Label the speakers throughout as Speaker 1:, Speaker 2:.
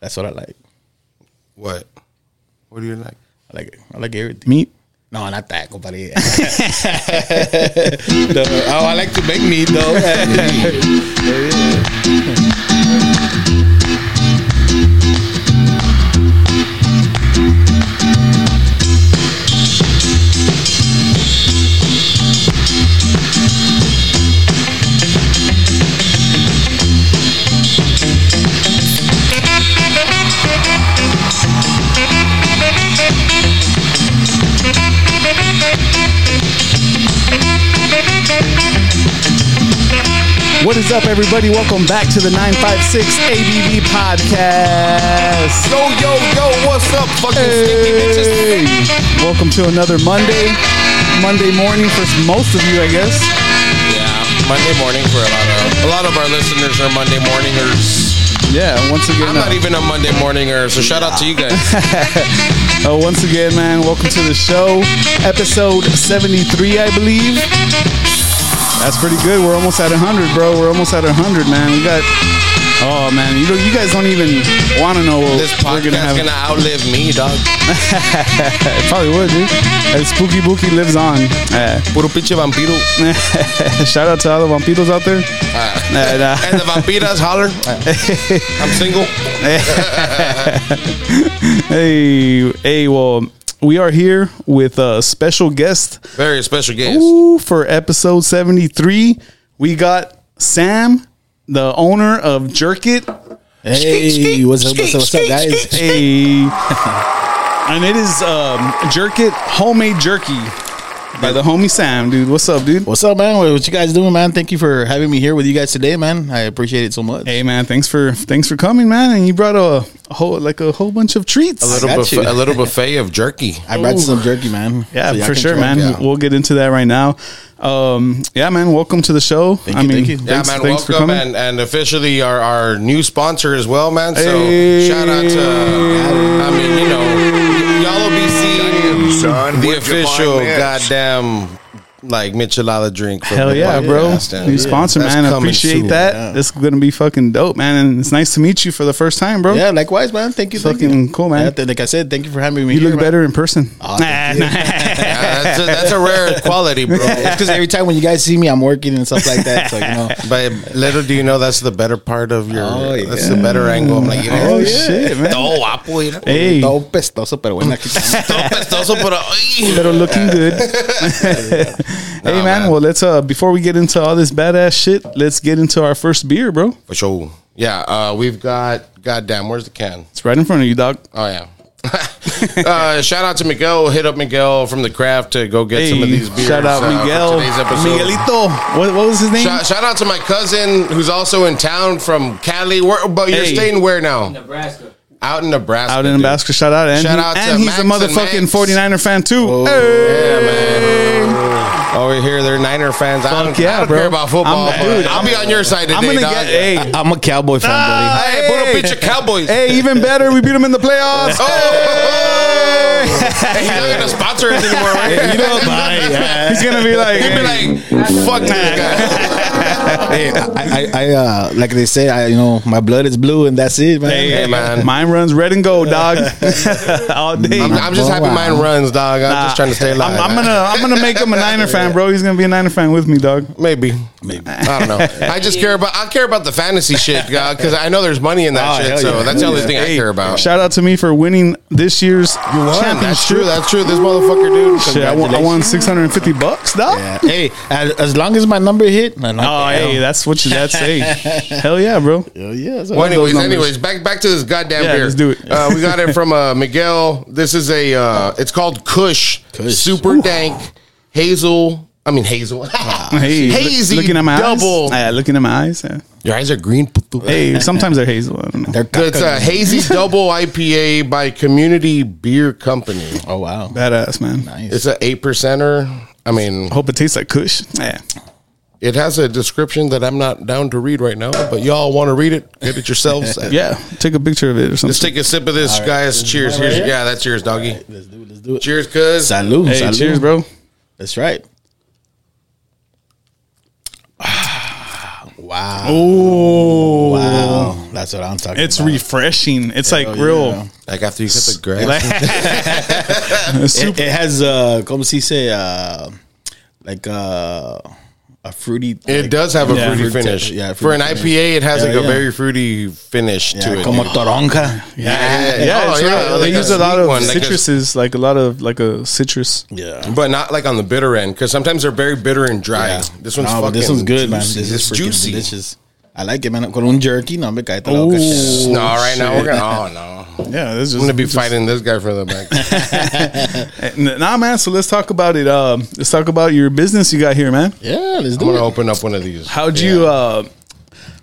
Speaker 1: That's what I like.
Speaker 2: What? What do you like?
Speaker 1: I like I like everything. Meat? No, not that, compadre. No, oh, I like to make meat though.
Speaker 3: What is up, everybody? Welcome back to the 956 ABV podcast.
Speaker 2: Yo, yo, yo, what's up, fucking
Speaker 3: Hey. Welcome to another Monday. Monday morning for most of you, I guess.
Speaker 2: Yeah, Monday morning for a lot of a lot of our listeners are Monday morningers.
Speaker 3: Yeah, once again,
Speaker 2: I'm not
Speaker 3: uh,
Speaker 2: even a Monday morninger, so shout out to you guys.
Speaker 3: uh, once again, man, welcome to the show. Episode 73, I believe. That's pretty good. We're almost at 100, bro. We're almost at 100, man. We got. Oh man, you don't, you guys don't even want to know what
Speaker 2: This
Speaker 3: we're gonna
Speaker 2: podcast's
Speaker 3: have.
Speaker 2: gonna outlive me, dog.
Speaker 3: It probably would, dude. Uh, Spooky Bookie lives on. Uh,
Speaker 2: Puro pinche vampiro.
Speaker 3: Shout out to all the vampiros out there.
Speaker 1: Uh,
Speaker 3: Nah, nah.
Speaker 2: And the vampiras holler. I'm single.
Speaker 3: Hey, hey, well, we are here with a special guest
Speaker 2: Very special guest.
Speaker 3: Ooh, for episode 73. We got Sam, the owner of Jerk It.
Speaker 1: Hey, what's up, what's up, what's up, guys?
Speaker 3: Hey. And it is um, Jerk It Homemade Jerky by the homie Sam, dude. What's up, dude?
Speaker 1: What's up, man? What, what you guys doing, man? Thank you for having me here with you guys today, man. I appreciate it so much.
Speaker 3: Hey man, thanks for thanks for coming, man. And you brought a, a whole like a whole bunch of treats.
Speaker 2: A little
Speaker 1: got
Speaker 2: buffet,
Speaker 1: you.
Speaker 2: a little buffet of jerky.
Speaker 1: I brought some jerky, man.
Speaker 3: Yeah,
Speaker 1: So y'all
Speaker 3: for
Speaker 1: can
Speaker 3: sure,
Speaker 1: try.
Speaker 3: man.
Speaker 1: Yeah.
Speaker 3: We'll get into that right now. Um, yeah, man. Welcome to the show. Thank I
Speaker 1: you,
Speaker 3: mean,
Speaker 1: thank you. Yeah,
Speaker 3: thanks,
Speaker 2: yeah, man.
Speaker 3: thanks for
Speaker 2: welcome
Speaker 3: coming.
Speaker 2: and, and officially our, our new sponsor as well, man. So
Speaker 3: Hey.
Speaker 2: shout out to I mean, you know, y- y'all will be seeing
Speaker 4: son.
Speaker 2: the
Speaker 4: Where'd you
Speaker 2: official
Speaker 4: find this?
Speaker 2: goddamn like michelada drink. From
Speaker 3: Hell
Speaker 2: the
Speaker 3: yeah,
Speaker 2: podcast,
Speaker 3: bro.
Speaker 2: and
Speaker 3: New sponsor,
Speaker 2: that's
Speaker 3: man. I
Speaker 2: coming
Speaker 3: appreciate
Speaker 2: soon.
Speaker 3: that. It's gonna be fucking dope, man. And it's nice to meet you for the first time, bro.
Speaker 1: Yeah, likewise, man. Thank you. thank
Speaker 3: Fucking
Speaker 1: you.
Speaker 3: cool, man.
Speaker 1: Yeah, th- like I said, thank you for having me.
Speaker 3: You
Speaker 1: here,
Speaker 3: look
Speaker 1: man. Ah,
Speaker 3: better in person.
Speaker 1: Aw, thank
Speaker 3: Nah,
Speaker 1: you.
Speaker 3: nah.
Speaker 2: Yeah, that's, a, that's a rare quality, bro.
Speaker 1: It's because every time when you guys see me, I'm working and stuff like that. So you know,
Speaker 2: But little do you know, that's the better part of your.
Speaker 1: Oh, yeah.
Speaker 2: That's the better angle. I'm like, you know,
Speaker 3: Oh shit, man.
Speaker 2: todo guapo, you know.
Speaker 3: Hey,
Speaker 1: todo pestoso, pero bueno, aquí estamos.
Speaker 2: Todo pestoso, pero-
Speaker 3: better looking good. hey, man,
Speaker 2: man.
Speaker 3: Well, let's uh before we get into all this badass shit, let's get into our first beer, bro.
Speaker 2: For sure. Yeah, uh, we've got. Goddamn, where's the can?
Speaker 3: It's right in front of you, dog.
Speaker 2: Oh yeah. uh, shout out to Miguel. Hit up Miguel from the craft to go get
Speaker 3: Hey,
Speaker 2: some of these beers.
Speaker 3: shout out
Speaker 2: uh, for
Speaker 3: Miguel,
Speaker 2: today's episode.
Speaker 3: Miguelito. What, what was his name?
Speaker 2: Shout, shout out to my cousin who's also in town from Cali. Where, but you're
Speaker 3: Hey.
Speaker 2: staying where now?
Speaker 5: Nebraska.
Speaker 2: Out in Nebraska.
Speaker 3: out in
Speaker 2: dude.
Speaker 3: Nebraska. Shout out. And,
Speaker 2: Shout
Speaker 3: he-
Speaker 2: out to
Speaker 3: and he's
Speaker 2: Max
Speaker 3: a
Speaker 2: and
Speaker 3: motherfucking
Speaker 2: Max.
Speaker 3: 49er fan too. Hey.
Speaker 2: Over here, they're Niner fans. I don't,
Speaker 3: yeah,
Speaker 2: I don't
Speaker 3: bro.
Speaker 2: care about football.
Speaker 3: I'm-
Speaker 2: but
Speaker 3: dude,
Speaker 2: I'll be on your side today.
Speaker 3: I'm going to
Speaker 2: dog.
Speaker 3: get. Hey.
Speaker 1: I'm a cowboy fan, buddy.
Speaker 3: Ah,
Speaker 2: Hey, put a picture Cowboys.
Speaker 3: Hey, even better. We beat him in the playoffs.
Speaker 2: Oh! Hey, he's not gonna sponsor us anymore, right?
Speaker 1: You know, bye.
Speaker 3: He's going to be like.
Speaker 2: He'd be
Speaker 3: hey.
Speaker 2: like, "Fuck this guy."
Speaker 1: Hey, I, I, I uh, like they say, I, you know, my blood is blue, and that's it, man.
Speaker 2: Hey, man.
Speaker 3: Mine runs red and gold, dog. All day.
Speaker 2: I'm, I'm just
Speaker 1: Oh,
Speaker 2: happy
Speaker 1: wow.
Speaker 2: mine runs, dog. I'm
Speaker 3: Nah.
Speaker 2: just trying to stay alive.
Speaker 3: I'm, I'm gonna I'm gonna make him a Niner fan, bro. He's gonna be a Niner fan with me, dog.
Speaker 2: Maybe. Maybe. I don't know. I just care about I care about the fantasy shit because I know there's money in that
Speaker 1: Oh,
Speaker 2: shit.
Speaker 1: hell
Speaker 2: So
Speaker 1: yeah.
Speaker 2: that's the only thing I
Speaker 3: Ah, Hey,
Speaker 2: care about.
Speaker 3: Shout out to me for winning this year's
Speaker 2: One,
Speaker 3: championship.
Speaker 2: That's true. That's true. This motherfucker, dude.
Speaker 3: Shit, I won, I won
Speaker 2: Congratulations.
Speaker 3: 650 bucks, dog.
Speaker 1: Yeah. Hey, as, as long as my number hit, man, I'm
Speaker 3: Oh, hey, that's what you that's hey. Hell yeah, bro.
Speaker 1: hell yeah. So
Speaker 2: Well, anyways,
Speaker 3: numbers.
Speaker 2: anyways, back back to this goddamn
Speaker 3: Yeah,
Speaker 2: beer.
Speaker 3: let's do it.
Speaker 2: Uh, we got it from uh, Miguel. This is a. Uh, it's called Kush.
Speaker 1: Kush.
Speaker 2: Super dank hazel. I mean hazel.
Speaker 3: Hey, look-
Speaker 2: hazy.
Speaker 3: looking at my
Speaker 2: double.
Speaker 3: eyes. Yeah, looking at my eyes. Yeah.
Speaker 2: Your eyes are green.
Speaker 3: Hey, sometimes they're hazel. I don't know.
Speaker 1: they're
Speaker 2: It's a hazy double IPA by Community Beer Company.
Speaker 1: oh wow.
Speaker 3: Badass man.
Speaker 2: It's a eight percenter. I mean,
Speaker 3: Hope it tastes like Kush. Yeah.
Speaker 2: It has a description that I'm not down to read right now, but y'all want to read it? Get it yourselves.
Speaker 3: Yeah. Take a picture of it or
Speaker 2: Let's
Speaker 3: something.
Speaker 2: take a sip of this, guys. Cheers. Here's, yeah, that's yours, doggy.
Speaker 1: Let's do it. Let's do it.
Speaker 2: Cheers, cuz.
Speaker 1: Salud.
Speaker 3: Hey,
Speaker 1: salud.
Speaker 3: cheers, bro.
Speaker 1: That's right. Wow.
Speaker 3: Oh,
Speaker 1: Wow. That's what I'm talking
Speaker 3: It's
Speaker 1: about.
Speaker 3: refreshing. It's like
Speaker 1: Hell
Speaker 3: real.
Speaker 4: Like after you cut the grass,
Speaker 1: It,
Speaker 3: super.
Speaker 1: it has, uh, como se dice, uh, like uh, a fruity.
Speaker 2: It does have a
Speaker 3: Yeah.
Speaker 2: fruity
Speaker 1: Fruity-
Speaker 2: finish.
Speaker 1: yeah,
Speaker 2: For an
Speaker 1: fruity finish.
Speaker 2: IPA, it has
Speaker 1: Yeah,
Speaker 2: like a
Speaker 1: yeah.
Speaker 2: very fruity finish to
Speaker 1: Yeah,
Speaker 2: it.
Speaker 1: como
Speaker 2: dude.
Speaker 1: toronca.
Speaker 2: yeah, yeah.
Speaker 3: Yeah,
Speaker 2: Oh,
Speaker 3: it's
Speaker 2: yeah,
Speaker 3: real.
Speaker 2: like
Speaker 3: they
Speaker 2: a
Speaker 3: use a lot
Speaker 2: sweet
Speaker 3: of
Speaker 2: one, like a-
Speaker 3: citruses, like a, lot of like a citrus.
Speaker 1: Yeah.
Speaker 2: But not like on the bitter end, because sometimes they're very bitter and dry.
Speaker 1: Yeah.
Speaker 2: This one's
Speaker 1: No,
Speaker 2: fucking
Speaker 1: but this one's good, man. This
Speaker 2: juicy.
Speaker 1: is
Speaker 2: It's
Speaker 1: freaking
Speaker 2: juicy.
Speaker 1: delicious. I like it, man. Con un jerky, no me cae
Speaker 3: Ooh.
Speaker 1: todo
Speaker 2: No, right now we're
Speaker 3: Shit.
Speaker 2: gonna. Oh no,
Speaker 3: Yeah, this is
Speaker 2: I'm gonna be
Speaker 3: just-
Speaker 2: fighting this guy for the back.
Speaker 3: Eh, Nah, man. So let's talk about it. Um, let's talk about your business you got here, man.
Speaker 1: Yeah, let's do
Speaker 2: I'm gonna
Speaker 1: it.
Speaker 2: open up one of these.
Speaker 3: How'd you? Uh,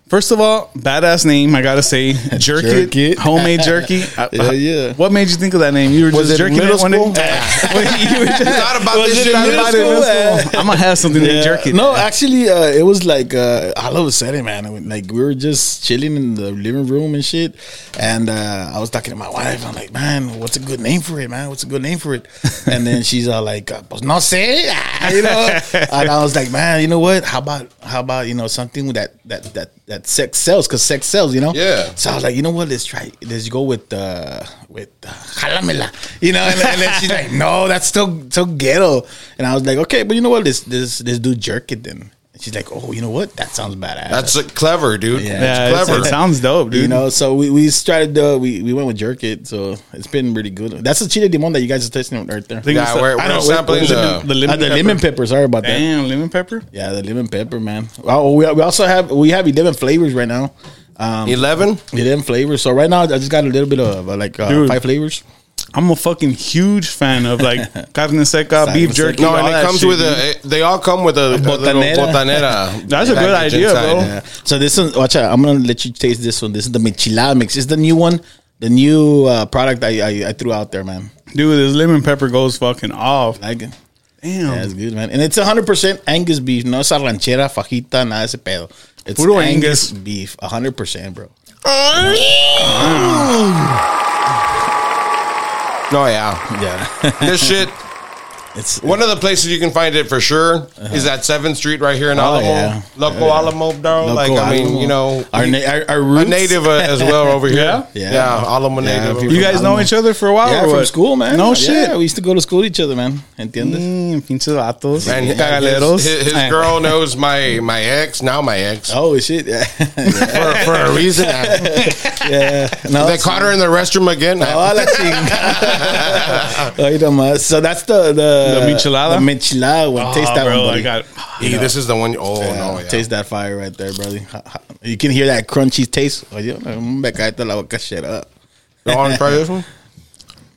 Speaker 3: first of all, badass name. I gotta say, jerk,
Speaker 1: Jerk
Speaker 3: it,
Speaker 1: it.
Speaker 3: homemade jerky.
Speaker 1: Yeah, yeah.
Speaker 3: What made you think of that name? You were
Speaker 2: Was
Speaker 3: just
Speaker 2: it
Speaker 3: jerking
Speaker 2: middle
Speaker 3: it one
Speaker 2: school?
Speaker 3: day. You were just-
Speaker 2: Thought about
Speaker 3: was
Speaker 2: this
Speaker 3: it
Speaker 2: shit
Speaker 3: in
Speaker 2: in
Speaker 3: middle
Speaker 2: middle
Speaker 3: school?
Speaker 1: school?
Speaker 3: I'm gonna have something to
Speaker 1: Yeah.
Speaker 3: jerk it.
Speaker 1: No, actually, uh, it was like uh, all of a sudden, man. I mean, like we were just chilling in the living room and shit, and uh, I was talking to my wife. I'm like, man, what's a good name for it, man? What's a good name for it? And then she's all like, uh, pues no sé, ah, you know. and I was like, man, you know what? How about how about you know something with that that that that sex sells because sex sells, you know.
Speaker 2: Yeah.
Speaker 1: So I was like, you know what? Let's try. Let's go with uh, with uh, jalamela, you know. And, and then she's like, no, that's still so ghetto. And I was like, okay, but you know what? Let's let's let's do jerk it then. And she's like, oh, you know what? That sounds badass.
Speaker 2: That's uh, clever, dude.
Speaker 1: Yeah.
Speaker 3: yeah,
Speaker 2: That's
Speaker 3: it's-
Speaker 2: clever.
Speaker 3: it sounds dope, dude.
Speaker 1: you know, so we, we started uh, we we went with jerk it, so it's been really good. That's the chile limon that you guys are tasting right there.
Speaker 3: think
Speaker 2: yeah,
Speaker 3: it's-
Speaker 2: we're,
Speaker 3: I
Speaker 2: we're
Speaker 3: don't-
Speaker 2: sampling
Speaker 3: was it
Speaker 2: the,
Speaker 3: the
Speaker 1: Uh,
Speaker 3: lemon,
Speaker 1: the
Speaker 3: pepper?
Speaker 1: lemon pepper. Sorry about that.
Speaker 3: Damn, lemon pepper.
Speaker 1: Yeah, the lemon pepper, man. Oh, we, we also have we have eleven flavors right now. Um,
Speaker 2: eleven.
Speaker 1: eleven flavors. So right now, I just got a little bit of uh, like uh,
Speaker 3: Dude.
Speaker 1: five flavors.
Speaker 3: I'm a fucking huge fan of like carne seca, beef
Speaker 1: seca.
Speaker 3: jerky.
Speaker 2: No,
Speaker 3: all
Speaker 2: and it
Speaker 3: that
Speaker 2: comes
Speaker 3: shit,
Speaker 2: with
Speaker 3: dude.
Speaker 2: a. They all come with a, a little
Speaker 1: botanera.
Speaker 2: botanera.
Speaker 3: That's a good
Speaker 2: package
Speaker 3: idea,
Speaker 2: inside.
Speaker 3: bro.
Speaker 1: Yeah. So this one, watch out. I'm gonna let you taste this one. This is the michilada mix. It's the new one, the new uh, product I, I I threw out there, man.
Speaker 3: Dude, this lemon pepper goes fucking off.
Speaker 1: Like it.
Speaker 3: Damn.
Speaker 1: Yeah, it's good, man. And it's 100% Angus beef. No esa ranchera, fajita, nada de ese pedo. It's
Speaker 3: Puro
Speaker 1: Angus,
Speaker 3: Angus.
Speaker 1: beef, 100%, bro.
Speaker 2: No, yeah.
Speaker 1: Yeah.
Speaker 2: This shit.
Speaker 1: it's
Speaker 2: One of the places you can find it for sure is at Seventh Street right here in Alamo,
Speaker 1: yeah.
Speaker 2: Loco Alamo, bro.
Speaker 1: Loco
Speaker 2: like I mean,
Speaker 1: Alamo.
Speaker 2: you know,
Speaker 1: our, na- our, our roots.
Speaker 2: a native uh, as well over here.
Speaker 1: Yeah?
Speaker 2: Yeah,
Speaker 1: Yeah.
Speaker 2: Alamo
Speaker 1: Yeah,
Speaker 2: native.
Speaker 1: if
Speaker 2: over
Speaker 1: you-
Speaker 3: You
Speaker 2: here.
Speaker 3: guys know each other for a while
Speaker 1: Yeah,
Speaker 3: or
Speaker 1: from
Speaker 3: what?
Speaker 1: school, man.
Speaker 3: No
Speaker 1: Yeah,
Speaker 3: shit.
Speaker 1: we used to go to school with each other, man. ¿Entiendes?
Speaker 3: Mm, pinches vatos.
Speaker 2: and his-
Speaker 3: Cagaleros.
Speaker 2: his, his
Speaker 1: Ah,
Speaker 3: Eh.
Speaker 2: girl knows my my ex, now my ex,
Speaker 1: Oh, shit. Yeah.
Speaker 2: for, for a reason.
Speaker 1: No,
Speaker 2: they
Speaker 1: it's-
Speaker 2: caught her in the restroom again.
Speaker 1: Oh, la chingada. Ay, nomás. So that's the the,
Speaker 3: The michelada?
Speaker 1: The michelada one.
Speaker 3: Oh,
Speaker 1: ah, taste that
Speaker 3: bro,
Speaker 1: one,
Speaker 3: I
Speaker 1: buddy.
Speaker 3: got.
Speaker 2: Hey, this is the one oh
Speaker 1: Yeah,
Speaker 2: no, yeah.
Speaker 1: Taste that fire right there, brother. Ha- ha- You can hear that crunchy taste. Oye, me cae toda la boca shit up.
Speaker 2: You want to try this one?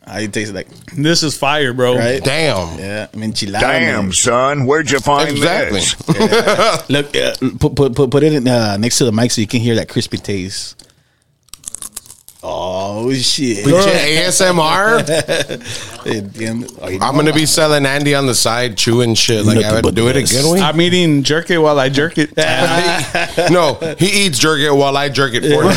Speaker 1: I taste like
Speaker 3: This is fire, bro.
Speaker 1: right.
Speaker 2: Damn.
Speaker 1: Yeah, enchilada.
Speaker 5: Damn,
Speaker 1: man.
Speaker 5: son, where'd you find
Speaker 2: Exactly.
Speaker 5: this?
Speaker 1: Look, uh, put, put put put it in, uh, next to the mic so you can hear that crispy taste. Oh shit!
Speaker 2: Bitch, ASMR. I'm
Speaker 1: I'm
Speaker 2: gonna be selling Andy on the side, chewing shit. Like I
Speaker 1: Nothing
Speaker 2: would
Speaker 1: but
Speaker 2: do it
Speaker 1: this.
Speaker 2: again. We
Speaker 3: I'm eating jerk it while I jerk it.
Speaker 2: no, he eats jerk it while I jerk it for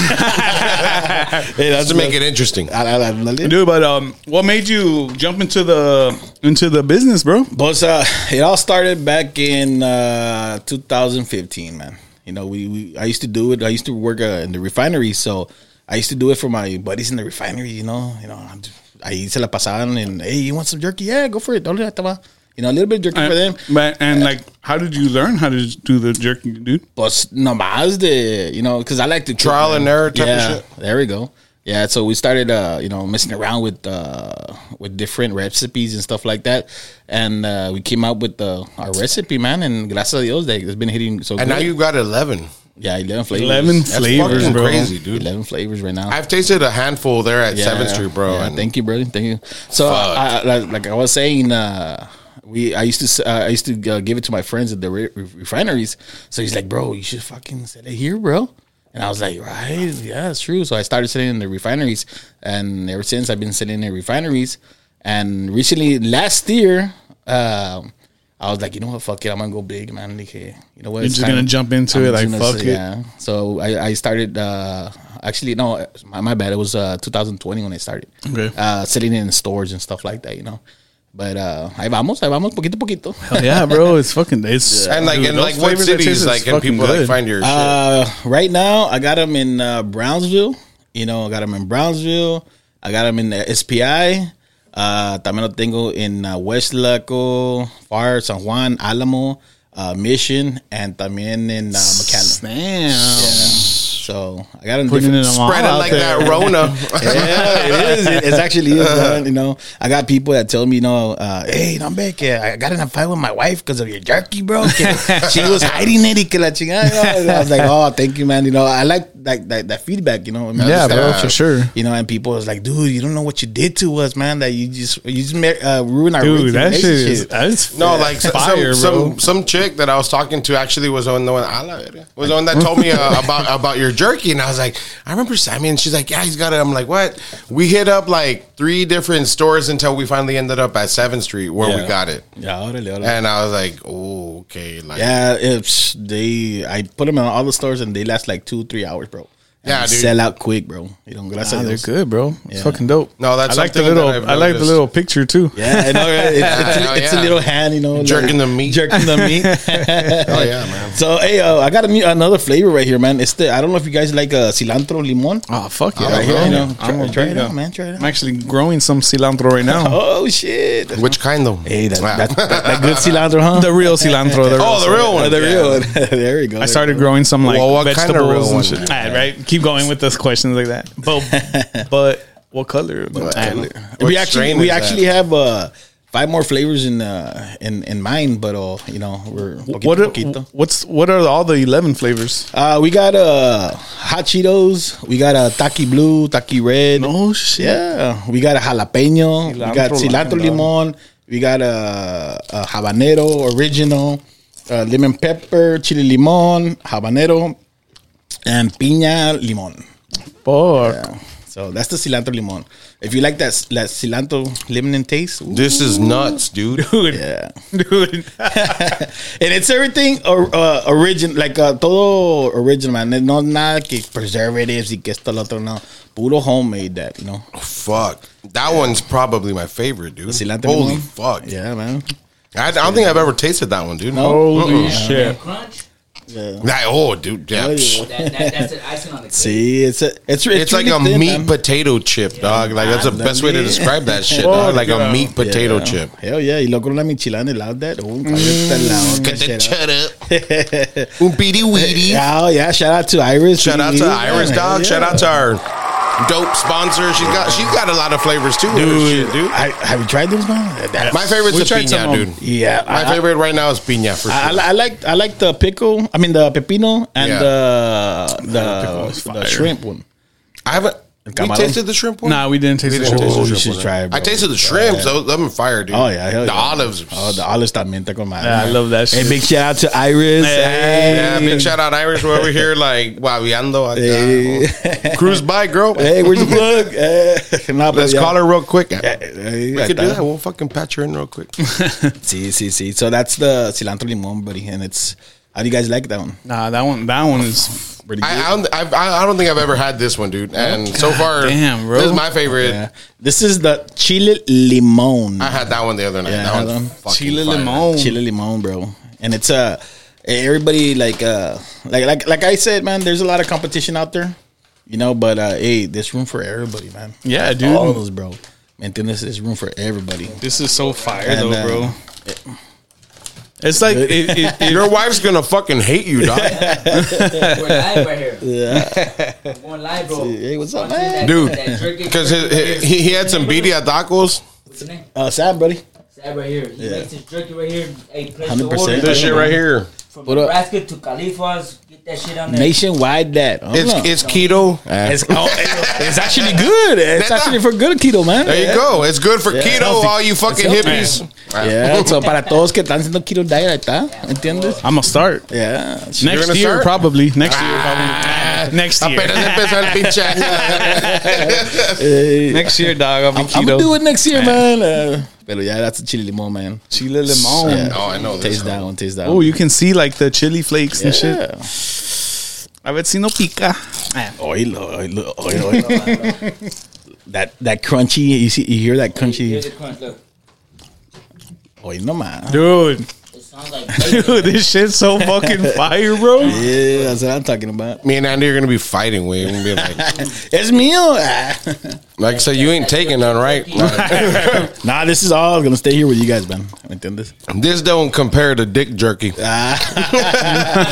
Speaker 2: him. Just to make it interesting.
Speaker 3: Dude, but um, what made you jump into the into the business, bro?
Speaker 1: But uh, it all started back in uh, 2015, man. You know, we, we I used to do it. I used to work uh, in the refinery, so I used to do it for my buddies in the refinery. You know, you know, I'm just- ahí se la pasaban and hey, you want some jerky? Yeah, go for it. Don't let that tama. You know, a little bit of jerky for them.
Speaker 3: And, but, and like, how did you learn how to do the jerking, dude?
Speaker 1: But nomás the you know, because I like to cook,
Speaker 2: Trial and
Speaker 1: man.
Speaker 2: error type of
Speaker 1: yeah,
Speaker 2: shit.
Speaker 1: There we go. Yeah, so we started uh, you know, messing around with uh with different recipes and stuff like that. And uh we came out with uh, our recipe, man, and gracias a Dios that it's been hitting so good.
Speaker 2: And now you got eleven.
Speaker 1: yeah, eleven flavors.
Speaker 3: 11
Speaker 1: That's
Speaker 3: flavors,
Speaker 2: fucking
Speaker 3: bro.
Speaker 2: crazy, dude.
Speaker 1: Eleven flavors right now.
Speaker 2: I've tasted a handful there at Seventh Street, bro.
Speaker 1: Yeah,
Speaker 2: and
Speaker 1: thank you, brother. Thank you. So, I, I, like- like I was saying, uh, we I used to s- uh, I used to uh, give it to my friends at the re- re- refineries. So he's like, "Bro, you should fucking sell it here, bro." And I was like, "Right, yeah, it's true." So I started selling in the refineries, and ever since I've been selling in refineries. And recently, last year, um, I was like, "You know what? Fuck it, I'm gonna go big, man." Like, hey, you know what?
Speaker 3: You're
Speaker 1: it's
Speaker 3: just
Speaker 1: time-
Speaker 3: gonna jump into it, like,
Speaker 1: gonna-
Speaker 3: fuck it.
Speaker 1: Yeah. So I, I started. Uh, actually, no, my, my bad. It was uh, 2020 when I started
Speaker 3: Okay.
Speaker 1: uh, selling it in stores and stuff like that, you know. But uh, ahí vamos, ahí vamos, poquito a poquito.
Speaker 3: Hell yeah, bro. It's fucking. It's
Speaker 2: And like
Speaker 3: dude,
Speaker 2: in
Speaker 3: those
Speaker 2: like what
Speaker 3: flavors that taste
Speaker 2: cities like
Speaker 3: is
Speaker 2: can
Speaker 3: fucking
Speaker 2: people like
Speaker 3: good.
Speaker 2: find your shit?
Speaker 1: Uh, right now, I got them in uh, Brownsville. You know, I got them in Brownsville. I got them in the SPI. Uh, también lo tengo in uh, West Laco, Far, San Juan, Alamo, uh, Mission, and también in uh, McAllen.
Speaker 3: Damn.
Speaker 1: So I got them
Speaker 3: Putting
Speaker 1: different.
Speaker 3: it in my
Speaker 2: Spread it
Speaker 3: out
Speaker 2: like
Speaker 3: there.
Speaker 2: that Rona.
Speaker 1: yeah, it is. It, it's actually is,
Speaker 3: Uh-huh.
Speaker 1: man, you know. I got people that tell me, you know, uh, hey, don't make it. I got in a fight with my wife because of your jerky, bro. Que she was hiding it. y Que la chingada, you know? And I was like, oh, thank you, man. You know, I like like that, that feedback. You know, I mean, I
Speaker 3: Yeah,
Speaker 1: was like,
Speaker 3: bro,
Speaker 1: uh,
Speaker 3: for sure.
Speaker 1: You know, and people was like, dude, you don't know what you did to us, man. That you just you just ma- uh, ruined our
Speaker 3: Dude, that shit
Speaker 1: relationship.
Speaker 3: is. That's
Speaker 2: No, like so-
Speaker 3: fire,
Speaker 2: some,
Speaker 3: bro.
Speaker 2: some some chick that I was talking to actually was on the one I love it. was the one that told me uh, about about your jerky, and I was like, I remember Sammy, and she's like, yeah, he's got it. I'm like, what? We hit up like three different stores until we finally ended up at Seventh Street where we
Speaker 1: Yeah.
Speaker 2: got it,
Speaker 1: Yeah, órale, órale.
Speaker 2: and I was like, oh, okay, like
Speaker 1: Yeah, it's they. I put them in all the stores and they last like two, three hours, bro. And
Speaker 2: Yeah,
Speaker 1: they
Speaker 2: dude.
Speaker 1: sell out quick, bro. You don't gracias a
Speaker 3: Ah, they're
Speaker 1: Dios.
Speaker 3: good, bro. It's fucking dope.
Speaker 2: No, that's
Speaker 3: I like the
Speaker 2: something that
Speaker 3: little.
Speaker 2: I've
Speaker 3: I like the
Speaker 2: noticed.
Speaker 3: little picture too.
Speaker 1: Yeah, I know. Right? It's, it's,
Speaker 2: Oh,
Speaker 1: it's
Speaker 2: yeah.
Speaker 1: a little hand, you know,
Speaker 2: Jerking
Speaker 1: like-
Speaker 2: the meat.
Speaker 1: jerking the meat.
Speaker 2: oh yeah, man.
Speaker 1: so hey, uh, I got a, new- another flavor right here, man. It's the I don't know if you guys like uh, cilantro limon.
Speaker 3: Oh fuck yeah,
Speaker 1: right here,
Speaker 3: bro.
Speaker 1: you know,
Speaker 3: I'm
Speaker 1: try,
Speaker 3: a
Speaker 1: try it
Speaker 3: big-
Speaker 1: out, man. Try it
Speaker 3: I'm
Speaker 1: out.
Speaker 3: actually growing some cilantro right now.
Speaker 1: Oh shit!
Speaker 2: Which kind though?
Speaker 1: Hey, that,
Speaker 2: Wow.
Speaker 1: that, that, that good cilantro, huh?
Speaker 3: The real cilantro. The
Speaker 2: oh, the real one.
Speaker 1: Oh, the
Speaker 2: Yeah.
Speaker 1: real one. there we go.
Speaker 3: I started growing some like
Speaker 2: Well, what kind of
Speaker 3: vegetables and
Speaker 2: real one?
Speaker 3: shit. All right, right. Keep going with those questions like that. But but what color? I don't know.
Speaker 2: What
Speaker 1: we actually
Speaker 2: strain
Speaker 1: we
Speaker 2: is that?
Speaker 1: actually have uh, five more flavors in uh, in in mine, but uh, you know we're poquito,
Speaker 3: What
Speaker 1: poquito.
Speaker 3: are, what's what are all the eleven flavors?
Speaker 1: Uh, we got uh hot Cheetos. We got a Taki Blue, Taki Red.
Speaker 3: No shit.
Speaker 1: Yeah, we got a jalapeno. we got
Speaker 3: Cilantro
Speaker 1: cilantro
Speaker 3: lemon.
Speaker 1: limon. We got a, a habanero original, uh, lemon pepper, chili limon, habanero, and piña limon.
Speaker 3: Fuck.
Speaker 1: So that's the cilantro limon. If you like that that cilantro lemon taste, ooh,
Speaker 2: This is nuts, dude.
Speaker 3: Dude,
Speaker 1: yeah.
Speaker 3: dude.
Speaker 1: and it's everything or, uh, origin, like uh, todo original, man. There's No nada que preservatives y que esto lo otro no. Puro homemade that, you know.
Speaker 2: fuck. That one's probably my favorite, dude.
Speaker 1: Cilantro
Speaker 2: Holy
Speaker 1: limon.
Speaker 2: fuck.
Speaker 1: Yeah, man.
Speaker 2: I, I don't think I've ever tasted that one, dude.
Speaker 3: Holy shit.
Speaker 4: Oh, Crunch.
Speaker 1: Yeah.
Speaker 2: That, oh, dude. Yeah.
Speaker 1: Oh, yeah.
Speaker 4: That, that, that's an icing on the cake.
Speaker 1: See, it's a it's it's,
Speaker 2: It's like a
Speaker 1: really thin,
Speaker 2: meat
Speaker 1: man.
Speaker 2: potato chip, dog. Like that's the best way to describe that shit. dog. Like a meat potato
Speaker 1: Yeah.
Speaker 2: chip. Mm.
Speaker 1: Hell yeah, y luego la michelada en el lado that. Oh, está en la otra,
Speaker 2: Get the
Speaker 1: shit.
Speaker 2: cheddar. Oopity weedy.
Speaker 1: Oh yeah, shout out to Iris.
Speaker 2: Shout out
Speaker 1: Yeah,
Speaker 2: to Iris,
Speaker 1: hell
Speaker 2: dog.
Speaker 1: yeah.
Speaker 2: Shout out to our dope sponsor. She's got she's got a lot of flavors too. Dude, dude.
Speaker 1: I, have you tried these, man? That-
Speaker 2: My favorite's
Speaker 3: We
Speaker 2: a
Speaker 3: tried some
Speaker 2: piña,
Speaker 3: of 'em.
Speaker 2: dude.
Speaker 1: yeah, I-
Speaker 2: My
Speaker 1: I-
Speaker 2: favorite right now is piña for sure.
Speaker 1: I, I like I like the pickle. I mean the pepino and
Speaker 2: Yeah.
Speaker 1: the
Speaker 3: pickle
Speaker 1: the,
Speaker 3: is
Speaker 1: the
Speaker 3: fire.
Speaker 1: shrimp one.
Speaker 2: I haven't. We
Speaker 1: Camarón.
Speaker 2: tasted the shrimp one.
Speaker 3: Nah, we didn't taste the
Speaker 2: didn't
Speaker 3: shrimp.
Speaker 2: taste
Speaker 1: Oh,
Speaker 2: the
Speaker 1: you
Speaker 2: shrimp
Speaker 1: should
Speaker 2: one.
Speaker 1: try it,
Speaker 2: I
Speaker 1: bro.
Speaker 2: tasted the shrimps. Those, them are fire, dude.
Speaker 1: Oh yeah, hell
Speaker 2: the
Speaker 1: yeah.
Speaker 2: olives.
Speaker 1: Oh, the olives también está con madre.
Speaker 3: Yeah, I love that
Speaker 1: Hey,
Speaker 3: shit.
Speaker 1: big shout out to Iris.
Speaker 3: Hey.
Speaker 2: Yeah,
Speaker 1: Hey,
Speaker 2: big shout out Irish. We're over here like waviando.
Speaker 1: Hey.
Speaker 2: acá. Cruise by, girl.
Speaker 1: Hey, where's the plug? Eh, nah, but
Speaker 2: Let's
Speaker 1: yeah.
Speaker 2: call her real quick.
Speaker 1: Hey,
Speaker 2: We
Speaker 1: right
Speaker 2: could do
Speaker 1: there.
Speaker 2: that. We'll fucking patch her in real quick.
Speaker 1: See, see, see. So that's the cilantro limon, buddy, and it's. How do you guys like that one?
Speaker 3: Nah, that one. That one is pretty good.
Speaker 2: I, I, don't, I've- I, I don't think I've ever had this one, dude. And so far,
Speaker 3: damn, bro.
Speaker 2: this is my favorite.
Speaker 1: Yeah. This is the chile limon.
Speaker 2: I had that one the other night.
Speaker 1: Yeah, I
Speaker 2: that
Speaker 1: had
Speaker 2: one's
Speaker 1: one.
Speaker 2: fucking
Speaker 3: Chile
Speaker 2: fire.
Speaker 3: limon.
Speaker 1: chile limon, bro. And it's uh everybody like uh like like like I said, man. There's a lot of competition out there, you know. But uh hey, there's room for everybody, man.
Speaker 3: Yeah, dude.
Speaker 1: all of us, bro. Man, then this is room for everybody.
Speaker 3: Oh. This is so fire
Speaker 1: And,
Speaker 3: though,
Speaker 1: uh,
Speaker 3: bro. It's like it, it, it-
Speaker 2: Your wife's gonna fucking hate you, dog.
Speaker 4: We're live right here. Yeah. I'm going live, bro.
Speaker 1: Hey, what's up,
Speaker 4: Honestly,
Speaker 1: man?
Speaker 4: that-
Speaker 2: Dude,
Speaker 4: that jerky-
Speaker 2: Because he, he had some BD at tacos.
Speaker 4: What's his name?
Speaker 1: Uh, Sam, buddy.
Speaker 4: That right here. He makes his jerky right here. Hey, place
Speaker 1: 100%.
Speaker 4: the order
Speaker 2: This shit right here.
Speaker 4: from
Speaker 1: What up?
Speaker 4: Nebraska to California. Get that shit on there.
Speaker 1: Nationwide, that Hold
Speaker 2: It's,
Speaker 1: on.
Speaker 2: it's keto.
Speaker 1: It's, oh, it- it's actually good. It's actually for good keto, man.
Speaker 2: There you go. It's good for keto,
Speaker 1: healthy.
Speaker 2: all you fucking
Speaker 1: It's
Speaker 2: hippies.
Speaker 1: Yeah, so para todos que están haciendo keto diet, ahí está, ¿entiendes?
Speaker 3: I'm gonna start
Speaker 1: Yeah.
Speaker 3: next
Speaker 2: gonna
Speaker 3: year,
Speaker 2: start?
Speaker 3: probably next year, probably next year,
Speaker 2: Apenas empezó el pinche año.
Speaker 3: next year, dog. I'll be
Speaker 1: I'm
Speaker 3: keto.
Speaker 1: gonna do it next year, man. Uh, pero yeah, that's a chili limon, man.
Speaker 3: Chile limon.
Speaker 1: Yeah.
Speaker 2: Oh, I know this.
Speaker 1: Taste that one, taste that
Speaker 3: Oh,
Speaker 1: one.
Speaker 3: you can see like the chili flakes and shit.
Speaker 1: Yeah.
Speaker 3: A ver si no pica.
Speaker 1: Oilo, oilo, oilo, oilo. that that crunchy, you see, you hear that
Speaker 4: Here's
Speaker 1: crunchy?
Speaker 4: the crunch. Look.
Speaker 1: Hoy no más.
Speaker 3: Dude.
Speaker 4: It sounds like
Speaker 3: Dude, this shit's so fucking fire, bro.
Speaker 1: Yeah, that's what I'm talking about.
Speaker 2: Me and Andy are gonna be fighting. We're gonna be like,
Speaker 1: It's meal. Ah.
Speaker 2: like I said, you ain't taking none, right?
Speaker 1: nah, this is all gonna stay here with you guys, man. ¿Entiendes?
Speaker 2: this don't compare to dick jerky.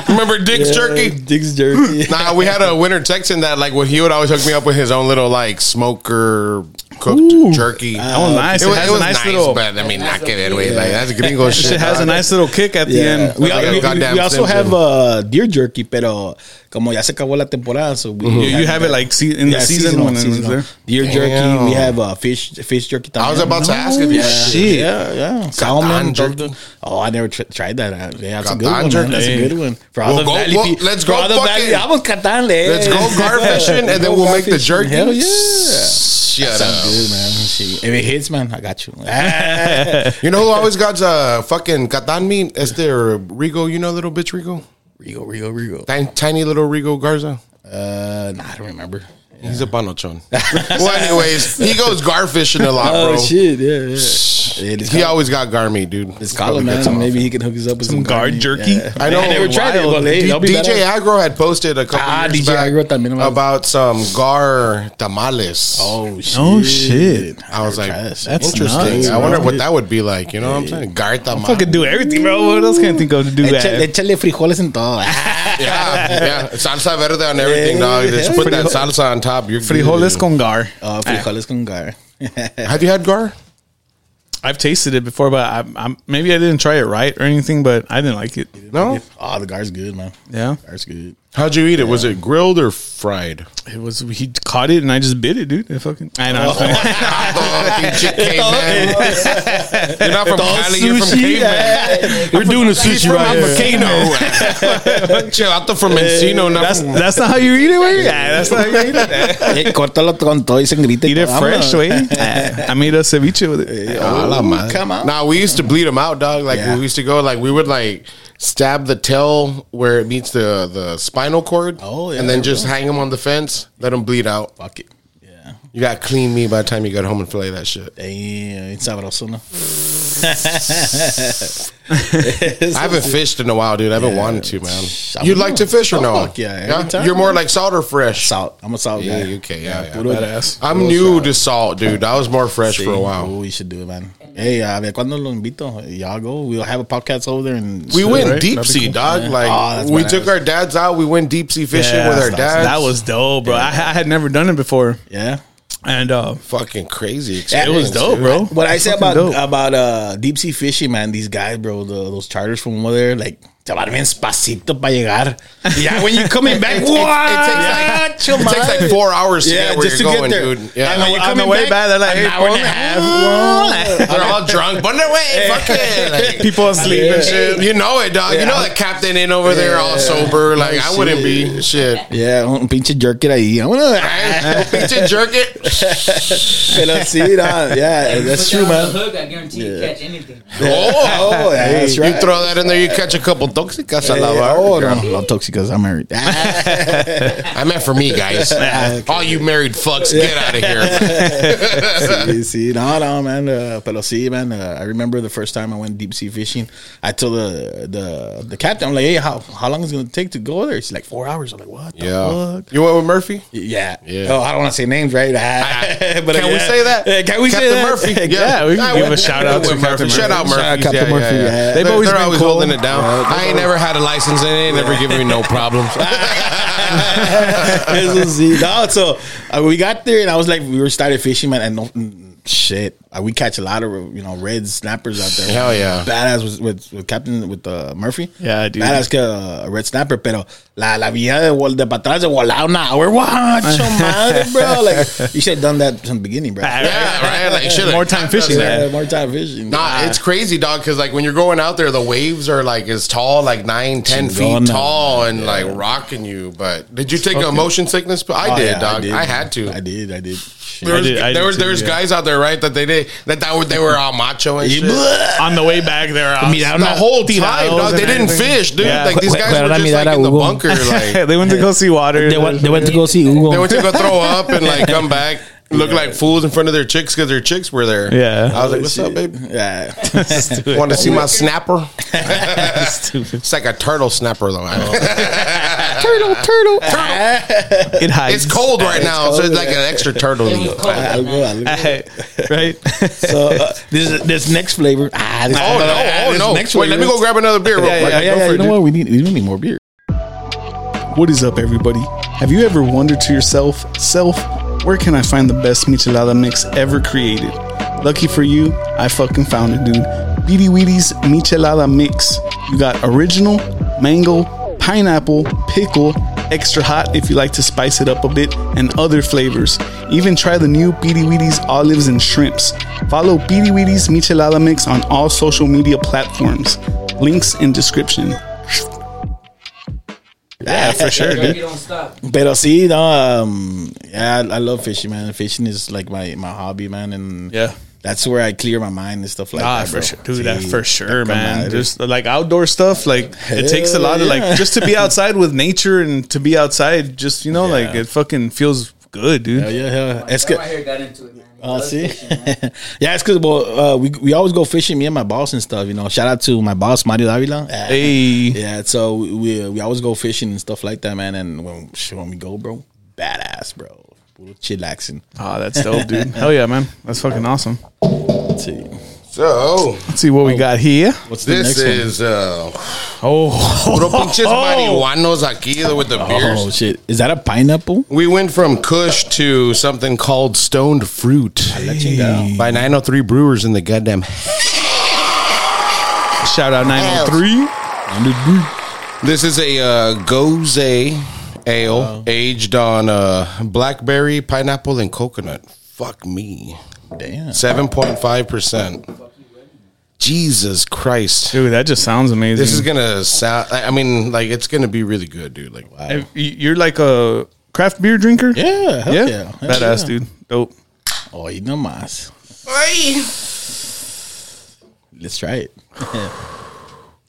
Speaker 2: Remember Dick's jerky?
Speaker 1: Dick's jerky.
Speaker 2: Nah, we had a winter Texan that like when he would always hook me up with his own little like smoker cooked
Speaker 3: Ooh.
Speaker 2: jerky.
Speaker 3: That was nice. It,
Speaker 2: It was,
Speaker 3: has
Speaker 2: it was
Speaker 3: a nice, little.
Speaker 2: but I mean, not get it away. Like that's gringo shit.
Speaker 3: It has a
Speaker 2: dog.
Speaker 3: nice little kick at the
Speaker 1: Yeah.
Speaker 3: end.
Speaker 1: We,
Speaker 2: Like a
Speaker 1: we- we-
Speaker 2: goddamn
Speaker 1: we also
Speaker 2: Simpson.
Speaker 1: have uh, deer jerky, pero como ya se acabó la temporada, so we
Speaker 3: You, you have it like se- in
Speaker 1: yeah,
Speaker 3: the season, when it was
Speaker 1: season one.
Speaker 3: there.
Speaker 1: Deer
Speaker 2: Damn.
Speaker 1: jerky. We have uh, fish fish jerky.
Speaker 2: I was about to ask if you.
Speaker 1: Yeah,
Speaker 3: Shit.
Speaker 1: yeah, yeah. Salmon
Speaker 2: jerky.
Speaker 1: jerky. Oh, I never tr- tried that. Uh, Yeah, that's a
Speaker 2: Catan
Speaker 1: good one.
Speaker 2: jerky.
Speaker 1: Man. That's a good one. For all
Speaker 2: We'll
Speaker 1: the
Speaker 2: go-
Speaker 1: valley
Speaker 2: we'll-
Speaker 1: people-
Speaker 2: let's
Speaker 1: for
Speaker 2: go
Speaker 1: all the
Speaker 2: fucking-
Speaker 1: valley. Vamos Catan, eh.
Speaker 2: Let's go gar fishing and then
Speaker 1: Go
Speaker 2: we'll
Speaker 1: gar
Speaker 2: make the
Speaker 1: fishing.
Speaker 2: jerky.
Speaker 1: Hell yeah.
Speaker 2: Shut
Speaker 1: Sounds
Speaker 2: up.
Speaker 1: good, man. Shit. If it hits, man, I got you.
Speaker 2: You know who always got uh, fucking Catan meat? It's their Rigo, you know, little bitch Rigo?
Speaker 1: Rigo, Rigo, Rigo.
Speaker 2: Tiny, tiny little Rigo Garza.
Speaker 1: Uh, nah, I don't remember.
Speaker 2: He's a panochon. well, anyways, he goes gar fishing a lot, bro.
Speaker 1: Oh, shit! Yeah, yeah. yeah this
Speaker 2: He
Speaker 1: guy-
Speaker 2: always got gar meat, dude.
Speaker 1: this collar, man. Maybe he can hook us up with some,
Speaker 3: guard
Speaker 1: meat.
Speaker 3: jerky?
Speaker 2: I know.
Speaker 1: I never tried it, but hey,
Speaker 2: D-
Speaker 1: that'll be
Speaker 2: DJ
Speaker 1: better.
Speaker 2: Agro had posted a couple
Speaker 1: Ah,
Speaker 2: years
Speaker 1: DJ
Speaker 2: back
Speaker 1: Agro también.
Speaker 2: about some gar tamales.
Speaker 1: Oh shit!
Speaker 3: Oh, shit.
Speaker 2: I was like,
Speaker 1: That's
Speaker 3: That's
Speaker 2: interesting.
Speaker 3: nuts,
Speaker 2: I wonder
Speaker 3: bro.
Speaker 2: what that would be like. You know what I'm saying? Gar tamales.
Speaker 3: Fucking do everything, bro. What else can I think of to do
Speaker 1: Échale,
Speaker 3: that?
Speaker 1: échale frijoles en todo. Ah,
Speaker 2: yeah, yeah. Salsa verde on everything, dog. Just put that salsa on top. You're good.
Speaker 3: Frijoles con gar.
Speaker 1: oh, frijoles con gar.
Speaker 2: Have you had gar?
Speaker 3: I've tasted it before, but I, I'm, maybe I didn't try it right or anything. But I didn't like it.
Speaker 2: No.
Speaker 1: Oh, the gar's good, man.
Speaker 3: Yeah,
Speaker 1: Gar's good.
Speaker 2: How'd you eat it? Was it grilled or fried?
Speaker 3: it was. He caught it, and I just bit it, dude. It fucking. I know. it's funny.
Speaker 2: Oh, pinche caveman. You're not from Cali. You're from caveman.
Speaker 1: We're doing a sushi right
Speaker 2: I'm Volcano. Chill out the from Encino. Not
Speaker 3: that's
Speaker 2: from-
Speaker 3: that's not how you eat it, way. Yeah, that's not how you eat it.
Speaker 1: Eh, Córtalo con todo y sangrita. y
Speaker 3: Eat it
Speaker 1: todo.
Speaker 3: fresh, way. I made a ceviche with it. Oh,
Speaker 2: Ah, la madre.
Speaker 1: come on.
Speaker 2: Nah, we used to bleed them out, dog. Like
Speaker 1: Yeah.
Speaker 2: we used to go, like we would like stab the tail where it meets the the spinal cord.
Speaker 1: Oh, yeah,
Speaker 2: and then
Speaker 1: there
Speaker 2: just hang them on the fence. Let them bleed out.
Speaker 1: Fuck it. Yeah.
Speaker 2: You got clean meat by the time you got home and fillet that shit.
Speaker 1: Damn, it's sabroso, ¿no?
Speaker 2: I haven't fished in a while, dude. I haven't wanted to, man.
Speaker 1: I
Speaker 2: You'd
Speaker 1: would
Speaker 2: like to
Speaker 1: know.
Speaker 2: fish or
Speaker 1: Oh,
Speaker 2: no?
Speaker 1: fuck yeah, every time,
Speaker 2: You're more like salt or fresh.
Speaker 1: Salt. I'm a salt
Speaker 2: Yeah,
Speaker 1: guy.
Speaker 2: okay, yeah, yeah.
Speaker 1: puro-
Speaker 3: Badass.
Speaker 2: I'm new to salt, dude. I was more fresh for a while.
Speaker 1: Oh, we should do it, man. Hey, a ver cuándo lo invito. Y'all go. We'll have a podcast over there and
Speaker 2: We went
Speaker 3: right?
Speaker 2: deep
Speaker 3: That'd be
Speaker 2: sea, dog. Like
Speaker 1: Oh, that's
Speaker 2: we
Speaker 1: badass.
Speaker 2: took our dads out. We went deep sea fishing with our
Speaker 3: that,
Speaker 2: dads.
Speaker 3: that was dope, bro. I, I had never done it before,
Speaker 1: Yeah.
Speaker 3: and uh,
Speaker 2: fucking crazy.
Speaker 3: it
Speaker 2: Experience,
Speaker 3: was dope,
Speaker 2: dude.
Speaker 3: bro.
Speaker 1: What I say
Speaker 3: Fucking
Speaker 1: about
Speaker 3: dope.
Speaker 1: about uh, deep sea fishing, man, these guys, bro, the, those charters from over there, like, te va bien spacito para llegar. Yeah, when you're coming back,
Speaker 2: It- it- it takes
Speaker 1: guacho
Speaker 2: like- it takes
Speaker 1: madre.
Speaker 2: like four hours to
Speaker 1: Yeah,
Speaker 2: get where
Speaker 1: just
Speaker 2: you're
Speaker 1: to
Speaker 2: going,
Speaker 1: get there.
Speaker 2: dude. Yeah.
Speaker 1: And when
Speaker 3: On
Speaker 1: you're
Speaker 3: the
Speaker 1: coming
Speaker 3: way
Speaker 1: back,
Speaker 3: back, they're like,
Speaker 1: an
Speaker 3: "Hey,
Speaker 1: hour and a
Speaker 3: bro."
Speaker 1: half. bro."
Speaker 2: They're all drunk, but no way, fuck it. Like,
Speaker 3: People asleep and shit.
Speaker 2: shit, you know it, dog. You know the captain in over there, all sober. Like I wouldn't be shit.
Speaker 1: Yeah, un pinche jerk it ahí. I wanna-
Speaker 2: Right? Pizza jerk it.
Speaker 1: Pero sí, nah, yeah, that's true, man.
Speaker 4: hook, I guarantee you catch anything.
Speaker 2: Oh,
Speaker 1: Oh, yeah, that's
Speaker 2: you
Speaker 1: right.
Speaker 2: throw that in there, you catch a couple toxicas. a
Speaker 1: Yeah,
Speaker 2: la
Speaker 1: yeah.
Speaker 2: bar.
Speaker 1: Oh, no, no, I'm toxic because I'm married. Ah,
Speaker 2: I meant for me, guys. All you married fucks, get out of here.
Speaker 1: you see, no, no, man. Uh, pero sí, man. Uh, I remember the first time I went deep sea fishing. I told the the the captain, I'm like, hey, how how long is it gonna take to go there? He's like, four hours. I'm like, what? The
Speaker 2: Yeah,
Speaker 1: Fuck?
Speaker 2: you went with Murphy.
Speaker 1: Yeah.
Speaker 2: Yeah. Ah,
Speaker 1: Oh, I don't want to say names, right? but
Speaker 2: Can we
Speaker 1: yeah.
Speaker 2: say that?
Speaker 1: Yeah, can we say
Speaker 2: Captain
Speaker 1: that?
Speaker 2: Murphy.
Speaker 1: Yeah.
Speaker 3: Yeah, we can
Speaker 2: I
Speaker 3: give
Speaker 2: would-
Speaker 3: a shout
Speaker 2: I
Speaker 3: out to
Speaker 2: would
Speaker 3: Captain
Speaker 2: Shout out
Speaker 1: Murphy.
Speaker 2: Murphy.
Speaker 1: Shout out Captain Murphy, yeah.
Speaker 2: They've
Speaker 3: They've always
Speaker 2: always they're
Speaker 3: been
Speaker 2: always
Speaker 3: cool.
Speaker 2: holding it down. I ain't never had a license and they ain't never giving me no problems.
Speaker 1: Eso sí. No, so uh, we got there and I was like, we were started fishing, man, and no, mm, shit, Uh, we catch a lot of you know red snappers out there.
Speaker 2: Hell yeah.
Speaker 1: badass with, with, with Captain with uh, Murphy.
Speaker 3: Yeah, dude.
Speaker 1: badass que uh, red snapper, pero la la vía de wall de pa atrás de volado una hour. Guacho madre, bro. Like you should have done that from the beginning, bro.
Speaker 2: yeah, right. Like shit,
Speaker 3: More
Speaker 2: like,
Speaker 3: time
Speaker 2: that
Speaker 3: fishing.
Speaker 2: does it.
Speaker 1: Yeah, more time fishing.
Speaker 2: Nah, it's crazy, dog. Because like when you're going out there, the waves are like as tall, like nine, ten
Speaker 1: Chingona.
Speaker 2: feet tall, and like rocking you. But did you take a motion sickness? I
Speaker 1: Oh,
Speaker 2: did,
Speaker 1: yeah,
Speaker 2: dog. I, had to.
Speaker 1: I did. I did. Shit.
Speaker 2: There was,
Speaker 3: did- I
Speaker 2: there
Speaker 3: did
Speaker 2: was, there
Speaker 3: too,
Speaker 2: was
Speaker 3: yeah.
Speaker 2: guys out there, right? That they did that, that were- they were all macho and shit.
Speaker 3: On the way back there, I was-
Speaker 2: The whole time,
Speaker 3: tirados
Speaker 2: dog. They
Speaker 3: and
Speaker 2: didn't
Speaker 3: everything.
Speaker 2: fish, dude.
Speaker 3: Yeah.
Speaker 2: Like these
Speaker 1: Cu-
Speaker 2: guys were
Speaker 1: cuadra
Speaker 2: just like
Speaker 1: mirada,
Speaker 2: in the
Speaker 1: Hugo.
Speaker 2: bunker. Like
Speaker 3: they went to go see water.
Speaker 1: They went, they went to go see Hugo.
Speaker 2: they went to go throw up and like come back. look like fools in front of their chicks because their chicks were there.
Speaker 3: Yeah.
Speaker 2: I was like, "What's up, babe?
Speaker 1: Yeah.
Speaker 2: Want to see my snapper?
Speaker 3: Stupid.
Speaker 2: It's like a turtle snapper, though.
Speaker 3: Turtle, turtle. It hides.
Speaker 2: It's cold right now, so it's like an extra turtle.
Speaker 4: It was cold.
Speaker 1: I'll go, I'll go.
Speaker 3: right?
Speaker 1: So uh, this this next flavor. Ah, this
Speaker 2: Oh no! Oh
Speaker 1: this
Speaker 2: no!
Speaker 1: next
Speaker 2: Wait, let me go grab another beer. Real
Speaker 3: Yeah,
Speaker 2: quick.
Speaker 1: Yeah, yeah,
Speaker 3: Go
Speaker 1: yeah,
Speaker 3: for
Speaker 1: you
Speaker 3: it,
Speaker 1: know
Speaker 3: dude.
Speaker 1: what? We need we need more beer.
Speaker 3: What is up, everybody? Have you ever wondered to yourself, self, where can I find the best michelada mix ever created? Lucky for you, I fucking found it, dude. Beady Weedy's Michelada Mix. You got original, mango, pineapple, pickle, extra hot if you like to spice it up a bit, and other flavors. Even try the new Beady Weedy's Olives and Shrimps. Follow Beady Weedy's Michelada Mix on all social media platforms. Links in description. Yeah, for sure,
Speaker 4: Jerky don't stop.
Speaker 1: Pero sí, no, um, yeah, I, I love fishing, man. Fishing is like my, my hobby, man, and
Speaker 3: Yeah.
Speaker 1: that's where I clear my mind and stuff like
Speaker 3: Ah,
Speaker 1: that.
Speaker 3: for
Speaker 1: bro.
Speaker 3: sure, dude. That
Speaker 1: Sí.
Speaker 3: for sure, man.
Speaker 1: out.
Speaker 3: Just like outdoor stuff, like it takes a lot of
Speaker 1: yeah.
Speaker 3: like just to be outside with nature and to be outside, just you know, like
Speaker 1: Yeah.
Speaker 3: it fucking feels good, dude.
Speaker 1: Yeah, yeah, yeah. It's
Speaker 4: That
Speaker 1: good.
Speaker 4: right here got into it, man. He
Speaker 1: Oh,
Speaker 4: loves
Speaker 1: see,
Speaker 4: fishing, man.
Speaker 1: yeah, it's because well, uh, we we always go fishing, me and my boss and stuff. You know, shout out to my boss Mario Davila. Yeah.
Speaker 3: Hey,
Speaker 1: Yeah, so we we always go fishing and stuff like that, man. And when shit, when we go, bro, badass, bro, chillaxing.
Speaker 3: oh, that's dope, dude. Hell yeah, man. That's fucking awesome.
Speaker 1: Let's see,
Speaker 2: So
Speaker 3: Let's see
Speaker 1: Oh.
Speaker 3: what we got here.
Speaker 1: what's the
Speaker 2: this
Speaker 1: next one?
Speaker 2: is uh,
Speaker 3: Oh,
Speaker 2: puro pinches marihuanos aquí with the
Speaker 1: Oh
Speaker 2: beers.
Speaker 1: shit! Is that a pineapple?
Speaker 2: We went from Kush to something called Stoned Fruit by 903 Brewers in the goddamn.
Speaker 3: shout out nine hundred three.
Speaker 2: This is a uh, Goze ale aged on uh, blackberry, pineapple, and coconut. Fuck me.
Speaker 1: Damn.
Speaker 2: 7.5%. Jesus Christ.
Speaker 3: Dude, that just sounds amazing.
Speaker 2: This is gonna sound. I I mean, like it's gonna be really good, dude. Like, wow.
Speaker 3: If you- you're like a craft beer drinker.
Speaker 1: Yeah, hell
Speaker 3: yeah,
Speaker 1: yeah, Hell
Speaker 3: badass,
Speaker 1: yeah.
Speaker 3: dude. Dope.
Speaker 1: Oh, you know más. Let's try it.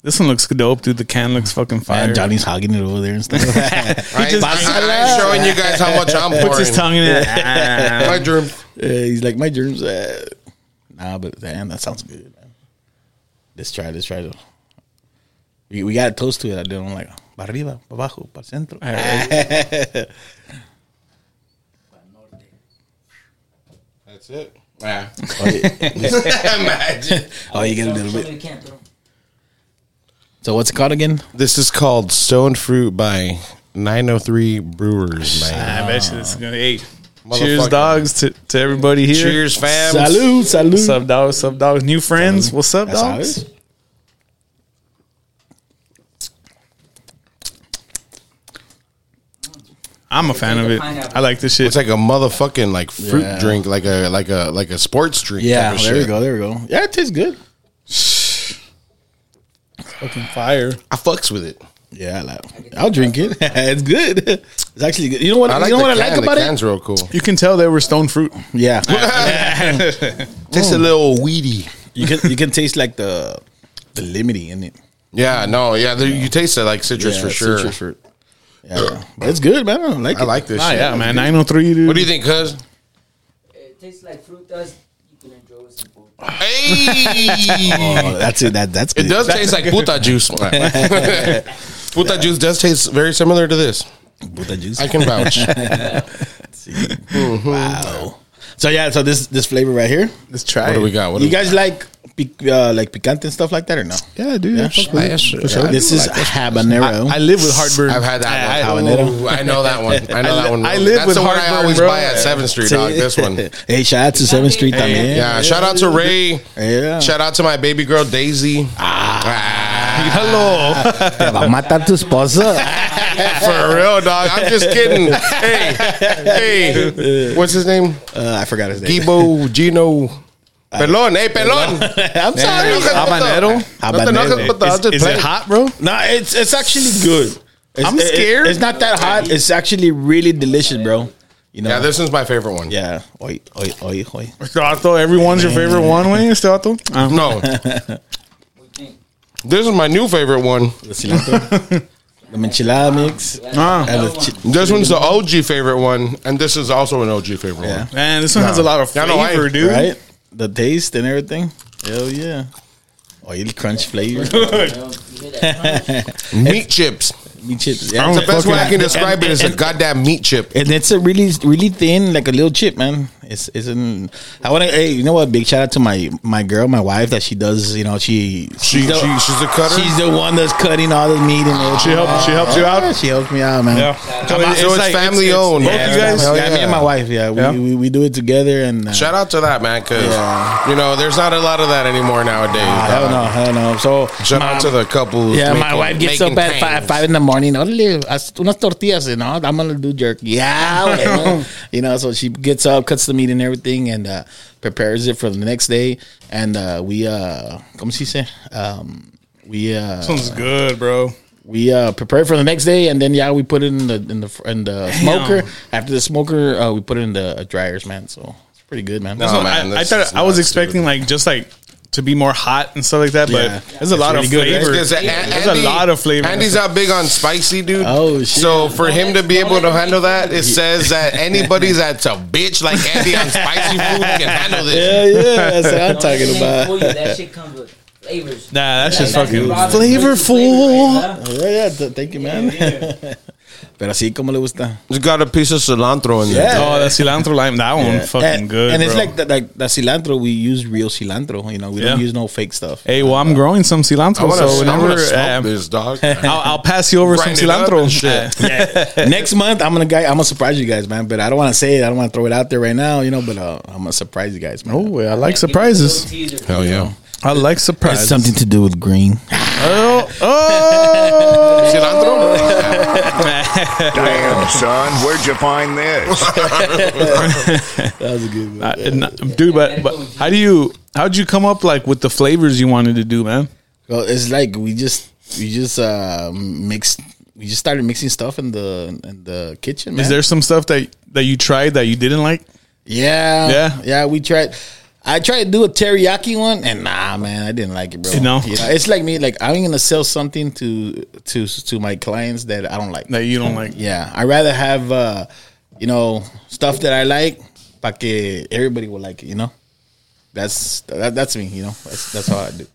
Speaker 3: This one looks dope, dude. The can looks fucking fire.
Speaker 1: And Johnny's hogging it over there and stuff.
Speaker 2: I,
Speaker 3: just-
Speaker 2: am showing you guys how much I'm
Speaker 3: puts his
Speaker 2: pouring.
Speaker 3: tongue in it.
Speaker 2: My germ.
Speaker 1: Uh, he's like, my germs. Uh, nah, but damn, that sounds good, man. Let's try. Let's try to. We, we got a toast to it. I did. I'm like, para arriba, para abajo, para centro.
Speaker 3: All right.
Speaker 2: That's it. Yeah.
Speaker 1: Oh, yeah.
Speaker 2: Imagine.
Speaker 1: oh, you get a
Speaker 4: Show
Speaker 1: little
Speaker 4: me
Speaker 1: bit.
Speaker 4: the can, throw.
Speaker 1: So what's it called again?
Speaker 2: This is called Stone Fruit by 903 Brewers, man.
Speaker 3: I bet you this is gonna. Hey, cheers,
Speaker 2: Motherfucker.
Speaker 3: dogs, to, to everybody here.
Speaker 2: Cheers, fam.
Speaker 1: Salud, salud.
Speaker 3: What's up, dogs? What's up, dogs? New friends. What's up,
Speaker 1: That's how it
Speaker 3: dogs?
Speaker 1: is.
Speaker 3: I'm a fan of it. I like this shit.
Speaker 2: It's like a motherfucking like fruit
Speaker 1: Yeah.
Speaker 2: drink, like a like a like a sports drink.
Speaker 1: Yeah,
Speaker 2: type
Speaker 1: there
Speaker 2: of
Speaker 1: we
Speaker 2: shit.
Speaker 1: go. There we go. Yeah, it tastes good.
Speaker 3: fucking fire.
Speaker 2: I fucks with it.
Speaker 1: Yeah, I like, I'll drink it. it's good. It's actually good. You know what?
Speaker 2: I like
Speaker 1: you know
Speaker 2: the
Speaker 1: what
Speaker 2: can.
Speaker 1: I like about
Speaker 2: the
Speaker 1: it?
Speaker 2: can's real cool.
Speaker 3: You can tell they were stone fruit.
Speaker 2: Oh,
Speaker 1: Yeah,
Speaker 2: Tastes a little weedy.
Speaker 1: you can you can taste like the the limity in it.
Speaker 2: Yeah, no, yeah, there, you taste it like citrus
Speaker 1: Yeah,
Speaker 2: for sure.
Speaker 1: citrus fruit. Yeah, but it's good, man. I like
Speaker 2: I
Speaker 1: it.
Speaker 2: like this.
Speaker 3: Ah,
Speaker 2: shit.
Speaker 3: yeah, man. 903, dude.
Speaker 2: What do you think, Cuz?
Speaker 4: It tastes like fruit dust. You can enjoy with some food.
Speaker 2: Hey,
Speaker 1: Oh, that's it. That that's good.
Speaker 2: it does taste like puta juice. puta juice does taste very similar to this.
Speaker 1: With the juice.
Speaker 2: I can vouch.
Speaker 1: wow. So yeah, so this this flavor right here.
Speaker 3: Let's try
Speaker 2: What do
Speaker 3: it.
Speaker 2: we got? What do
Speaker 1: You
Speaker 2: we got?
Speaker 1: guys like pic- uh, like picante and stuff like that or no?
Speaker 3: Yeah, dude. I fuck with it.
Speaker 2: Yeah, sure.
Speaker 3: For sure.
Speaker 2: I
Speaker 1: this
Speaker 2: do
Speaker 1: is
Speaker 2: like
Speaker 1: habanero.
Speaker 3: I live with heartburn.
Speaker 2: I've had that
Speaker 3: I-
Speaker 2: one.
Speaker 1: I-
Speaker 2: Ooh, I know that one. I know
Speaker 3: I
Speaker 2: that one.
Speaker 3: li- I
Speaker 2: real-
Speaker 3: live
Speaker 2: That's
Speaker 3: with
Speaker 2: the one I
Speaker 3: heartburn,
Speaker 2: always
Speaker 3: bro.
Speaker 2: buy at Seventh Street, dog. This one. Yeah.
Speaker 1: hey, shout out to Seventh Street
Speaker 4: Hey,
Speaker 1: también.
Speaker 2: Shout out to Ray.
Speaker 1: Yeah.
Speaker 2: Shout out to my baby girl Daisy.
Speaker 3: Hello.
Speaker 1: Te va a matar tu esposa.
Speaker 2: For real, dog. I'm just kidding. Hey, hey. What's his name?
Speaker 1: Uh, I forgot his name.
Speaker 2: Gibo Gino. Pelon. Hey, Pelon.
Speaker 1: I'm sorry.
Speaker 3: Habanero?
Speaker 1: Habanero.
Speaker 3: Is, is it hot, bro?
Speaker 1: No, it's it's actually good. It's-
Speaker 3: I'm
Speaker 1: it- it-
Speaker 3: scared.
Speaker 1: it's not that hot. It's actually really delicious, bro. You know.
Speaker 2: Yeah, this one's my favorite one.
Speaker 1: yeah. Oi, oi, oi, oi.
Speaker 3: Stato, everyone's your favorite one way. Stato.
Speaker 2: No,
Speaker 4: What do you think?
Speaker 2: this is my new favorite one.
Speaker 1: The cilantro. the enchilada mix.
Speaker 3: Ah.
Speaker 1: And the chi-
Speaker 2: This one's the OG favorite one, and this is also an OG favorite
Speaker 1: Yeah.
Speaker 2: one.
Speaker 3: Man, this one has a lot of
Speaker 2: Yeah, I know, I-
Speaker 3: flavor, dude.
Speaker 1: right? The taste and everything. Hell yeah. Oil crunch flavor.
Speaker 2: Meat chips.
Speaker 1: meat chips. Yeah.
Speaker 3: don't
Speaker 2: The best
Speaker 3: Fucking-
Speaker 2: way I can describe it is a goddamn meat chip.
Speaker 1: And it's a really, really thin, like a little chip, man. It's, it's an. I want to. Hey, you know what? Big shout out to my my girl, my wife, that she does. You know, she
Speaker 2: She,
Speaker 1: she's, the,
Speaker 2: she, she's a cutter.
Speaker 1: she's the one that's cutting all the meat and everything.
Speaker 3: She helps. She helps you out.
Speaker 1: She helps me out, man.
Speaker 3: Yeah.
Speaker 2: So it's family owned.
Speaker 3: Both
Speaker 2: Yeah,
Speaker 3: you guys.
Speaker 1: yeah,
Speaker 2: Hell
Speaker 1: me and my wife. Yeah, we,
Speaker 3: Yeah.
Speaker 1: We, we do it together. And uh,
Speaker 2: Shout out to that man, because
Speaker 1: Yeah.
Speaker 2: you know there's not a lot of that anymore nowadays.
Speaker 1: hell no, hell no. So
Speaker 2: Shout out to the couples.
Speaker 1: Yeah, my
Speaker 2: making-
Speaker 1: wife gets up
Speaker 2: making
Speaker 1: at five,
Speaker 2: things.
Speaker 1: five in the morning. Orale, haz unas tortillas, you know. I'm gonna do jerk. Yeah, bueno. you know. So she gets up, cuts the meat and everything, and uh, prepares it for the next day. And uh, we, uh, como se dice? Um, we
Speaker 3: This
Speaker 1: uh,
Speaker 3: one's good, bro.
Speaker 1: we uh, prepare for the next day, and then yeah, we put it in the in the in the smoker. After the smoker, uh, we put it in the dryers, man. So it's pretty good, man.
Speaker 2: No.
Speaker 3: So
Speaker 2: Oh, man,
Speaker 3: I, I
Speaker 2: this is
Speaker 3: thought I was
Speaker 2: nuts,
Speaker 3: expecting like just like to be more hot and stuff like that, but
Speaker 1: Yeah.
Speaker 3: there's a lot
Speaker 1: really
Speaker 3: of
Speaker 1: good, right?
Speaker 3: flavor.
Speaker 2: There's a,
Speaker 3: There's a lot of flavor.
Speaker 2: Andy's not big on spicy, dude.
Speaker 1: Oh, shit.
Speaker 2: So for him to be able to handle that, it says that anybody that's a bitch like Andy on spicy food can handle this.
Speaker 1: Yeah, yeah, that's what I'm talking
Speaker 4: Don't
Speaker 1: about.
Speaker 4: fool you, That shit comes with flavors.
Speaker 3: Nah, that's just
Speaker 4: Like,
Speaker 3: fucking
Speaker 4: Robin's
Speaker 1: flavorful.
Speaker 4: flavor, huh?
Speaker 1: Yeah, yeah. th- Thank you, man. Pero así como le gusta.
Speaker 2: He's got a piece of cilantro in
Speaker 1: Yeah.
Speaker 3: Oh, the cilantro lime. That one fucking
Speaker 1: and,
Speaker 3: good.
Speaker 1: And it's
Speaker 3: bro.
Speaker 1: like the, like the cilantro. We use real cilantro. You know, we don't
Speaker 3: Yeah. Eh,
Speaker 1: use no fake stuff.
Speaker 3: Hey, well, I'm growing some cilantro,
Speaker 2: I want to
Speaker 3: so whenever
Speaker 2: smoke
Speaker 3: um,
Speaker 2: this dog.
Speaker 3: I'll, I'll pass you over some
Speaker 2: Grind it up
Speaker 3: cilantro. Uh,
Speaker 2: and shit.
Speaker 3: eh.
Speaker 1: Next month, I'm gonna guy. I'm gonna surprise you guys, man. But I don't want to say it. I don't want to throw it out there right now. You know, but uh, I'm gonna surprise you guys, man.
Speaker 3: Oh, I like
Speaker 4: Give us a little
Speaker 3: surprises.
Speaker 4: teaser.
Speaker 2: Hell yeah.
Speaker 3: I like surprises.
Speaker 1: it's something to do with green.
Speaker 3: Oh, oh.
Speaker 2: Cilantro?
Speaker 5: Damn, son, where'd you find this?
Speaker 1: That was a good one.
Speaker 3: Uh, n- dude, but, but how do you how'd you come up like with the flavors you wanted to do, man?
Speaker 1: Well, it's like we just we just uh mixed. We just started mixing stuff in the in the kitchen. Man.
Speaker 3: Is there some stuff that that you tried that you didn't like?
Speaker 1: Yeah,
Speaker 3: Yeah?
Speaker 1: yeah. We tried. I tried to do a teriyaki one, and nah, man, I didn't like it, bro.
Speaker 3: No?
Speaker 1: You know, it's like me. Like I'm gonna sell something to to to my clients that I don't like.
Speaker 3: That you don't like?
Speaker 1: Yeah, I rather have uh, you know stuff that I like, pa que everybody will like it. You know, that's that, that's me. You know, that's that's how I do.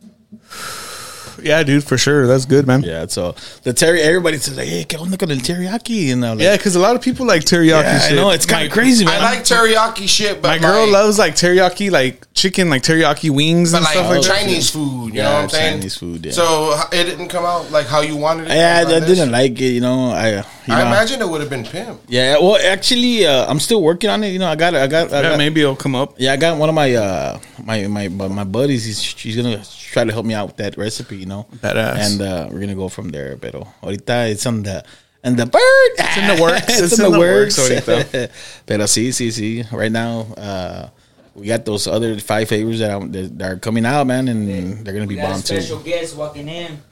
Speaker 3: Yeah, dude, for sure. That's good, man.
Speaker 1: Yeah. So the terry, everybody says like, hey, ¿qué onda con el teriyaki? And I'm like,
Speaker 3: Yeah, because a lot of people like teriyaki.
Speaker 1: yeah, I
Speaker 3: shit.
Speaker 1: know it's kind of crazy, man.
Speaker 2: I like teriyaki shit,
Speaker 3: My
Speaker 2: but
Speaker 3: girl
Speaker 2: like,
Speaker 3: loves like teriyaki, like chicken, like teriyaki wings
Speaker 2: but
Speaker 3: and
Speaker 2: like
Speaker 3: stuff like that.
Speaker 2: Chinese food. You know
Speaker 1: Yeah,
Speaker 2: what I'm saying?
Speaker 1: Chinese food, yeah.
Speaker 2: So h- it didn't come out like how you wanted it. to
Speaker 1: yeah,
Speaker 2: come
Speaker 1: I, I
Speaker 2: out this-
Speaker 1: didn't like it. You know, I you
Speaker 2: I
Speaker 1: know.
Speaker 2: imagine it would have been pimp.
Speaker 1: Yeah, well, actually, uh, I'm still working on it. You know, I got, I got, I
Speaker 3: Yeah,
Speaker 1: got
Speaker 3: maybe it'll come up.
Speaker 1: yeah, I got one of my uh, my my my buddies. He's she's gonna try to help me out with that recipe. You know,
Speaker 3: Badass.
Speaker 1: And uh, we're gonna go from there. But ahorita it's on the and the bird. It's
Speaker 3: in the works.
Speaker 1: it's,
Speaker 3: It's
Speaker 1: in,
Speaker 3: in
Speaker 1: the,
Speaker 3: the
Speaker 1: works.
Speaker 3: works ahorita.
Speaker 1: Pero sí, sí, sí. Right now, uh, we got those other five favors that, I, that that are coming out, man, and Mm, they're gonna be
Speaker 4: We got a
Speaker 1: bomb too.
Speaker 4: special guest walking in.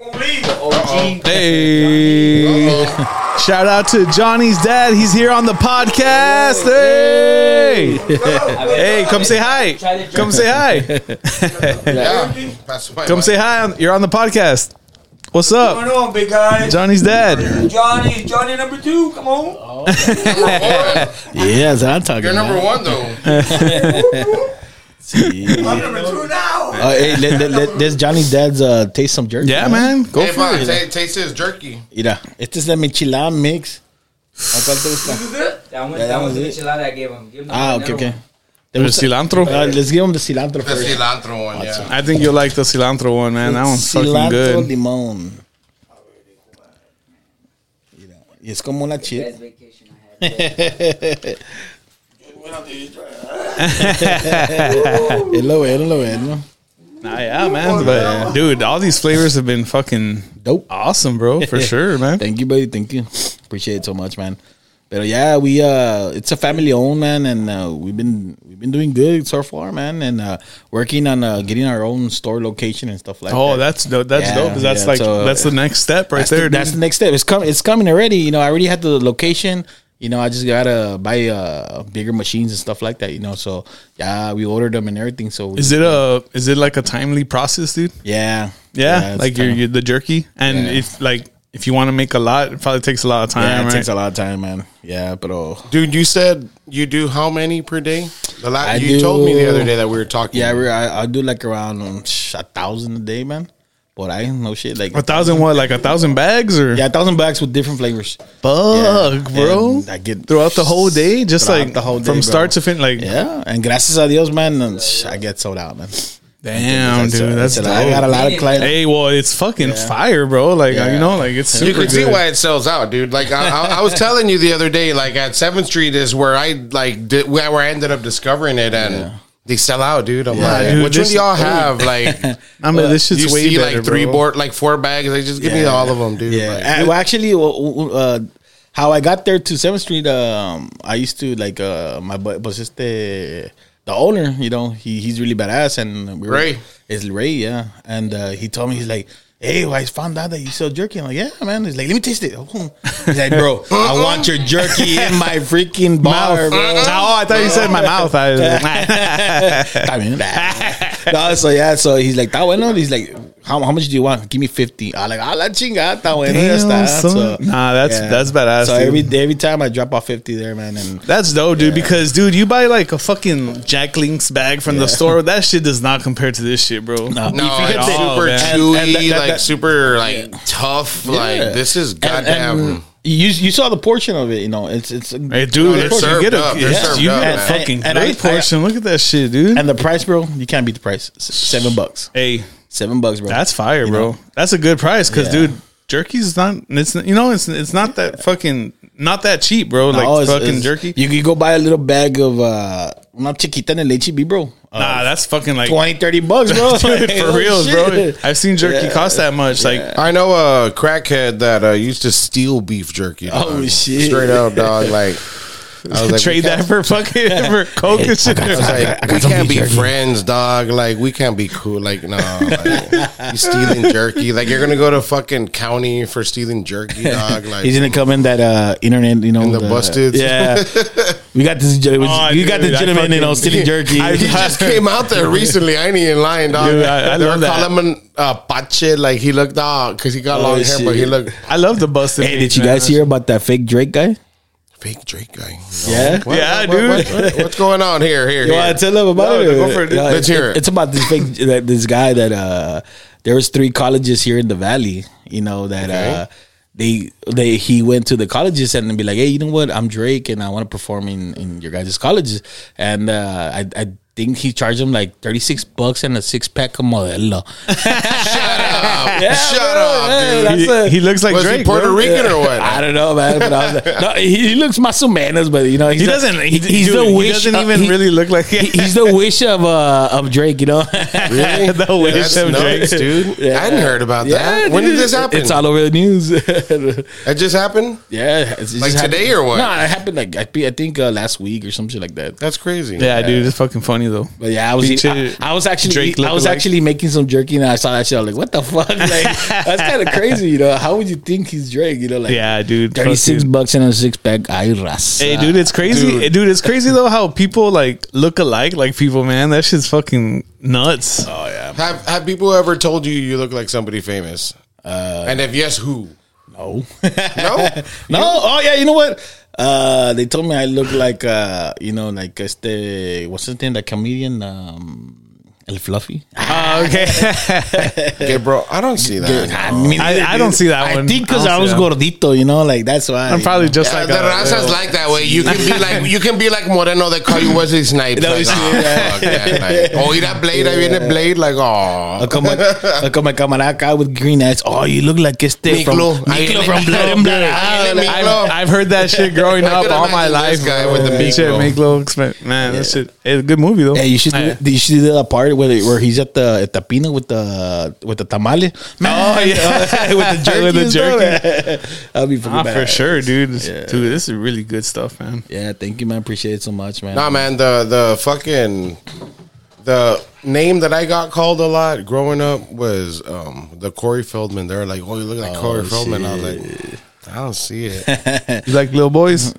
Speaker 4: The OG.
Speaker 3: Hey. Shout out to Johnny's dad. He's here on the podcast. Hey. Hey, come say hi. Come say hi.
Speaker 2: Yeah. That's why
Speaker 3: Come
Speaker 2: my-
Speaker 3: say hi. on- You're on the podcast. What's
Speaker 4: What's
Speaker 3: up?
Speaker 4: going on, big guy?
Speaker 3: Johnny's dad.
Speaker 4: Johnny, Johnny number two, come on.
Speaker 2: Oh,
Speaker 1: Yeah, that's what I'm talking
Speaker 2: You're
Speaker 1: about.
Speaker 2: number one though.
Speaker 1: Yeah.
Speaker 4: I'm number two now.
Speaker 1: Uh, hey, let, let, let, there's Johnny's dad's uh, taste some jerky.
Speaker 3: Yeah, man. Go
Speaker 2: Hey,
Speaker 3: for
Speaker 2: pa,
Speaker 3: it.
Speaker 2: ta- taste this jerky.
Speaker 1: Mira, este es la michelada mix. ¿A cuál te gusta?
Speaker 4: That was,
Speaker 1: Yeah,
Speaker 4: that was the
Speaker 1: that was it.
Speaker 4: enchilada I gave him. Give him
Speaker 1: Ah,
Speaker 4: another
Speaker 1: okay, okay.
Speaker 4: one.
Speaker 1: ¿Te
Speaker 3: There's
Speaker 1: gusta? Uh,
Speaker 3: cilantro.
Speaker 1: let's give him the cilantro
Speaker 2: The
Speaker 1: first.
Speaker 2: cilantro one, yeah.
Speaker 3: I think you like the cilantro one, man. That one's Ah, fucking good.
Speaker 1: limón. Mira, y es como una chip.
Speaker 4: Best vacation I had.
Speaker 1: Es lo bueno, lo bueno.
Speaker 3: Nah, yeah, man. But dude, all these flavors have been fucking
Speaker 1: Dope.
Speaker 3: awesome, bro. For sure, man.
Speaker 1: Thank you, buddy. Thank you. Appreciate it so much, man. But yeah, we uh, it's a family owned man, and uh, we've been we've been doing good so far, man, and uh, working on uh, getting our own store location and stuff like that.
Speaker 3: Oh, that's dope. That's
Speaker 1: Yeah,
Speaker 3: dope. 'cause That's
Speaker 1: yeah,
Speaker 3: like
Speaker 1: so- uh,
Speaker 3: that's the next step right
Speaker 1: that's
Speaker 3: there.
Speaker 1: The, that's the
Speaker 3: dude.
Speaker 1: next step. It's coming. It's coming already. You know, I already had the location. You know, I just gotta buy uh bigger machines and stuff like that. You know, so yeah, we ordered them and everything. So
Speaker 3: is it a is it like a timely process, dude?
Speaker 1: yeah,
Speaker 3: Yeah,
Speaker 1: it's
Speaker 3: like your
Speaker 1: kinda-
Speaker 3: your- the jerky, and if like if you want to make a lot, it probably takes a lot of time.
Speaker 1: Yeah, it
Speaker 3: right?
Speaker 1: takes a lot of time, man. Yeah, but oh,
Speaker 2: Dude, you said you do how many per day? The la-
Speaker 1: I
Speaker 2: you
Speaker 1: do-
Speaker 2: told me the other day that we were talking.
Speaker 1: yeah, we- I, I do like around um, sh- a thousand a day, man. But I ain't no shit like
Speaker 3: A thousand what? Like a thousand bags or
Speaker 1: yeah, a thousand bags with different flavors. Yeah.
Speaker 3: fuck, bro.
Speaker 1: And I get
Speaker 3: throughout the whole day, just
Speaker 1: throughout
Speaker 3: like
Speaker 1: the whole day,
Speaker 3: from
Speaker 1: bro.
Speaker 3: start to finish. Like
Speaker 1: Yeah, and gracias a Dios, man, and, sh- I get sold out, man.
Speaker 3: damn,
Speaker 1: So
Speaker 3: dude, that's
Speaker 1: it's a lot- I got a
Speaker 3: dope.
Speaker 1: lot of clients.
Speaker 3: Hey, well, it's fucking fire, bro. Like
Speaker 1: Yeah.
Speaker 3: you know, like it's super.
Speaker 2: You can see
Speaker 3: good.
Speaker 2: why it sells out, dude. Like I, I, I was telling you the other day, like at Seventh Street is where I like did, where I ended up discovering it, and they sell out, dude. I'm like,
Speaker 3: dude,
Speaker 2: which one
Speaker 3: this-
Speaker 2: do y'all have? Like,
Speaker 3: I mean,
Speaker 1: uh,
Speaker 3: this shit's
Speaker 2: you
Speaker 3: way
Speaker 2: see
Speaker 3: better,
Speaker 2: like three
Speaker 3: bro.
Speaker 2: board, like four bags. Like, just give me
Speaker 1: Yeah.
Speaker 2: all of them, dude.
Speaker 1: Yeah.
Speaker 2: Like,
Speaker 1: Uh, well, actually, uh, uh, how I got there to Seventh Street, um, I used to like uh, my bu- was just the the owner. You know, he he's really badass, and we were,
Speaker 2: Ray.
Speaker 1: It's Ray, yeah. And uh, he told me he's like. Hey, well, I found out that you sell jerky. I'm like, yeah, man. He's like, let me taste it. He's like, bro, I want your jerky in my freaking bar,
Speaker 3: Mouth.
Speaker 1: bro.
Speaker 3: Oh, I thought you said my mouth. I was like,
Speaker 1: También. no, so yeah, so he's like, está bueno. He's like, how, how much do you want? Give me 50. I'm like, ah, la chingada, está bueno. ya
Speaker 3: Damn,
Speaker 1: está.
Speaker 3: son. Nah, that's- that's badass,
Speaker 1: So
Speaker 3: dude.
Speaker 1: every, every time I drop off 50 there, man. And
Speaker 3: That's dope, dude. Because, dude, you buy like a fucking Jack Link's bag from the store. That shit does not compare to this shit, bro.
Speaker 2: no,
Speaker 3: At
Speaker 2: it's
Speaker 3: all,
Speaker 2: super
Speaker 3: man.
Speaker 2: chewy,
Speaker 1: And- and that- that-
Speaker 2: like
Speaker 1: that-
Speaker 2: super like tough.
Speaker 1: Yeah.
Speaker 2: Like this is
Speaker 1: And- and
Speaker 2: goddamn.
Speaker 1: you, you saw the portion of it, you know. It's, it's,
Speaker 3: Hey, dude,
Speaker 2: they're
Speaker 3: it's- you
Speaker 2: served
Speaker 3: get a,
Speaker 2: up. They're
Speaker 3: yes,
Speaker 2: served
Speaker 3: you
Speaker 2: up,
Speaker 3: get a
Speaker 2: man.
Speaker 3: fucking
Speaker 1: And I-
Speaker 3: great
Speaker 1: I-
Speaker 3: portion. Look at that shit, dude.
Speaker 1: and the price, bro, you can't beat the price. S- Seven bucks.
Speaker 3: hey,
Speaker 1: Seven bucks, bro.
Speaker 3: that's fire, bro. That's a good price, because,
Speaker 1: Yeah.
Speaker 3: dude, jerky's not. It's you know, it's it's not that fucking not that cheap, bro. Like
Speaker 1: Oh, it's-
Speaker 3: fucking
Speaker 1: it's-
Speaker 3: jerky.
Speaker 1: You can go buy a little bag of uh, una chiquita en el HEB, bro. Uh,
Speaker 3: nah, that's fucking like
Speaker 1: 20, 30 bucks, bro. oh,
Speaker 3: dude, for real, bro. I've seen jerky cost that much. Like
Speaker 2: I know a crackhead that uh, used to steal beef jerky.
Speaker 1: Oh,
Speaker 2: dog.
Speaker 1: shit.
Speaker 2: Straight up, dog. Like, I was like,
Speaker 3: trade
Speaker 2: we can't-
Speaker 3: that for fucking for coke and shit.
Speaker 2: I was like, we can't be friends, dog. Like, we can't be cool. Like, no, like, you stealing jerky. Like, you're gonna go to fucking county for stealing jerky, dog. Like,
Speaker 1: He's gonna come in that uh, internet, you know,
Speaker 2: the busted.
Speaker 1: Yeah, we got this. You
Speaker 3: Oh,
Speaker 1: got
Speaker 3: dude,
Speaker 1: the
Speaker 3: I
Speaker 1: gentleman, you know,
Speaker 3: fucking-
Speaker 1: stealing jerky.
Speaker 3: I-
Speaker 2: he just came out there recently. I ain't even lying, dog.
Speaker 3: Dude, I- I
Speaker 2: they
Speaker 3: love
Speaker 2: were
Speaker 3: that.
Speaker 2: calling him an uh, pache. Like, he looked out because he got
Speaker 1: Oh,
Speaker 2: long hair, but he
Speaker 1: shit.
Speaker 2: looked
Speaker 3: I love the busted.
Speaker 1: hey,
Speaker 3: meats,
Speaker 1: did you
Speaker 3: man.
Speaker 1: guys hear about that fake Drake guy?
Speaker 2: fake Drake guy.
Speaker 1: Yeah,
Speaker 2: What-
Speaker 3: Yeah,
Speaker 2: what- what-
Speaker 3: dude.
Speaker 2: what- what's going on here? Here,
Speaker 1: you
Speaker 2: here.
Speaker 1: want to tell them about
Speaker 3: No,
Speaker 1: it?
Speaker 3: go for it, dude.
Speaker 1: it's-
Speaker 2: Let's hear it.
Speaker 1: It's about this fake that this guy that uh, there was three colleges here in the valley. You know that uh, they they he went to the colleges and be like, hey, you know what? I'm Drake and I want to perform in in your guys' colleges, and uh, I. I think he charged him like 36 bucks and a six pack of Modelo. Yeah,
Speaker 2: Shut
Speaker 1: bro,
Speaker 2: up,
Speaker 1: yeah,
Speaker 2: dude.
Speaker 1: that's
Speaker 3: He,
Speaker 1: a-
Speaker 3: he looks like
Speaker 2: Was
Speaker 3: Drake.
Speaker 2: he Puerto
Speaker 3: bro.
Speaker 2: Rican or what?
Speaker 1: I don't know, man. But I was like, no, he, he looks más o menos, but you know, he's
Speaker 3: He
Speaker 1: a-
Speaker 3: doesn't.
Speaker 1: he-
Speaker 3: He,
Speaker 1: he's
Speaker 3: dude,
Speaker 1: the
Speaker 3: He
Speaker 1: wish.
Speaker 3: doesn't
Speaker 1: uh,
Speaker 3: even
Speaker 1: he-
Speaker 3: really look like.
Speaker 1: he- he's the wish of uh of Drake, you know.
Speaker 2: Really?
Speaker 3: The way
Speaker 2: That's
Speaker 3: Chef
Speaker 2: nuts,
Speaker 3: Drake-
Speaker 2: dude. I hadn't heard about that. when did
Speaker 1: dude,
Speaker 2: this happen?
Speaker 1: It's all over the news.
Speaker 2: it just happened.
Speaker 1: yeah, it's
Speaker 2: Like
Speaker 1: just
Speaker 2: today
Speaker 1: happened-
Speaker 2: or what?
Speaker 1: No, it happened like I, thi- I think uh, last week or some shit like that.
Speaker 2: That's crazy.
Speaker 3: yeah, dude, it's fucking funny though.
Speaker 1: But yeah, I was
Speaker 3: Beat
Speaker 1: eating,
Speaker 3: it.
Speaker 1: I, I was actually
Speaker 3: Drake
Speaker 1: I was
Speaker 3: lookalike.
Speaker 1: actually making some jerky and I saw that shit. I was like, what the fuck? Like that's kind of crazy, you know. How would you think he's Drake? You know, like
Speaker 3: Yeah, dude.
Speaker 1: thirty six
Speaker 3: fucking-
Speaker 1: bucks and a six pack ayras.
Speaker 3: Hey, dude, it's crazy.
Speaker 2: Dude.
Speaker 3: Hey, dude, it's crazy though how people like look alike, like people, man. That shit's fucking nuts.
Speaker 2: Oh, Have Have people ever told you you look like somebody famous?
Speaker 1: Uh,
Speaker 2: and if yes, who?
Speaker 1: No.
Speaker 2: No.
Speaker 1: No. Oh yeah. You know what? Uh, they told me I look like uh, you know, like este, what's his name? That comedian, um, El Fluffy.
Speaker 3: Oh, okay.
Speaker 2: okay, bro. I don't see that.
Speaker 1: I, mean,
Speaker 3: I- I don't see that
Speaker 1: oh. I
Speaker 3: one.
Speaker 1: think because
Speaker 3: I
Speaker 1: I,
Speaker 3: don't
Speaker 1: was
Speaker 3: see
Speaker 1: gordito, you know, like that's why.
Speaker 3: I'm probably just
Speaker 2: Yeah,
Speaker 3: like
Speaker 2: the
Speaker 3: a-
Speaker 2: raza's like that way. You can be like you can be like Moreno. They call you Wesley Snipes.
Speaker 1: No,
Speaker 2: Like,
Speaker 1: it's-
Speaker 2: oh,
Speaker 1: yeah.
Speaker 2: fuck that, like, oh, you that blade? I mean, the blade. Like, oh,
Speaker 1: Look at my, look at my camarada guy with green eyes. Oh, you look like este from
Speaker 2: Miklo. I-
Speaker 1: Miklo from Blood and Blood.
Speaker 2: I-
Speaker 1: Out.
Speaker 3: I've,
Speaker 2: Miklo.
Speaker 3: I've heard that shit growing
Speaker 2: I
Speaker 3: up
Speaker 2: could
Speaker 3: all my
Speaker 2: imagine
Speaker 3: life.
Speaker 2: this guy
Speaker 3: bro.
Speaker 2: with the
Speaker 3: That
Speaker 2: Miklo.
Speaker 3: shit, Miklo, expe- man, that shit. It's a good movie though.
Speaker 1: Hey, you should do, you should do that part where where he's at the at the pina with the with the tamale. Man, with the jerky,
Speaker 3: Oh, With the
Speaker 1: and stuff. That'd be
Speaker 3: Ah,
Speaker 1: pretty
Speaker 3: for
Speaker 1: bad.
Speaker 3: sure, dude. This- Dude, this is really good stuff, man.
Speaker 1: Yeah, thank you, man. Appreciate it so much, man.
Speaker 2: Nah, man, the the fucking the name that I got called a lot growing up was um the Corey Feldman. They were like, "Oh, you look like Corey Feldman." I was like, "I don't see it."
Speaker 3: You like little boys?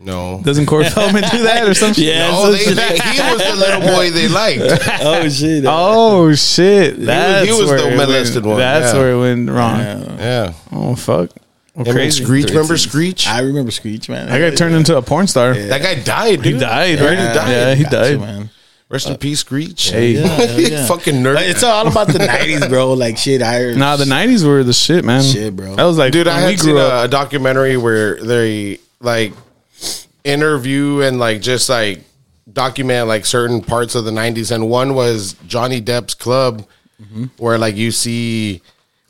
Speaker 2: No.
Speaker 3: Doesn't Corey Feldman do that or something?
Speaker 1: Yeah,
Speaker 2: No, they, they, he was the little boy they liked.
Speaker 1: oh shit.
Speaker 3: Oh shit! That's
Speaker 2: he was
Speaker 3: where
Speaker 2: the
Speaker 3: it went-
Speaker 2: molested one,
Speaker 3: That's
Speaker 2: yeah.
Speaker 3: where it went wrong.
Speaker 2: Yeah.
Speaker 3: Oh fuck! Well,
Speaker 2: Him and
Speaker 3: crazy.
Speaker 2: Screech, remember Screech?
Speaker 1: I remember Screech, man.
Speaker 3: I got turned into a porn star.
Speaker 2: that guy died,
Speaker 3: He
Speaker 2: dude.
Speaker 3: died, right?
Speaker 2: Yeah, he died.
Speaker 3: Yeah, he
Speaker 1: Gotcha,
Speaker 3: died.
Speaker 1: man.
Speaker 2: Rest in peace, Screech.
Speaker 3: Hey. Yeah,
Speaker 2: fucking nerd.
Speaker 1: Like, it's all about the '90s, bro. Like shit, I
Speaker 3: Nah, the '90s were the shit, man.
Speaker 1: Shit, bro.
Speaker 3: That was like
Speaker 2: dude. I
Speaker 3: when we
Speaker 2: had seen
Speaker 3: grew up.
Speaker 2: a, a documentary where they like interview and like just like document like certain parts of the '90s, and one was Johnny Depp's club,
Speaker 3: Mm-hmm.
Speaker 2: where like you see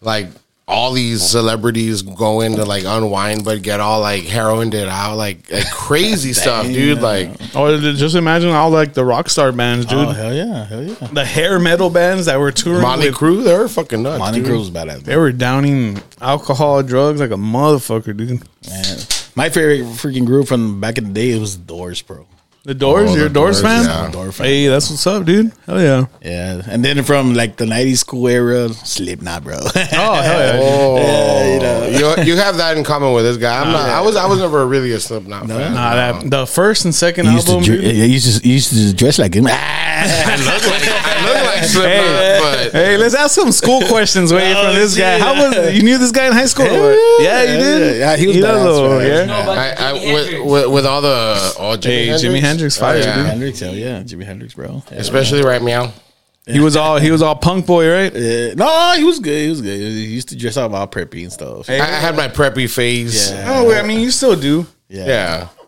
Speaker 2: like all these celebrities go in to like unwind, but get all like heroined it out, like, like crazy stuff, dude. Like
Speaker 3: Or the- Oh, just imagine all like the rock star bands, dude.
Speaker 1: Oh hell yeah, hell yeah.
Speaker 3: The hair metal bands that were touring.
Speaker 2: Motley
Speaker 3: with-
Speaker 2: Crue, they were fucking nuts.
Speaker 1: Monty
Speaker 2: dude.
Speaker 1: Cruz badass,
Speaker 3: they were downing alcohol, drugs like a motherfucker, dude.
Speaker 1: man. My favorite freaking group from back in the day was Doors, bro.
Speaker 3: The Doors,
Speaker 2: Oh,
Speaker 3: you're a
Speaker 2: the
Speaker 3: Doors,
Speaker 2: Doors,
Speaker 3: fan.
Speaker 2: yeah.
Speaker 1: Doors fan.
Speaker 3: Hey, that's what's up, dude. Hell yeah.
Speaker 1: Yeah, and then from like the '90s school era, Slipknot, bro.
Speaker 3: Oh hell yeah.
Speaker 2: Oh, you, know. you have that in common with this guy. I'm not. I was I was never really a Slipknot fan.
Speaker 3: Nah, that the first and second
Speaker 1: He used, to
Speaker 3: album.
Speaker 1: dre-
Speaker 3: dude.
Speaker 1: he used to he used to dress like him. Ah!
Speaker 2: I look like Slipknot, but
Speaker 3: Hey, let's ask some school questions way
Speaker 1: Oh,
Speaker 3: from this guy.
Speaker 1: shit.
Speaker 3: How was you knew this guy in high school? or what? Yeah, you did.
Speaker 1: Yeah, he was
Speaker 3: does
Speaker 1: badass,
Speaker 3: a little,
Speaker 1: right?
Speaker 3: yeah.
Speaker 4: No, but
Speaker 2: I, I
Speaker 4: Jimi
Speaker 2: with,
Speaker 4: Hendrix.
Speaker 2: with with all the all Jimi
Speaker 3: Hey,
Speaker 2: Hendrix,
Speaker 3: Jimi Hendrix fire,
Speaker 2: yeah.
Speaker 3: dude.
Speaker 1: Hendrix, hell yeah, Jimi Hendrix, bro. Yeah.
Speaker 2: especially right meow.
Speaker 3: He was all he was all punk boy, right?
Speaker 1: Yeah. no, he was good. He was good. He used to dress up all preppy and stuff.
Speaker 2: I, I had my preppy phase.
Speaker 1: Yeah.
Speaker 2: Yeah,
Speaker 3: Oh, I mean, you still do.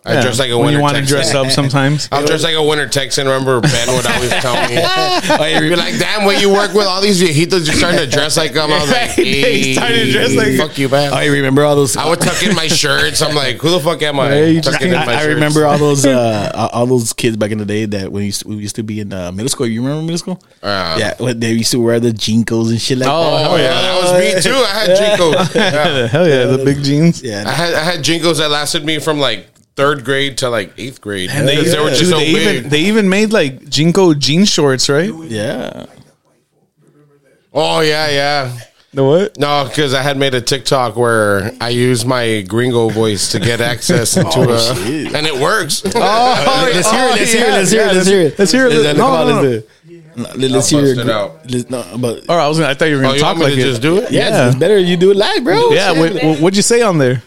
Speaker 2: I dressed like a
Speaker 3: when
Speaker 2: winter.
Speaker 3: you want to
Speaker 2: Texan.
Speaker 3: dress up sometimes.
Speaker 2: I was dressed like a winter Texan. Remember Ben would always tell me, "You're like, damn, when you work with all these viejitos, you're starting to dress like them." I was like,
Speaker 3: He's starting to
Speaker 2: "Hey,
Speaker 3: dress like- Oh,
Speaker 2: fuck you, man."
Speaker 1: I Oh, remember all those.
Speaker 2: I would tuck in my shirts. I'm like, who the fuck am I?
Speaker 3: Hey, you just
Speaker 2: Tucking in
Speaker 3: can't-
Speaker 2: my
Speaker 1: I
Speaker 2: shirts.
Speaker 1: remember all those uh, all those kids back in the day that when we used to, we used to be in uh, middle school. You remember middle school?
Speaker 2: Uh,
Speaker 1: yeah, when they used to wear the jinkos and shit like
Speaker 3: Oh,
Speaker 1: that.
Speaker 2: Oh, yeah, that was me too. I had jinkos. Yeah.
Speaker 3: Hell yeah, the big jeans.
Speaker 1: Yeah,
Speaker 2: I had I had jinkos that lasted me from like third grade to like eighth grade. And they,
Speaker 3: Dude,
Speaker 2: were just so
Speaker 3: they
Speaker 2: big.
Speaker 3: even they even made like Jinko jean shorts, right?
Speaker 1: yeah.
Speaker 2: oh yeah, yeah.
Speaker 3: The what?
Speaker 2: No, because I had made a TikTok where I used my gringo voice to get access
Speaker 3: Oh,
Speaker 2: into a,
Speaker 1: shit.
Speaker 2: and it works.
Speaker 1: Oh, Let's hear it. Let's hear it. Let's
Speaker 3: yeah,
Speaker 1: hear it. Let's hear it.
Speaker 3: Oh, Let's hear it.
Speaker 1: Let's-
Speaker 3: No,
Speaker 1: come on,
Speaker 3: no,
Speaker 1: let's
Speaker 3: no.
Speaker 1: do it. No, let- Let's
Speaker 2: I'll
Speaker 1: hear
Speaker 2: bust it out.
Speaker 1: it. Let's- No, but
Speaker 3: All right, I was gonna, I thought you were
Speaker 2: oh,
Speaker 3: gonna
Speaker 2: you
Speaker 3: talk
Speaker 2: want me
Speaker 3: like
Speaker 2: to
Speaker 3: it.
Speaker 2: just do it?
Speaker 1: yeah,
Speaker 3: Yeah.
Speaker 1: it's better you do it live, bro.
Speaker 3: yeah,
Speaker 1: Shit.
Speaker 3: what, what, what'd you say on there?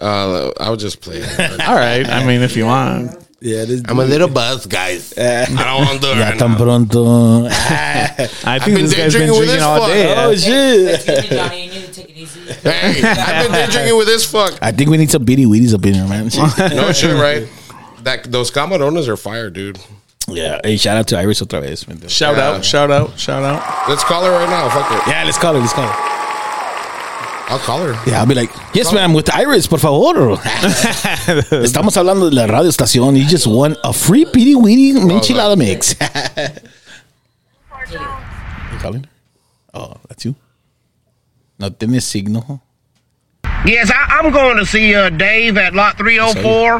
Speaker 2: Uh, I'll just play. it.
Speaker 3: All right, I mean, if you want,
Speaker 1: yeah. This
Speaker 2: I'm a little buzzed, guys. I don't want to.
Speaker 1: ya
Speaker 2: right
Speaker 1: tan
Speaker 2: now.
Speaker 1: pronto.
Speaker 3: I think
Speaker 2: been
Speaker 3: this guy's been
Speaker 2: drinking with
Speaker 3: drinking
Speaker 2: this
Speaker 3: all
Speaker 2: fuck.
Speaker 3: day.
Speaker 1: oh shit.
Speaker 4: Excuse me, Johnny, you need to take it easy.
Speaker 2: Hey, I've been day drinking with this fuck.
Speaker 1: I think we need some bitty wheaties up in here, man. Shit.
Speaker 2: No shit, right? That those camarones are fire, dude.
Speaker 1: yeah. Hey, shout out to Iris otra vez. man.
Speaker 3: Shout out, shout out, shout out.
Speaker 2: Let's call her right now. Fuck it.
Speaker 1: Yeah, let's call her. Let's call her.
Speaker 2: I'll call her.
Speaker 1: Yeah, I'll be like, yes, ma'am, with Iris, por favor. Estamos hablando de la radio estación. You just won a free bitty wheatie enchilada mix. you calling? her? Oh, that's you? No tienes signo.
Speaker 6: Yes, I, I'm going to see uh, Dave at lot 304.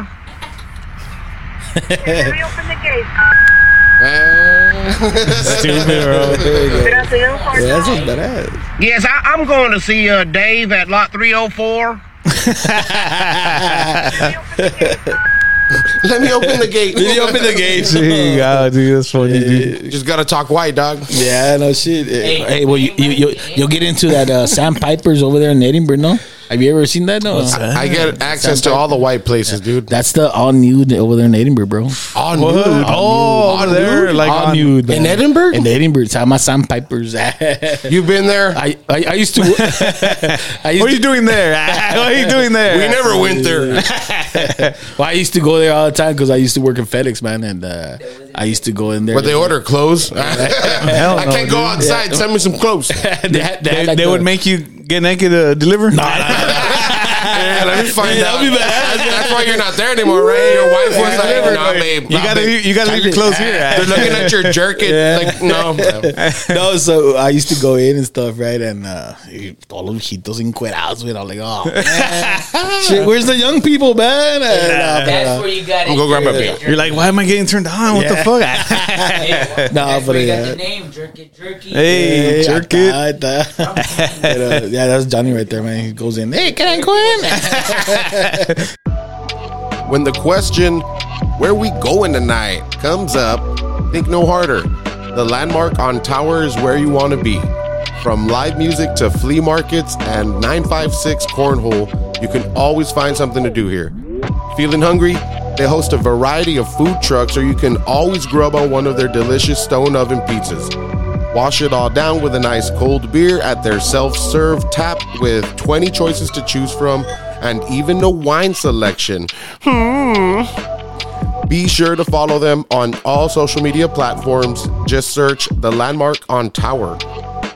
Speaker 7: Reopen the gate.
Speaker 1: That's just badass.
Speaker 6: Yes, I, I'm going to see uh, Dave at lot 304.
Speaker 2: Let me open the gate. Let me open the gate.
Speaker 3: Gee, God, dude, that's funny, dude.
Speaker 2: You just gotta talk white, dog.
Speaker 1: Yeah, no shit. Hey,
Speaker 4: Hey,
Speaker 1: well, you, you, you, you'll get into that uh, Sam Piper's over there in Edinburgh, no? Have you ever seen that? No.
Speaker 2: I get access to all the white places, dude.
Speaker 1: That's the all nude over there in Edinburgh, bro.
Speaker 2: All
Speaker 3: What?
Speaker 2: nude.
Speaker 3: Oh, over there, like
Speaker 1: all
Speaker 3: on you.
Speaker 1: nude. man.
Speaker 2: In Edinburgh?
Speaker 1: In Edinburgh. It's my Sam Piper's. I,
Speaker 2: You've been there.
Speaker 1: I, I used to. I used
Speaker 3: What are you
Speaker 1: to-
Speaker 3: doing there? what are you doing there?
Speaker 2: we never went there.
Speaker 1: Well, I used to go there all the time because I used to work in FedEx, man, and uh, I used to go in there.
Speaker 2: But they order clothes. I
Speaker 3: no,
Speaker 2: can't go outside. Send me some clothes.
Speaker 1: they, had- they had
Speaker 3: They,
Speaker 1: like
Speaker 3: they
Speaker 1: the-
Speaker 3: would make you get naked to deliver.
Speaker 2: Yeah, let me find
Speaker 1: Yeah, I'll
Speaker 2: out.
Speaker 1: be back.
Speaker 2: That's, that's why you're not there anymore, right? Your wife was like, "Nah, babe,
Speaker 3: you
Speaker 2: nah,
Speaker 3: gotta
Speaker 2: babe."
Speaker 3: leave- you gotta leave your clothes here.
Speaker 2: They're looking at your jerkin. Like, no,
Speaker 1: no, so I used to go in and stuff, right? And uh, all los viejitos encuerados, man. I'm like, oh, man. Shit, where's the young people, man? And, uh,
Speaker 4: That's where you got it.
Speaker 2: go grab my
Speaker 4: jerk
Speaker 2: beer.
Speaker 4: it, jerk
Speaker 3: You're like, why am I getting turned on? What the fuck?
Speaker 4: it.
Speaker 1: Nah,
Speaker 4: That's
Speaker 1: but
Speaker 4: where you
Speaker 1: yeah.
Speaker 4: got the name, jerk it, jerky.
Speaker 3: hey, jerk
Speaker 1: acá
Speaker 3: it.
Speaker 1: está. Pero, yeah, that's Johnny right there, man. He goes in, hey, can I go in?
Speaker 2: When the question, where we going tonight, comes up, think no harder. The landmark on Tower is where you want to be. From live music to flea markets and 956 Cornhole, you can always find something to do here. Feeling hungry? They host a variety of food trucks, or you can always grub on one of their delicious stone oven pizzas. Wash it all down with a nice cold beer at their self serve tap with 20 choices to choose from and even a wine selection. Hmm. Be sure to follow them on all social media platforms. Just search the landmark on Tower.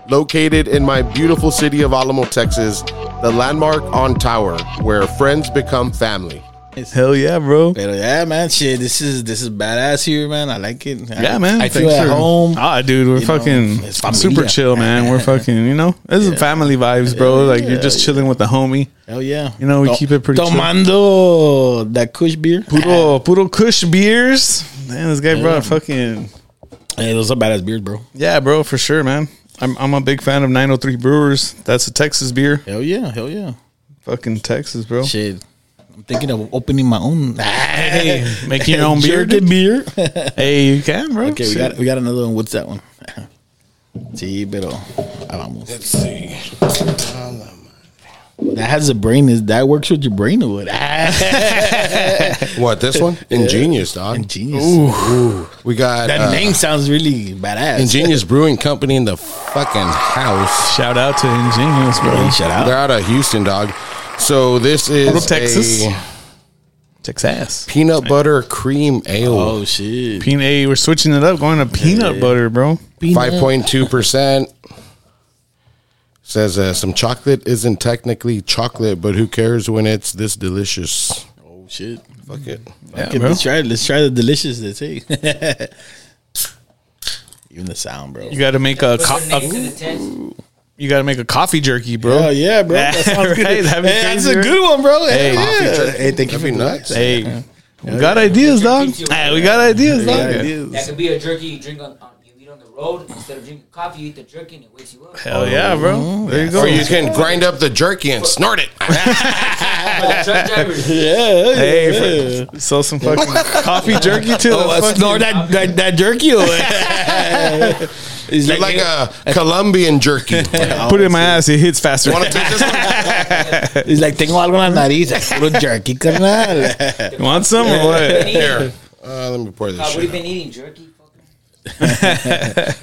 Speaker 2: Located in my beautiful city of Alamo, Texas, the landmark on Tower, where friends become family.
Speaker 3: Hell yeah, bro.
Speaker 1: But yeah, man, shit, this is this is badass here, man. I like it. I-
Speaker 3: Yeah, man.
Speaker 1: I feel
Speaker 3: Thanks
Speaker 1: at
Speaker 3: for-
Speaker 1: home.
Speaker 3: Ah, dude, we're
Speaker 1: You know,
Speaker 3: fucking
Speaker 1: it's familia.
Speaker 3: super chill, man. We're fucking, you know, this is family vibes, bro. Like you're just chilling with the homie.
Speaker 1: Hell yeah.
Speaker 3: You know, we
Speaker 1: To-
Speaker 3: keep it pretty chill.
Speaker 1: Tomando that Kush beer.
Speaker 3: Puro Puro Kush beers. Man, this guy brought fucking
Speaker 1: Hey, Eh, those are badass beers, bro.
Speaker 3: yeah, bro, for sure, man. I'm I'm a big fan of 903 Brewers. That's a Texas beer.
Speaker 1: Hell yeah. Hell yeah.
Speaker 3: Fucking Texas, bro.
Speaker 1: Shit. I'm thinking of opening my own.
Speaker 3: Hey, making your own beer.
Speaker 1: Sure, good beer.
Speaker 3: dude. Hey, you can, bro.
Speaker 1: Okay, we
Speaker 3: Shit.
Speaker 1: got we got another one. What's that one? Sí, pero ah, vamos. Let's see. That has a brain. Is that works with your brain or what? Ah,
Speaker 2: What, this one? Ingenious, dog.
Speaker 1: Ingenious.
Speaker 2: We got
Speaker 1: That
Speaker 2: uh,
Speaker 1: name sounds really badass.
Speaker 2: Ingenious Brewing Company in the fucking house.
Speaker 3: Shout out to Ingenious, bro.
Speaker 1: Shout out.
Speaker 2: They're out of Houston, dog. So this
Speaker 3: Little
Speaker 2: is
Speaker 3: Texas.
Speaker 2: a
Speaker 3: Texas.
Speaker 2: peanut butter cream ale,
Speaker 1: Oh shit.
Speaker 3: Peanut. Hey, we're switching it up, going to peanut butter, bro.
Speaker 2: five point two percent. Says uh, some chocolate isn't technically chocolate, but who cares when it's this delicious?
Speaker 1: Oh shit.
Speaker 2: Fuck it.
Speaker 3: Yeah,
Speaker 1: Okay,
Speaker 3: bro.
Speaker 1: let's try. it. Let's try the deliciousness. Hey. Even the sound, bro.
Speaker 3: You got to make a, co-
Speaker 4: Put her name
Speaker 3: a-
Speaker 4: to the test.
Speaker 3: you got to make a coffee jerky, bro.
Speaker 1: Oh yeah, bro. That sounds
Speaker 3: Right?
Speaker 1: good.
Speaker 3: That'd be
Speaker 1: Hey, that's
Speaker 3: crazy,
Speaker 1: a
Speaker 3: right?
Speaker 1: good one, bro. Hey,
Speaker 3: Hey.
Speaker 1: yeah.
Speaker 2: Coffee
Speaker 1: hey thank you
Speaker 2: That'd be
Speaker 1: for
Speaker 2: nuts.
Speaker 3: Hey, we got ideas, dog. Hey, we got ideas,
Speaker 1: the
Speaker 3: dog.
Speaker 4: That
Speaker 1: ideas.
Speaker 4: could be a jerky you drink on, on you eat on the road instead of drinking coffee. You eat the jerky and it wakes you up.
Speaker 3: Hell yeah,
Speaker 1: Mm-hmm.
Speaker 3: bro. There you go.
Speaker 2: Or you can grind up the jerky and snort it.
Speaker 4: For the truck drivers,
Speaker 1: Yeah.
Speaker 3: Hey, for, sell some fucking coffee jerky too.
Speaker 1: Oh,
Speaker 3: That's
Speaker 1: uh,
Speaker 3: fucking-
Speaker 1: snort that, that that jerky away. It's
Speaker 2: You're like a Colombian jerky.
Speaker 3: Put it in my ass. It hits faster.
Speaker 2: Want to taste this one?
Speaker 1: it's like tengo algo en la nariz, es puro jerky, carnal.
Speaker 3: Want some or
Speaker 4: Been
Speaker 3: what?
Speaker 4: eating-
Speaker 2: Here. Uh, let me pour this
Speaker 4: God,
Speaker 2: shit.
Speaker 4: we've been eating jerky. fucker.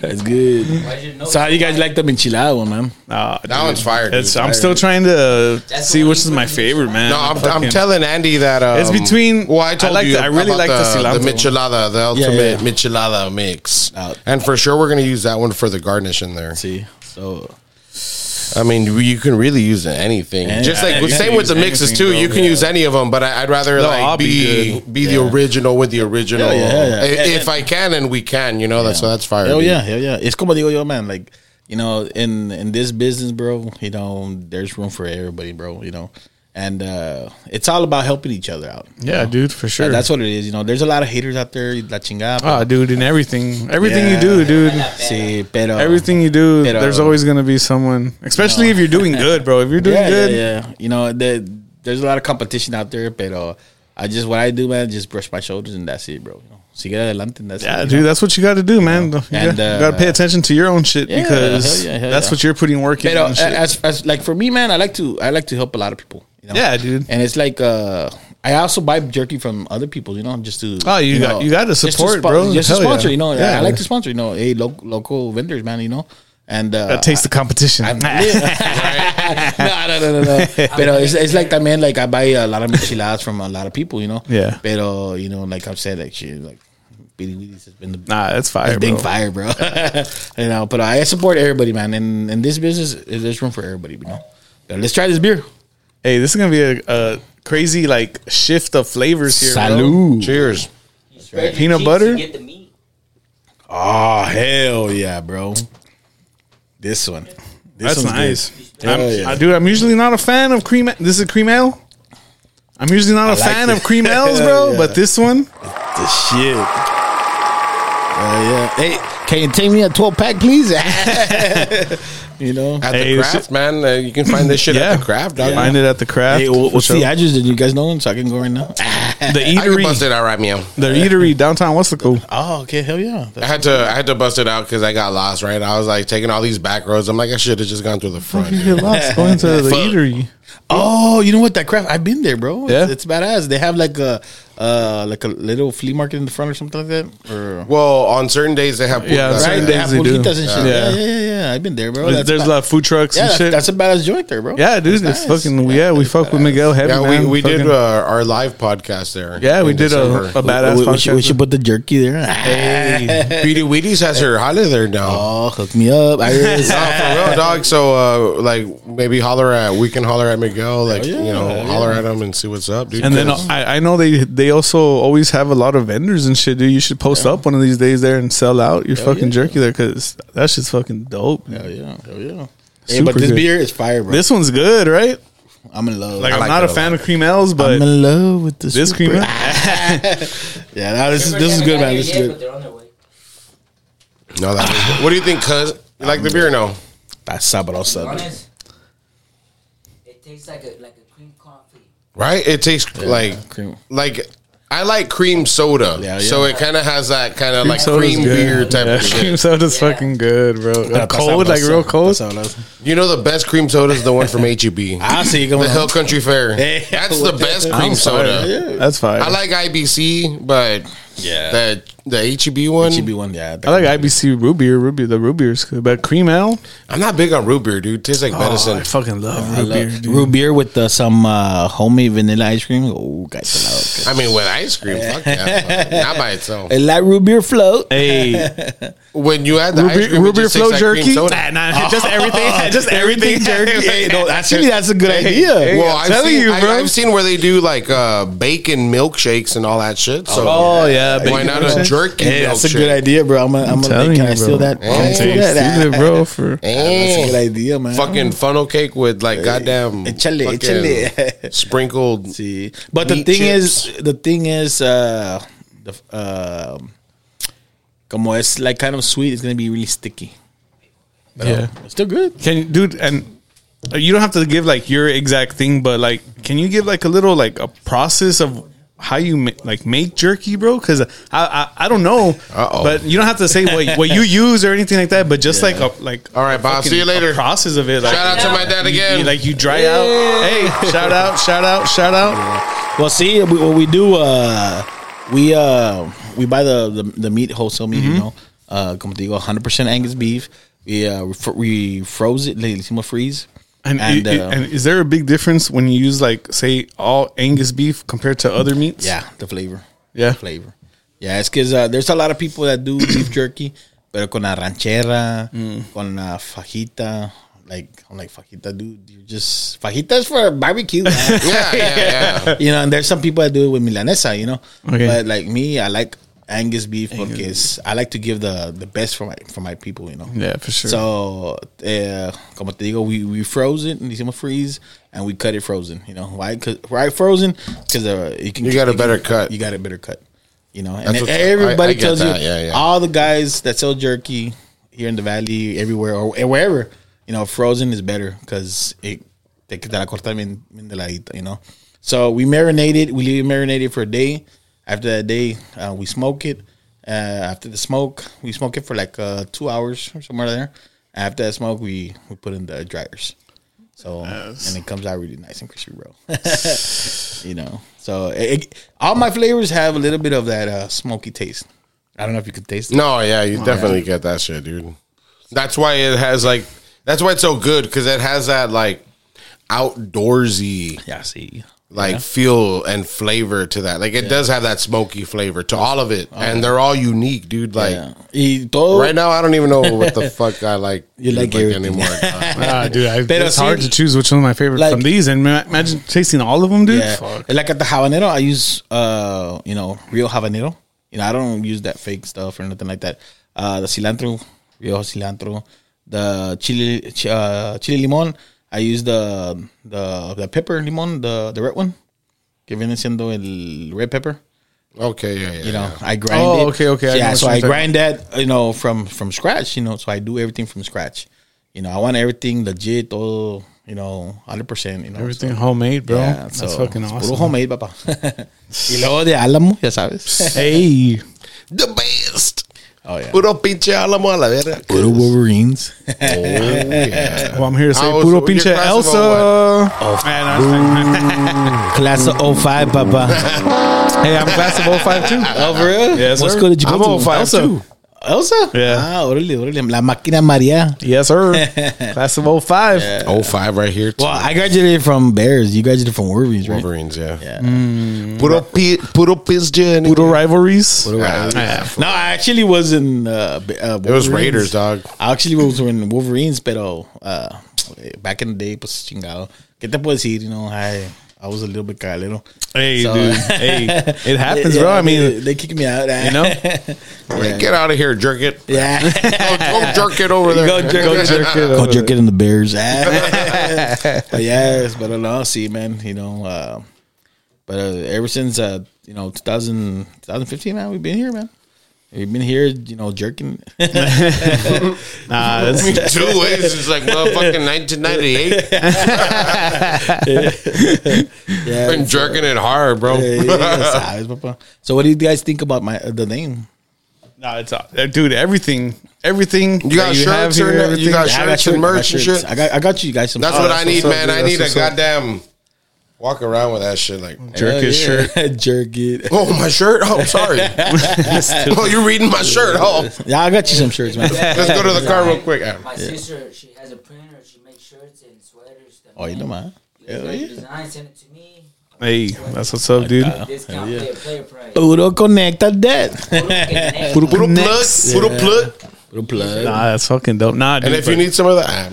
Speaker 1: That's good.
Speaker 4: Why'd you know-
Speaker 1: So how you guys like the enchilada one, man?
Speaker 3: Nah,
Speaker 2: That one's fire. dude.
Speaker 3: it's, uh, I'm still trying to
Speaker 4: That's
Speaker 3: see
Speaker 4: the one
Speaker 3: which
Speaker 4: you
Speaker 3: is
Speaker 4: put
Speaker 3: my
Speaker 4: in the
Speaker 3: favorite, man.
Speaker 2: No, I'm,
Speaker 3: Fucking-
Speaker 2: I'm telling Andy that um,
Speaker 3: It's between-
Speaker 2: Well, I told
Speaker 3: I like
Speaker 2: you,
Speaker 3: the- I really
Speaker 2: about
Speaker 3: like the cilantro
Speaker 2: the
Speaker 3: one.
Speaker 2: michelada, the ultimate
Speaker 1: yeah.
Speaker 2: michelada mix,
Speaker 1: Out.
Speaker 2: and for sure we're gonna use that one for the garnish in there.
Speaker 1: See, so
Speaker 2: I mean, we- you can really use it anything.
Speaker 1: Any-
Speaker 2: Just
Speaker 3: yeah,
Speaker 2: like
Speaker 3: you
Speaker 2: same
Speaker 3: can
Speaker 2: with the
Speaker 3: use
Speaker 2: mixes
Speaker 3: anything,
Speaker 2: too.
Speaker 3: bro.
Speaker 2: You can use any of them, but I, I'd rather
Speaker 3: They'll all
Speaker 2: like
Speaker 3: be
Speaker 2: be be, the original with the original.
Speaker 1: Yeah, yeah, yeah.
Speaker 2: I- If,
Speaker 1: And-
Speaker 2: I can and we can, you know, that's so that's fire.
Speaker 1: hell
Speaker 3: Oh,
Speaker 2: dude.
Speaker 1: yeah, hell yeah. It's como digo yo, man. Like you know, in in this business, bro, you know, there's room for everybody, bro. You know, and uh it's all about helping each other out.
Speaker 3: yeah, dude, for sure.
Speaker 1: That's what it is. You know, there's a lot of haters out there. La chingada.
Speaker 3: Ah, dude, in everything, everything
Speaker 1: Yeah.
Speaker 3: you do, dude.
Speaker 1: Sí, pero
Speaker 3: Everything you do,
Speaker 1: Pero-
Speaker 3: there's always gonna be someone, especially if you're doing good, bro. If you're doing
Speaker 1: yeah,
Speaker 3: good,
Speaker 1: Yeah, yeah. You know, there, there's a lot of competition out there, but uh, I just what I do, man, just brush my shoulders and that's it, bro. You know, sigue adelante and that's
Speaker 3: Yeah,
Speaker 1: it. you
Speaker 3: dude, that's what you got to do, man. You,
Speaker 1: And,
Speaker 3: got,
Speaker 1: uh,
Speaker 3: to pay attention to your own shit
Speaker 1: yeah,
Speaker 3: because
Speaker 1: hell yeah, hell
Speaker 3: that's
Speaker 1: yeah.
Speaker 3: what you're putting work in.
Speaker 1: But uh,
Speaker 3: and shit.
Speaker 1: as, as like for me, man, I like to I like to help a lot of people. You know?
Speaker 3: Yeah, dude.
Speaker 1: And it's like uh, I also buy jerky from other people, you know, just to
Speaker 3: Oh, you got- you gotta
Speaker 1: just
Speaker 3: support,
Speaker 1: spon-
Speaker 3: bro.
Speaker 1: Just to
Speaker 3: Hell yeah.
Speaker 1: sponsor, you know.
Speaker 3: Yeah.
Speaker 1: I like to sponsor, you know, hey, lo- local vendors, man, you know, and uh,
Speaker 3: That takes the competition.
Speaker 1: no, no, no, no, no. Pero it's, it's like that, man. Like I buy a lot of micheladas from a lot of people, you know.
Speaker 3: Yeah.
Speaker 1: Pero you know, like I've said, like shit, like Bitty Wheaties has been the
Speaker 3: nah, that's fire,
Speaker 1: big
Speaker 3: bro.
Speaker 1: fire, bro. you know, but I support everybody, man. And in this business, there's room for everybody, you know. But let's try this beer.
Speaker 3: Hey, this is gonna be a, a crazy like shift of flavors here. bro.
Speaker 2: Cheers.
Speaker 4: You spread your
Speaker 3: Peanut
Speaker 4: cheeks
Speaker 3: butter?
Speaker 4: To get the meat.
Speaker 1: Oh hell yeah, bro. This one. This
Speaker 3: That's
Speaker 1: one's good.
Speaker 3: nice, I'm,
Speaker 1: Hell yeah.
Speaker 3: I- dude. I'm usually not a fan of cream. This is cream ale. I'm usually not a
Speaker 1: like
Speaker 3: fan
Speaker 1: it.
Speaker 3: of cream ales, bro.
Speaker 1: Yeah.
Speaker 3: But this one,
Speaker 1: The shit. Uh, yeah. Hey, can you take me a 12 pack, please? You know,
Speaker 2: At
Speaker 3: Hey,
Speaker 2: the
Speaker 3: it's-
Speaker 2: craft, man. Uh, you can find this shit
Speaker 3: yeah,
Speaker 2: at the craft, dog.
Speaker 3: Find it at the craft.
Speaker 1: hey, wha- what's
Speaker 3: for
Speaker 1: the
Speaker 3: sure.
Speaker 1: address? Did you guys know? So I can go right now.
Speaker 3: the
Speaker 2: I can bust
Speaker 3: eatery?
Speaker 2: it out right now.
Speaker 3: The eatery downtown Westaco.
Speaker 1: Oh, okay, hell yeah.
Speaker 2: I had to I had to bust it out because I got lost. Right, I was like taking all these back roads. I'm like I should have just gone through the front.
Speaker 3: You get lost going to the
Speaker 2: Fuck.
Speaker 3: eatery.
Speaker 1: Oh, you know what? That craft. I've been there, bro. It's-
Speaker 3: Yeah?
Speaker 1: It's, badass. They have like a uh, like a little flea market in the front or something like that. Or
Speaker 2: well, on certain days they have
Speaker 3: Yeah,
Speaker 2: that's
Speaker 3: certain
Speaker 2: it.
Speaker 1: they have
Speaker 3: days they do.
Speaker 1: pulquitas and shit.
Speaker 3: Yeah.
Speaker 1: Yeah. yeah, yeah, yeah. I've been there, bro.
Speaker 3: There's a lot of food trucks
Speaker 1: Oh, yeah,
Speaker 3: and
Speaker 1: that's,
Speaker 3: shit.
Speaker 1: that's a badass joint there, bro.
Speaker 3: yeah, dude, it's
Speaker 1: nice.
Speaker 3: fucking. Yeah, we fuck with Miguel heavy.
Speaker 2: Yeah, we,
Speaker 3: man.
Speaker 2: we did
Speaker 3: Fucking-
Speaker 2: uh, our live podcast there.
Speaker 3: yeah, we
Speaker 2: in
Speaker 3: did a,
Speaker 2: December.
Speaker 3: a badass
Speaker 1: we, we should, we should
Speaker 3: podcast.
Speaker 1: put the jerky there.
Speaker 2: Beauty Wheaties has her holiday there now.
Speaker 1: Oh, hook me up. Iris.
Speaker 2: Oh, for real, dog. So, uh, like, maybe holler at we can holler at Miguel, like,
Speaker 1: yeah,
Speaker 2: you know,
Speaker 1: yeah.
Speaker 2: holler at him and see what's up, dude.
Speaker 3: And then
Speaker 2: 'cause-
Speaker 3: I, I know they they also always have a lot of vendors and shit, dude. You should post up one of these days there and sell out your fucking
Speaker 1: yeah.
Speaker 3: jerky there because that shit's fucking dope.
Speaker 1: Hell yeah, hell yeah. Hey,
Speaker 3: Super
Speaker 1: but this
Speaker 3: good.
Speaker 1: beer is fire, bro.
Speaker 3: This one's good, right?
Speaker 1: I'm in love.
Speaker 3: Like,
Speaker 2: I
Speaker 3: I'm
Speaker 2: like
Speaker 3: not
Speaker 2: that
Speaker 3: a
Speaker 2: a
Speaker 3: fan of cream ales,
Speaker 1: I'm
Speaker 3: but
Speaker 1: in love with this.
Speaker 3: this cream
Speaker 1: super-
Speaker 3: ale,
Speaker 1: Yeah, no, this is this is good, man. This is good.
Speaker 2: no, that is good. What do you think, cuz? You like the beer? or No.
Speaker 1: That's Sabado
Speaker 4: To be
Speaker 1: Sunday.
Speaker 4: honest, it tastes like a like a cream coffee.
Speaker 2: Right? It tastes like,
Speaker 1: cream.
Speaker 2: like, I like cream soda.
Speaker 1: Yeah, yeah.
Speaker 2: So it kind of has that kind of like
Speaker 3: soda's
Speaker 2: cream
Speaker 3: good.
Speaker 2: beer type
Speaker 3: Yeah,
Speaker 2: of
Speaker 3: Cream
Speaker 2: shit.
Speaker 3: soda's
Speaker 4: Yeah.
Speaker 3: fucking good, bro. cold,
Speaker 1: Pasabado
Speaker 3: like real
Speaker 1: Sunday.
Speaker 3: cold.
Speaker 1: Pasabado Sunday.
Speaker 2: You know, the best cream soda is the one from HEB.
Speaker 1: I see you
Speaker 2: The
Speaker 1: going.
Speaker 2: Hill Country Fair.
Speaker 1: Yeah,
Speaker 2: That's the
Speaker 1: what the-
Speaker 2: best
Speaker 1: I'm
Speaker 2: cream soda.
Speaker 3: That's fine.
Speaker 2: I like IBC, but
Speaker 1: Yeah. E
Speaker 2: the the HEB one.
Speaker 1: GB one, yeah.
Speaker 3: I like IBC root beer. Root beer, the root beer's good, but cream ale.
Speaker 2: I'm not big on root beer, dude. Tastes like medicine.
Speaker 3: Oh, I fucking love root beer.
Speaker 1: Root beer, with uh, some uh, homemade vanilla ice cream. Oh, guys,
Speaker 2: I mean, with ice cream, fuck that, not by itself.
Speaker 1: I like root beer float.
Speaker 3: Hey,
Speaker 2: When you add the
Speaker 3: root
Speaker 2: ice
Speaker 3: beer,
Speaker 2: cream,
Speaker 3: root
Speaker 2: it
Speaker 3: beer
Speaker 2: just tastes
Speaker 3: flow
Speaker 2: like
Speaker 3: jerky.
Speaker 2: cream soda.
Speaker 3: Nah, nah, just everything. Just everything jerky.
Speaker 1: Hey, no, actually, that's a good idea.
Speaker 3: hey,
Speaker 2: Well,
Speaker 3: I'm
Speaker 2: I've
Speaker 3: telling
Speaker 2: seen,
Speaker 3: you,
Speaker 2: I,
Speaker 3: bro.
Speaker 2: have seen where they do like uh, bacon milkshakes and all that shit. So
Speaker 3: Oh yeah,
Speaker 2: why
Speaker 3: bacon
Speaker 2: not a
Speaker 3: milkshake?
Speaker 2: jerky?
Speaker 1: Hey, that's a
Speaker 2: milkshake?
Speaker 1: good idea, bro. I'm, a, I'm, a,
Speaker 3: telling
Speaker 1: can
Speaker 3: you,
Speaker 1: I steal
Speaker 3: bro.
Speaker 1: that? Can I
Speaker 2: Hey.
Speaker 1: steal that?
Speaker 3: Tasty, dude, bro. For
Speaker 1: That's a
Speaker 2: Eh,
Speaker 1: good idea, man.
Speaker 2: Fucking funnel cake with like goddamn
Speaker 1: Échale,
Speaker 2: fucking
Speaker 1: échale.
Speaker 2: sprinkled.
Speaker 1: See, but the
Speaker 2: Meat
Speaker 1: thing
Speaker 2: chips.
Speaker 1: is, the thing is, uh, the uh, como it's like kind of sweet, it's gonna be really sticky.
Speaker 3: yeah,
Speaker 1: It's still good.
Speaker 3: can you, dude, and uh, you don't have to give like your exact thing, but like, can you give like a little like a process of how you ma- like make jerky, bro? Because I, I I don't know,
Speaker 2: Uh-oh.
Speaker 3: but you don't have to say what what you use or anything like that, but just like a like.
Speaker 2: All right, boss.
Speaker 3: fucking-
Speaker 2: See you later.
Speaker 3: a process of it, like
Speaker 2: Shout out to my dad
Speaker 3: you-
Speaker 2: again.
Speaker 3: you- like you dry out. Hey, shout out, shout out, shout out.
Speaker 1: Well, see, we, what we do, uh, we uh, we buy the, the the meat wholesale meat, you know, uh, como te digo, 100% Angus beef. We uh, we, fr- we froze it, le hicimos freeze,
Speaker 3: And
Speaker 1: And,
Speaker 3: i- i-
Speaker 1: uh,
Speaker 3: and is there a big difference when you use like say all Angus beef compared to other meats?
Speaker 1: yeah, the flavor,
Speaker 3: Yeah.
Speaker 1: flavor, yeah. It's because uh, there's a lot of people that do beef jerky, pero con la ranchera, con la fajita. Like I'm like fajita, dude. You're just fajitas for barbecue. man."
Speaker 2: Yeah, yeah, yeah.
Speaker 1: you know, and there's some people that do it with milanesa, you know.
Speaker 3: Okay.
Speaker 1: But like me, I like Angus beef because I like to give the the best for my for my people, you know.
Speaker 3: Yeah, for sure.
Speaker 1: So, uh, como te digo, we we froze it and hicimos freeze, and we cut it frozen. You know why? Cause right frozen because uh, you can
Speaker 2: You got a
Speaker 1: can-
Speaker 2: better cut.
Speaker 1: You got a better cut. You know, and e-,
Speaker 2: That's what's- I- I
Speaker 1: everybody
Speaker 2: get
Speaker 1: tells you
Speaker 2: that. Yeah, yeah.
Speaker 1: all the guys that sell jerky here in the valley, everywhere or wherever, you know, frozen is better because it te quita la corta bien, bien de ladito, you know. So we marinate it. We leave it marinated for a day. After that day, uh, we smoke it. Uh, after the smoke, we smoke it for like uh, two hours or somewhere there. After that smoke, we we put in the dryers. So and it comes out really nice and crispy, bro. you know, so it, it- all my flavors have a little bit of that uh, smoky taste. I don't know if you can taste it.
Speaker 2: No, yeah, you definitely get that shit, dude. That's why it has like that's why it's so good because it has that like outdoorsy
Speaker 1: Yeah, I see.
Speaker 2: like feel and flavor to that. Like it does have that smoky flavor to all of it, and they're all unique, dude. Like.
Speaker 1: Yeah. Y todo-
Speaker 2: Right now, I don't even know what the fuck I like.
Speaker 1: You like everything.
Speaker 2: anymore? Uh,
Speaker 3: Ah, dude, I,
Speaker 1: Pero
Speaker 3: it's
Speaker 1: sí-
Speaker 3: hard to choose which one's my favorite
Speaker 1: Like-
Speaker 3: from these. And ma- imagine tasting all of them, dude.
Speaker 1: Yeah.
Speaker 3: Fuck.
Speaker 1: And Like at the habanero, I use uh, you know, real habanero. You know, I don't use that fake stuff or nothing like that. Uh the cilantro, real cilantro, the chili ch- uh, chili limon. I use the the the pepper limon, the the red one. Que viene siendo el red pepper.
Speaker 2: okay, yeah, yeah.
Speaker 1: You know, I grind
Speaker 3: Oh,
Speaker 1: it.
Speaker 3: okay, okay, I know
Speaker 1: Yeah,
Speaker 3: what
Speaker 1: so
Speaker 3: you're
Speaker 1: I
Speaker 3: talking
Speaker 1: grind that, you know, from from scratch, you know, so I do everything from scratch. You know, I want everything legit, all you know, hundred percent. You know,
Speaker 3: Everything homemade, bro. That's fucking
Speaker 1: it's
Speaker 3: awesome.
Speaker 1: Puro homemade, papá. y luego de Alamo, ya sabes.
Speaker 3: Hey,
Speaker 2: The best.
Speaker 1: Oh yeah.
Speaker 2: Puro pinche álamo a la verga.
Speaker 1: Puro Wolverines.
Speaker 3: well, I'm here to say
Speaker 2: I was-
Speaker 3: puro
Speaker 2: Ah, you're
Speaker 3: pinche
Speaker 2: classic
Speaker 3: Elsa. Man, I was like-
Speaker 1: Class of 05, papá.
Speaker 3: hey, I'm class of 05 too.
Speaker 1: Oh, for real?
Speaker 3: Yes,
Speaker 1: What
Speaker 3: sir.
Speaker 1: school did you
Speaker 3: I'm
Speaker 1: go to?
Speaker 3: 05
Speaker 1: Elsa?
Speaker 3: too.
Speaker 1: oh Elsa?
Speaker 3: Yeah.
Speaker 1: Ah, órale, órale. La máquina María.
Speaker 3: Yes, sir. class of 05.
Speaker 2: Oh five right here.
Speaker 1: Well, I graduated from Bears. You graduated from Wolverines, right?
Speaker 2: Wolverines, yeah.
Speaker 1: Yeah.
Speaker 2: Puro pi, puro pinche.
Speaker 3: Puro rivalries.
Speaker 2: Ah,
Speaker 1: No, I actually was in. Uh, B- uh,
Speaker 2: It was
Speaker 1: Wolverines.
Speaker 2: Raiders, dog.
Speaker 1: I actually was in Wolverines, pero uh, back in the day, pues chingado. ¿Qué te puedo decir? You know, I, I was a little bit calero.
Speaker 3: Hey,
Speaker 1: So-
Speaker 3: dude. Hey, it happens,
Speaker 1: Yeah,
Speaker 3: bro. I
Speaker 1: they-
Speaker 3: mean,
Speaker 1: they kicked me out. ah.
Speaker 3: you know,
Speaker 2: Get out of here, jerk it.
Speaker 1: Yeah.
Speaker 2: Go, go jerk it over there.
Speaker 1: Go jerk,
Speaker 3: Go jerk it uh,
Speaker 1: Go
Speaker 3: over
Speaker 1: jerk it in the bears. Ah. but yes, but no, see, man, you know, uh, but uh, ever since uh, you know 2000, 2015, man, we've been here, man. We've been here, you know, jerking.
Speaker 3: nah, that's,
Speaker 2: Me Two ways. It's like motherfucking 1998. Been
Speaker 3: uh,
Speaker 2: jerking it hard, bro.
Speaker 1: so, what do you guys think about my uh, the name?
Speaker 3: nah, it's uh, dude. Everything, everything.
Speaker 2: You got
Speaker 3: that have
Speaker 2: shirts or
Speaker 3: here,
Speaker 2: no-
Speaker 3: everything-
Speaker 2: you got
Speaker 1: I got
Speaker 2: shirts
Speaker 1: shirts,
Speaker 2: and
Speaker 1: I got
Speaker 2: merch and
Speaker 1: shirts.
Speaker 2: shit?
Speaker 1: I got, I got you guys some.
Speaker 2: That's what I
Speaker 3: what's
Speaker 2: need,
Speaker 3: up,
Speaker 2: man.
Speaker 3: dude.
Speaker 2: I need a
Speaker 3: Oh, That's what's up. Mm.
Speaker 2: goddamn walk around with that shit. Like,
Speaker 3: jerk his shirt.
Speaker 1: jerk it.
Speaker 2: oh, my shirt. Oh, sorry. oh, you're reading my shirt. Oh,
Speaker 1: Yeah, I got you some shirts, man.
Speaker 2: let's go to the car real quick.
Speaker 4: My sister, she has a printer. She makes shirts and sweaters. The
Speaker 1: Oh, you know, man. Oh,
Speaker 4: You guys got your design, send it to me.
Speaker 3: Hey, that's what's up, dude.
Speaker 4: Discount player, player price.
Speaker 1: Puro conecta that.
Speaker 4: Puro
Speaker 2: Put a plug.
Speaker 3: Next.
Speaker 2: Put a plug.
Speaker 1: Puro plug.
Speaker 3: Nah, that's fucking dope. Nah, dude.
Speaker 2: And if you
Speaker 3: but-
Speaker 2: need some of that, ah,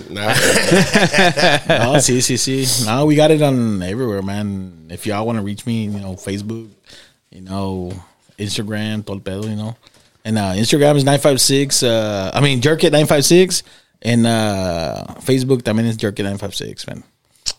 Speaker 2: nah.
Speaker 1: Oh, see, see, see. Now we got it on everywhere, man. If y'all want to reach me, you know, Facebook, you know, Instagram, todo el pedo, you know. And uh, Instagram is 956. Uh, I mean, Jerk it 956. And uh, Facebook, también is Jerk it 956, man.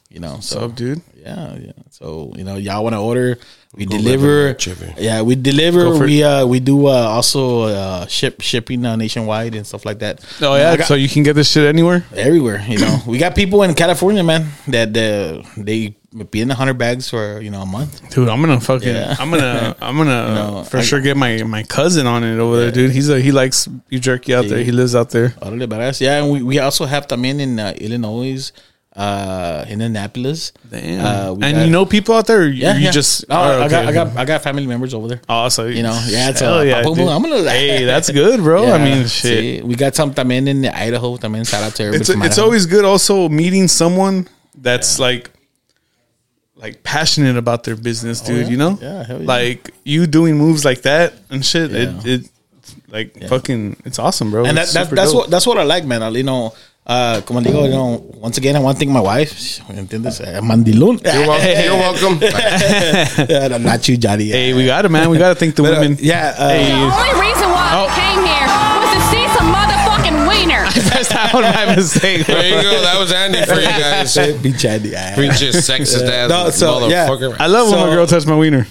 Speaker 1: You know,
Speaker 3: what's
Speaker 1: so
Speaker 3: up, dude.
Speaker 1: yeah, yeah. So, you know, y'all want to order, we deliver.
Speaker 2: Chippy.
Speaker 1: Yeah, we deliver.
Speaker 3: Go for
Speaker 1: We uh, we do uh, also uh, ship shipping uh, nationwide and stuff like that.
Speaker 3: Oh yeah,
Speaker 1: I got-
Speaker 3: so you can get this shit anywhere.
Speaker 1: everywhere. You know, we got people in California, man, that uh, they be in the hundred bags for you know a month.
Speaker 3: dude i'm gonna fucking
Speaker 1: Yeah.
Speaker 3: i'm gonna i'm gonna
Speaker 1: No,
Speaker 3: for
Speaker 1: I-
Speaker 3: sure get my my cousin on it over there dude he's a he likes you jerky out there he lives out there
Speaker 1: Totally badass. Yeah, and we, we also have them in in uh, Illinois, uh, in Annapolis.
Speaker 3: Damn.
Speaker 1: Uh, we
Speaker 3: and
Speaker 1: got-
Speaker 3: you know people out there or you,
Speaker 1: yeah,
Speaker 3: you
Speaker 1: yeah.
Speaker 3: just
Speaker 1: No,
Speaker 3: oh,
Speaker 1: I got
Speaker 3: okay.
Speaker 1: I got I got family members over there.
Speaker 3: Oh, so
Speaker 1: You know, yeah, it's
Speaker 3: hell
Speaker 1: a-
Speaker 3: yeah,
Speaker 1: boom, boom,
Speaker 3: dude.
Speaker 1: I'm gonna-
Speaker 3: hey that's good bro Oh, i mean shit
Speaker 1: see, we got some también in Idaho. También shout out to everybody.
Speaker 3: it's
Speaker 1: from
Speaker 3: it's
Speaker 1: Idaho.
Speaker 3: always good also meeting someone that's like like passionate about their business, dude. You know,
Speaker 1: Oh, Yeah, hell yeah.
Speaker 3: like you doing moves like that and shit. It,
Speaker 1: Yeah.
Speaker 3: it like fucking, it's awesome, bro.
Speaker 1: and that,
Speaker 3: It's
Speaker 1: that's
Speaker 3: super
Speaker 1: that's
Speaker 3: dope.
Speaker 1: what that's what I like, man. I, you know, uh, como digo, you know, once again, I want to thank my wife. Entiendes? Eh, Mandilón.
Speaker 2: You're welcome. You're welcome.
Speaker 1: Not you, Johnny.
Speaker 3: Hey, we got it, man. We got to thank the
Speaker 1: Uh,
Speaker 3: women.
Speaker 1: yeah. Uh,
Speaker 7: The only reason why I came here was to see some motherfucking wiener.
Speaker 3: that's not my mistake.
Speaker 2: There you go. That was Andy for you guys.
Speaker 1: Be Johnny. Ah.
Speaker 2: Preacher, sexist ass
Speaker 1: No, so, yeah.
Speaker 2: motherfucker.
Speaker 3: I love when
Speaker 1: So-
Speaker 3: my girl touched my wiener.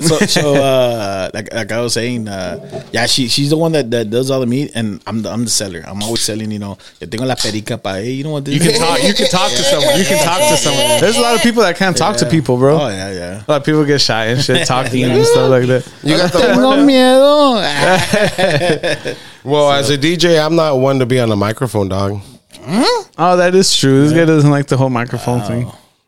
Speaker 1: so, so uh, like, like I was saying, uh, yeah, she she's the one that, that does all the meat, and I'm the I'm the seller. I'm always selling, you know. Yo tengo la perica pa, hey, you know what? This
Speaker 3: you can talk. You can talk to someone. You can talk to someone. There's a lot of people that can't talk to people, bro.
Speaker 1: Oh yeah, yeah.
Speaker 3: A lot of people get shy and shit, talking and stuff like that.
Speaker 2: You got the
Speaker 1: Tengo miedo. Ah.
Speaker 2: well. As a DJ, I'm not one to be on the microphone, dog.
Speaker 3: Oh, that is true. This guy doesn't like the whole microphone
Speaker 1: Oh,
Speaker 3: thing,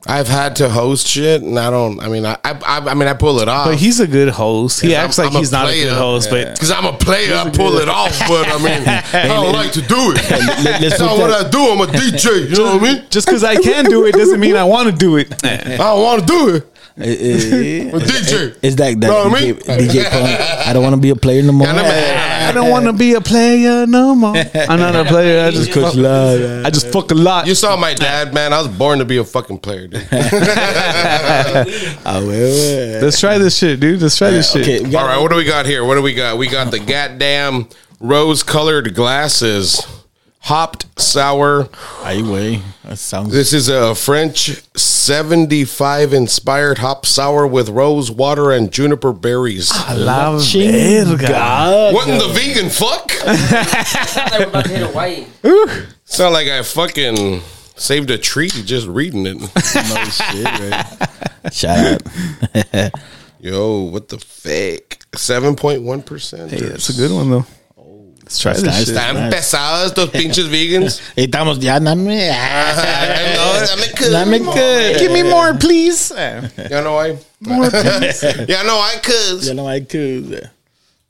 Speaker 2: I've had to host shit, and I don't. I mean, I, I, I mean, I pull it off.
Speaker 3: but he's a good host. He acts like he's not a good host, but
Speaker 2: because I'm a player, I pull it off. But I mean, I don't like to do it.
Speaker 1: Let's
Speaker 2: That's not
Speaker 1: put
Speaker 2: what
Speaker 1: that-
Speaker 2: I do. I'm a DJ. You know what I mean?
Speaker 3: just because I can do it doesn't mean I want to do it.
Speaker 2: I don't want to do it.
Speaker 1: Eh, eh, eh.
Speaker 2: I'm a DJ.
Speaker 1: It's like that
Speaker 2: Know what I
Speaker 1: DJ,
Speaker 2: mean?
Speaker 1: DJ punk. I don't want to be a player no more.
Speaker 2: Yeah, let me-
Speaker 3: I don't want to be a player no more. I'm not a player. I just
Speaker 1: Coach
Speaker 3: cook.
Speaker 1: Love, man.
Speaker 3: I just fuck a lot.
Speaker 2: You saw my dad, man. I was born to be a fucking player, dude.
Speaker 1: Ah, well, well.
Speaker 3: Let's try this shit, dude. Let's try this shit.
Speaker 1: Okay, we
Speaker 2: All
Speaker 1: got-
Speaker 2: right, what do we got here? What do we got? We got the goddamn rose-colored glasses, hopped sour.
Speaker 1: Ay, güey. That sounds.
Speaker 2: This is a French '75 inspired hop sour with rose water and juniper berries.
Speaker 3: La verga.
Speaker 1: God.
Speaker 2: What in the vegan fuck?
Speaker 4: We're about to hit Hawaii.
Speaker 2: It's not like I fucking saved a tree just reading it.
Speaker 1: No shit, right? Shout out.
Speaker 2: Yo, what the fuck? Seven point one percent.
Speaker 3: Hey, that's a good one though. Let's try this
Speaker 1: nice.
Speaker 3: shit.
Speaker 2: Están pesados estos pinches vegans.
Speaker 1: Hey, estamos ya, ah. dame.
Speaker 2: I know, dame good.
Speaker 1: Dame good.
Speaker 3: Give me more, please.
Speaker 2: Y'all know why?
Speaker 3: More, please.
Speaker 2: Y'all know why? Cause
Speaker 1: Ya no hay que.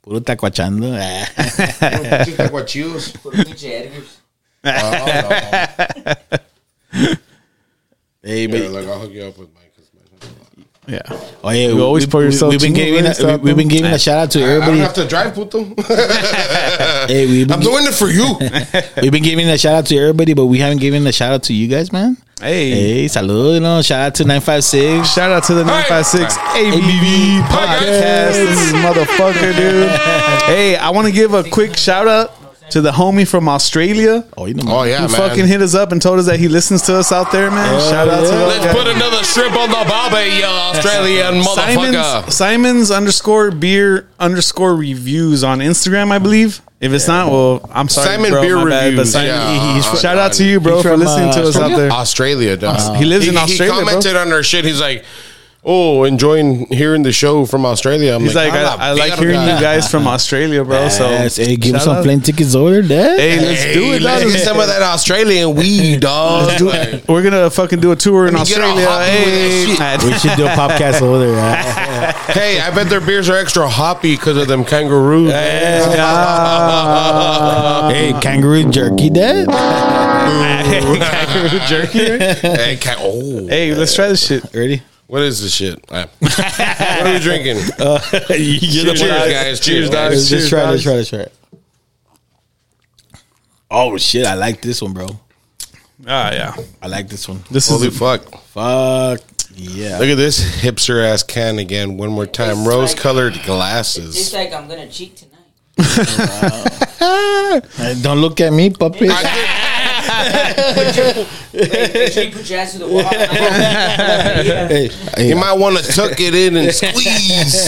Speaker 1: Puro tacuachando.
Speaker 2: Just like what you was.
Speaker 4: Puro pinche Edgar's.
Speaker 2: Oh,
Speaker 1: Hey,
Speaker 2: no.
Speaker 1: but
Speaker 2: Yeah, like I'll hook you up with mine. 'cause mine-
Speaker 3: yeah.
Speaker 1: Oye,
Speaker 3: You always pour yourself
Speaker 1: We've been
Speaker 3: too
Speaker 1: giving
Speaker 3: much,
Speaker 1: a, we, have been giving
Speaker 3: Tato.
Speaker 1: a shout out to
Speaker 2: I don't
Speaker 1: everybody.
Speaker 2: have to drive, puto.
Speaker 1: Hey, we've been,
Speaker 2: I'm doing it for you.
Speaker 1: we've been giving a shout out to everybody, but we haven't given a shout out to you guys, man.
Speaker 3: Hey.
Speaker 1: hey, salud! You know, shout out to nine five six.
Speaker 3: Shout out to the 956 ABV podcast. This is motherfucker, dude. Hey, I want to give a quick shout out to the homie from Australia.
Speaker 1: Oh, you know,
Speaker 2: Oh yeah,
Speaker 3: who
Speaker 2: man.
Speaker 3: fucking hit us up and told us that he listens to us out there, man. shout out to
Speaker 1: yeah.
Speaker 3: those
Speaker 2: Let's
Speaker 3: guys.
Speaker 2: put another shrimp on the barbie, you Australian motherfucker.
Speaker 3: Simon's, Simon's underscore beer underscore reviews on Instagram, I believe. If it's not, well, I'm sorry,
Speaker 2: Simon
Speaker 3: bro,
Speaker 2: Beer
Speaker 3: my bad,
Speaker 2: Reviews,
Speaker 3: but Simon,
Speaker 2: yeah. He's from-
Speaker 3: shout out to you, bro,
Speaker 1: He's
Speaker 3: for
Speaker 1: from,
Speaker 3: listening to
Speaker 1: uh,
Speaker 3: us out there.
Speaker 2: Australia, dog.
Speaker 3: He lives in Australia,
Speaker 2: He
Speaker 3: bro.
Speaker 2: commented on our shit. He's like, "Oh, enjoying hearing the show from Australia." I'm
Speaker 3: He's like,
Speaker 2: "Ah,
Speaker 3: I, I
Speaker 2: la
Speaker 3: like hearing you
Speaker 2: verga."
Speaker 3: guys from Australia, bro. So
Speaker 1: yes, hey, give us
Speaker 3: shout
Speaker 1: some
Speaker 3: out.
Speaker 1: plane tickets over there.
Speaker 3: Hey, let's
Speaker 2: Hey,
Speaker 3: do it.
Speaker 2: Let's
Speaker 3: dog.
Speaker 2: get some of that Australian weed, dog. Like,
Speaker 3: We're gonna fucking do a tour in
Speaker 2: me get all
Speaker 3: Australia.
Speaker 2: hoppy with that
Speaker 1: we
Speaker 3: Hey,
Speaker 1: should do a podcast over there. eh?
Speaker 2: hey, I bet their beers are extra hoppy because of them kangaroos.
Speaker 3: Ah,
Speaker 1: hey, kangaroo jerky, dad.
Speaker 3: kangaroo jerky.
Speaker 2: Hey, ca- oh,
Speaker 3: Hey, let's try this shit.
Speaker 1: Ready?
Speaker 2: what is this shit? Ah. what are we drinking? Cheers, guys. Cheers, guys.
Speaker 1: Let's just
Speaker 3: Uh, Cheers,
Speaker 1: try. it, Let's
Speaker 3: guys.
Speaker 1: try. it, Let's try. it. Oh shit! I like this one, bro.
Speaker 3: Ah, yeah.
Speaker 1: I like this one.
Speaker 3: This
Speaker 2: Holy
Speaker 3: is
Speaker 2: fuck!
Speaker 1: Fuck yeah!
Speaker 2: Look at this hipster ass can again. One more time,
Speaker 4: It's
Speaker 2: rose
Speaker 4: like-
Speaker 2: colored
Speaker 4: Tastes
Speaker 2: glasses.
Speaker 4: like I'm gonna cheat tonight.
Speaker 1: Uh, Don't look at me, puppy.
Speaker 4: Hey, put your ass to the wall. Yeah.
Speaker 1: Hey, hey,
Speaker 2: You might want to tuck it in and squeeze.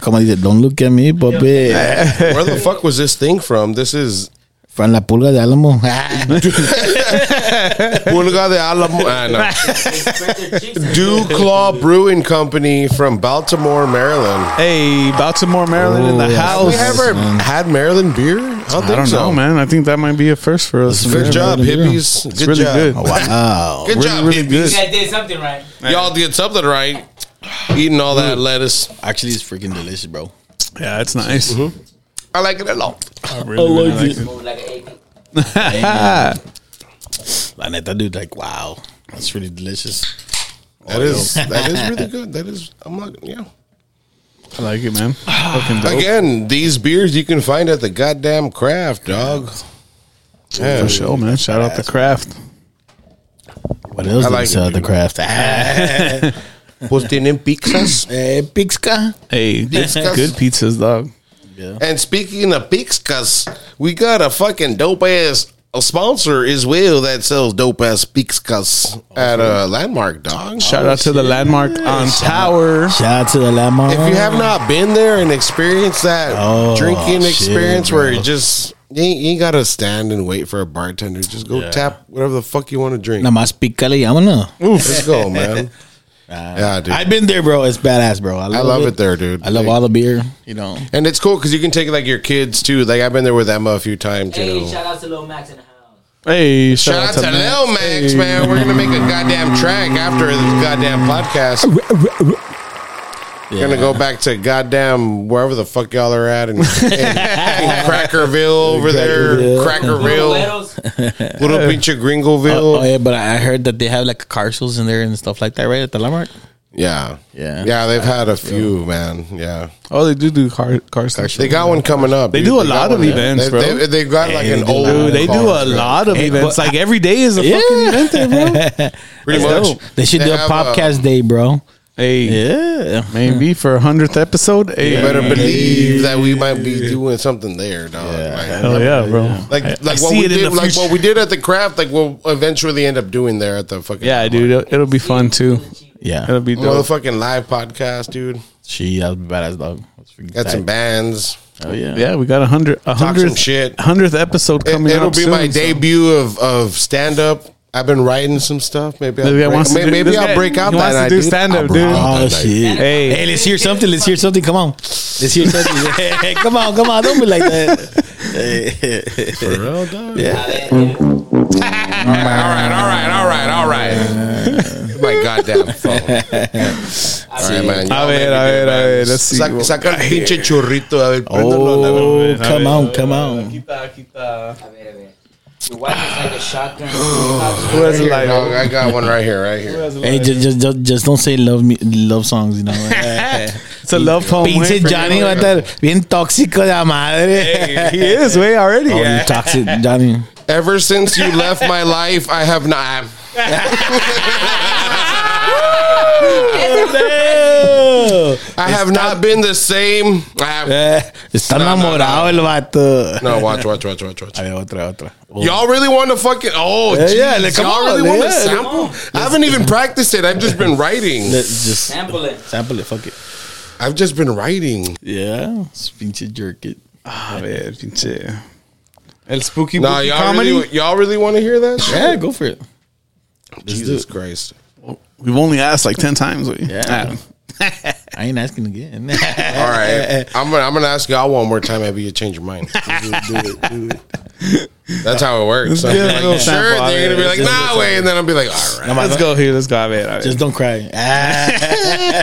Speaker 1: como dice, don't look at me, puppy.
Speaker 2: Where the fuck was this thing from? This is
Speaker 1: From la pulga de Alamo.
Speaker 2: Pulga de Alamo. Ah, no.
Speaker 4: They spread their cheeks out.
Speaker 2: Dew Claw Brewing Company from Baltimore, Maryland.
Speaker 3: hey, Baltimore, Maryland in
Speaker 1: Oh,
Speaker 3: the
Speaker 1: yeah.
Speaker 2: We
Speaker 3: house.
Speaker 1: Yes,
Speaker 2: ever
Speaker 1: man.
Speaker 2: had Maryland beer? I don't think
Speaker 3: I don't
Speaker 2: so.
Speaker 3: know, man. I think that might be a first for us.
Speaker 2: Good
Speaker 3: man.
Speaker 2: job,
Speaker 1: Maryland beer.
Speaker 2: hippies.
Speaker 3: It's
Speaker 2: good
Speaker 3: really
Speaker 2: job.
Speaker 3: good.
Speaker 1: wow.
Speaker 2: Good
Speaker 3: Really,
Speaker 2: job,
Speaker 3: really
Speaker 2: hippies.
Speaker 3: good.
Speaker 4: You guys did something right.
Speaker 2: Y'all did something right. Eating all that lettuce.
Speaker 1: Actually, it's freaking delicious, bro.
Speaker 3: Yeah, it's nice.
Speaker 2: I like it a lot.
Speaker 3: I really, really like it.
Speaker 4: Move like an AP.
Speaker 3: Ah.
Speaker 1: La neta, dude, like, wow. That's really delicious.
Speaker 2: That is that is really good. That is I'm not yeah.
Speaker 3: I like it, man. Fucking dope.
Speaker 2: Again, these beers you can find at the goddamn craft, dog. Yeah.
Speaker 3: For sure, man. Shout out the craft.
Speaker 1: What else
Speaker 2: I
Speaker 1: did
Speaker 2: like
Speaker 1: you sell
Speaker 2: it,
Speaker 1: at the
Speaker 2: dude.
Speaker 1: craft?
Speaker 2: Posting in pizzas.
Speaker 1: Eh, Pixca.
Speaker 3: Hey, good
Speaker 2: Discuss.
Speaker 3: pizzas, dog.
Speaker 2: And speaking of pizzas, we got a fucking dope ass a sponsor as well that sells dope ass pizzas at a landmark, dog.
Speaker 3: Shout out to the landmark on Tower.
Speaker 1: Shout out to the Alamo.
Speaker 2: If you have not been there and experienced that
Speaker 1: Oh,
Speaker 2: drinking
Speaker 1: shit,
Speaker 2: experience where
Speaker 1: bro.
Speaker 2: you just you ain't, you ain't gotta stand and wait for a bartender, just go tap whatever the fuck you want to drink.
Speaker 1: Nada más pícale y vámonos.
Speaker 2: Let's go, man. yeah, dude.
Speaker 1: I've been there, bro. It's badass, bro. I love,
Speaker 2: I love it there, dude.
Speaker 1: I love all the beer, you know.
Speaker 2: and it's cool because you can take like your kids too. Like I've been there with Emma a few times. you
Speaker 4: Hey,
Speaker 2: know.
Speaker 4: shout out to Lil Max in the house.
Speaker 3: Hey, shout,
Speaker 2: Shout out to Lil Max, man. We're gonna make a goddamn track after this goddamn podcast. Gonna go back to goddamn wherever the fuck y'all are at in, in, in Crackerville over there, Crackerville,
Speaker 4: Cueros.
Speaker 2: Little Pinche
Speaker 1: Oh,
Speaker 2: Gringoville.
Speaker 1: yeah, but I heard that they have like car shows in there and stuff like that, right? At the Landmark?
Speaker 2: Yeah,
Speaker 1: Yeah.
Speaker 2: yeah. They've had a few, man. Yeah,
Speaker 3: Oh, they do do car, car stuff.
Speaker 2: they got one coming up.
Speaker 3: They
Speaker 2: dude.
Speaker 3: do a
Speaker 2: got
Speaker 3: lot of
Speaker 2: one.
Speaker 3: events,
Speaker 2: they,
Speaker 3: bro.
Speaker 2: They, they got like an
Speaker 1: they do a
Speaker 2: old.
Speaker 1: lot
Speaker 3: Dude, they do a
Speaker 2: bro.
Speaker 3: lot of events. Like every day is a fucking event there, bro.
Speaker 2: Pretty
Speaker 1: That's
Speaker 2: much.
Speaker 1: dope. They should do a
Speaker 2: have uh,
Speaker 1: podcast day, bro.
Speaker 3: Hey,
Speaker 1: Yeah.
Speaker 3: maybe for a hundredth episode. Hey,
Speaker 2: You better believe that we might be doing something there, dog. Like,
Speaker 3: Hell yeah, bro.
Speaker 2: Like,
Speaker 3: I- I
Speaker 2: like what
Speaker 3: see
Speaker 2: we
Speaker 3: it in
Speaker 2: did,
Speaker 3: the
Speaker 2: like
Speaker 3: future.
Speaker 2: what we did at the craft, like we'll eventually end up doing there at the fucking
Speaker 3: Yeah, dude, it'll, it'll be fun too.
Speaker 1: Yeah.
Speaker 3: It'll be dope.
Speaker 2: motherfucking live podcast, dude.
Speaker 1: She, that was badass dog. That's
Speaker 2: Got some bands.
Speaker 1: Oh yeah.
Speaker 3: Yeah, we got a hundred, a
Speaker 2: Talk some
Speaker 3: hundredth,
Speaker 2: shit.
Speaker 3: hundredth episode
Speaker 2: It,
Speaker 3: coming
Speaker 2: will
Speaker 3: up
Speaker 2: be
Speaker 3: soon,
Speaker 2: my
Speaker 3: so-
Speaker 2: debut of, of stand up. I've been writing some stuff. Maybe I'll
Speaker 3: This guy
Speaker 2: break,
Speaker 3: wants to
Speaker 2: maybe,
Speaker 3: do-
Speaker 2: maybe
Speaker 3: this
Speaker 2: I'll
Speaker 3: guy-
Speaker 2: break out.
Speaker 3: he wants
Speaker 2: that
Speaker 3: to
Speaker 2: night,
Speaker 3: do
Speaker 2: dude.
Speaker 3: stand-up,
Speaker 2: I'll break
Speaker 3: dude.
Speaker 1: Oh
Speaker 2: out that night.
Speaker 1: shit.
Speaker 3: Hey.
Speaker 1: Hey, let's hear something. Let's hear something. Come on. Let's hear something. Hey, come on, come on. Don't be like that.
Speaker 2: All right, all right, all right, all right. my goddamn phone. all right,
Speaker 3: A
Speaker 2: man. Y'all
Speaker 3: ver,
Speaker 2: make
Speaker 3: a ver, a
Speaker 2: me do it, man.
Speaker 3: ver, let's see.
Speaker 2: Saca, saca el pinche churrito. A ver, préndelo, a ver.
Speaker 1: Oh, come on, come on.
Speaker 4: A ver, a ver. Your wife is like a shotgun.
Speaker 3: Who has a
Speaker 2: Here,
Speaker 3: lighter?
Speaker 2: dog, I got one right here, right here.
Speaker 1: Hey, just, just, just, just don't say love me, love songs, you know.
Speaker 3: It's a love poem.
Speaker 1: Pinche
Speaker 3: way for
Speaker 1: Johnny
Speaker 3: you.
Speaker 1: va a estar bien tóxico de la madre.
Speaker 3: Hey, he is way already.
Speaker 1: Oh, you toxic Johnny.
Speaker 2: Ever since you left my life, I have not. I have not been the same. I have-
Speaker 1: Eh, Está
Speaker 2: No, no,
Speaker 1: enamorado el vato.
Speaker 2: No, watch, watch, watch, watch, watch.
Speaker 1: A ver, otra, otra. Oh.
Speaker 2: Y'all really want to fucking? Oh,
Speaker 1: Yeah, yeah,
Speaker 2: jeez,
Speaker 1: like, come
Speaker 2: y'all
Speaker 1: on,
Speaker 2: really want to
Speaker 1: yeah,
Speaker 2: sample? I haven't even practiced it. I've just been writing.
Speaker 1: Let's just
Speaker 4: Sample it.
Speaker 1: sample it, fuck it.
Speaker 2: I've just been writing.
Speaker 1: Yeah, it's pinche jerk it.
Speaker 3: A ver, pinche. El spooky
Speaker 2: Nah,
Speaker 3: Wookie
Speaker 2: y'all
Speaker 3: comedy.
Speaker 2: really, y'all really want to hear that? shit?
Speaker 1: Yeah, go for it.
Speaker 2: Jesus Christ!
Speaker 3: We've only asked like ten times. We.
Speaker 1: Yeah.
Speaker 3: Ah.
Speaker 1: I ain't asking again.
Speaker 2: All right, I'm gonna, I'm gonna ask y'all one more time. Have you change your mind? Do it, do it, do it. That's how it works. So
Speaker 3: Let's
Speaker 2: I'm
Speaker 3: give it a
Speaker 2: like,
Speaker 3: little
Speaker 2: sure,
Speaker 3: sample,
Speaker 2: they're gonna be
Speaker 3: yeah,
Speaker 2: like,
Speaker 3: just
Speaker 2: nah, way, and then I'll be like, all right.
Speaker 3: Let's go here. Let's go. A ver, a ver.
Speaker 1: Just don't cry. Ah,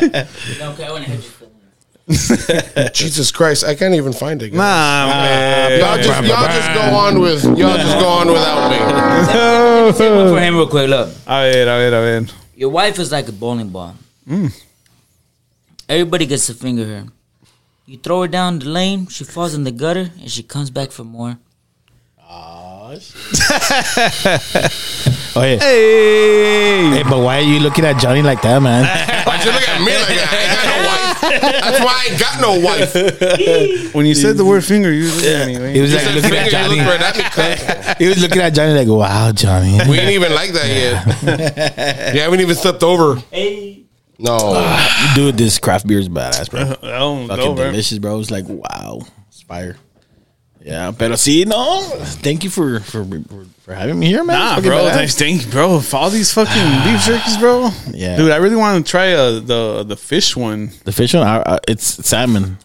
Speaker 4: No, okay, I want to hit you for one.
Speaker 2: Jesus Christ, I can't even find it. guys.
Speaker 3: nah, man.
Speaker 2: Y'all just, y'all just go on with y'all just go on without me.
Speaker 4: Say one for him real quick. Look,
Speaker 3: A ver, a ver, a ver.
Speaker 4: your wife is like a bowling ball. Everybody gets to finger her. You throw her down the lane, she falls in the gutter, and she comes back for more.
Speaker 1: oh yeah. Hey, but why are you looking at Johnny like that, man?
Speaker 2: Why'd you look at me like that? I ain't got no wife. That's why I ain't got no wife.
Speaker 3: When you said the word finger, you looked at me. right?
Speaker 1: He was like
Speaker 2: That
Speaker 1: looking
Speaker 2: finger
Speaker 1: at
Speaker 2: you
Speaker 1: Johnny.
Speaker 2: look right at me, cuz.
Speaker 1: He was looking at Johnny like, "Wow, Johnny."
Speaker 2: We ain't even like that yet. You haven't even stepped over.
Speaker 4: Hey.
Speaker 2: No.
Speaker 3: Uh,
Speaker 1: Dude, this craft beer is badass, bro.
Speaker 3: Oh,
Speaker 1: Fucking
Speaker 3: no, bro.
Speaker 1: delicious, bro. It's like wow, it's fire. Yeah, pero see, no. Thank you for for for, for having me here, man.
Speaker 3: Nah,
Speaker 1: It's fucking
Speaker 3: bro.
Speaker 1: badass.
Speaker 3: Thanks, thank you, bro. For all these fucking beef jerkies, bro.
Speaker 1: Yeah.
Speaker 3: dude. I really want to try uh, the the fish one,
Speaker 1: The fish one, I, I, it's salmon,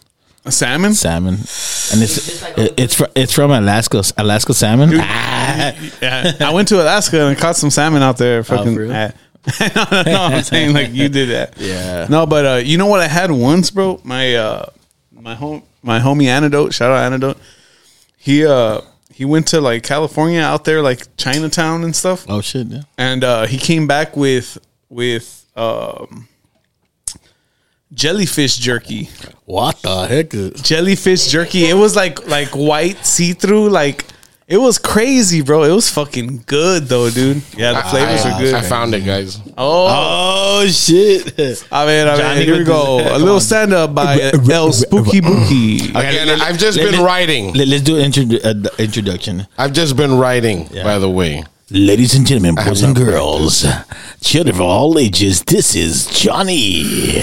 Speaker 3: a salmon.
Speaker 1: salmon, and it's it, it's fr- it's from Alaska, Alaska salmon. Ah,
Speaker 3: Yeah, I went to Alaska and caught some salmon out there. Fucking.
Speaker 1: Oh,
Speaker 3: eh.
Speaker 1: real?
Speaker 3: I- no, no, no, I'm saying like you did that.
Speaker 1: Yeah.
Speaker 3: No, but uh, you know what I had once, bro. My uh, my home, my homie antidote. Shout out antidote. He uh he went to like California out there, like Chinatown and stuff.
Speaker 1: oh shit, yeah.
Speaker 3: and uh, he came back with with um, jellyfish jerky.
Speaker 1: What the heck? Is,
Speaker 3: Jellyfish jerky. It was like like white see through. Like it was crazy, bro. It was fucking good though, dude. Yeah, the flavors
Speaker 2: I,
Speaker 3: are good.
Speaker 2: I found it, guys.
Speaker 3: oh,
Speaker 1: oh shit!
Speaker 3: I mean, I
Speaker 1: Johnny
Speaker 3: mean, here we
Speaker 1: with
Speaker 3: go.
Speaker 1: his-
Speaker 3: A little stand up by El Spooky Bookie.
Speaker 1: let-
Speaker 2: Again,
Speaker 1: let-
Speaker 2: I've just
Speaker 1: let-
Speaker 2: been
Speaker 1: let-
Speaker 2: writing.
Speaker 1: Let, us do an introdu- uh, the introduction.
Speaker 2: I've just been writing, by the way.
Speaker 1: Ladies and gentlemen, boys and girls, children of all ages, this is Johnny.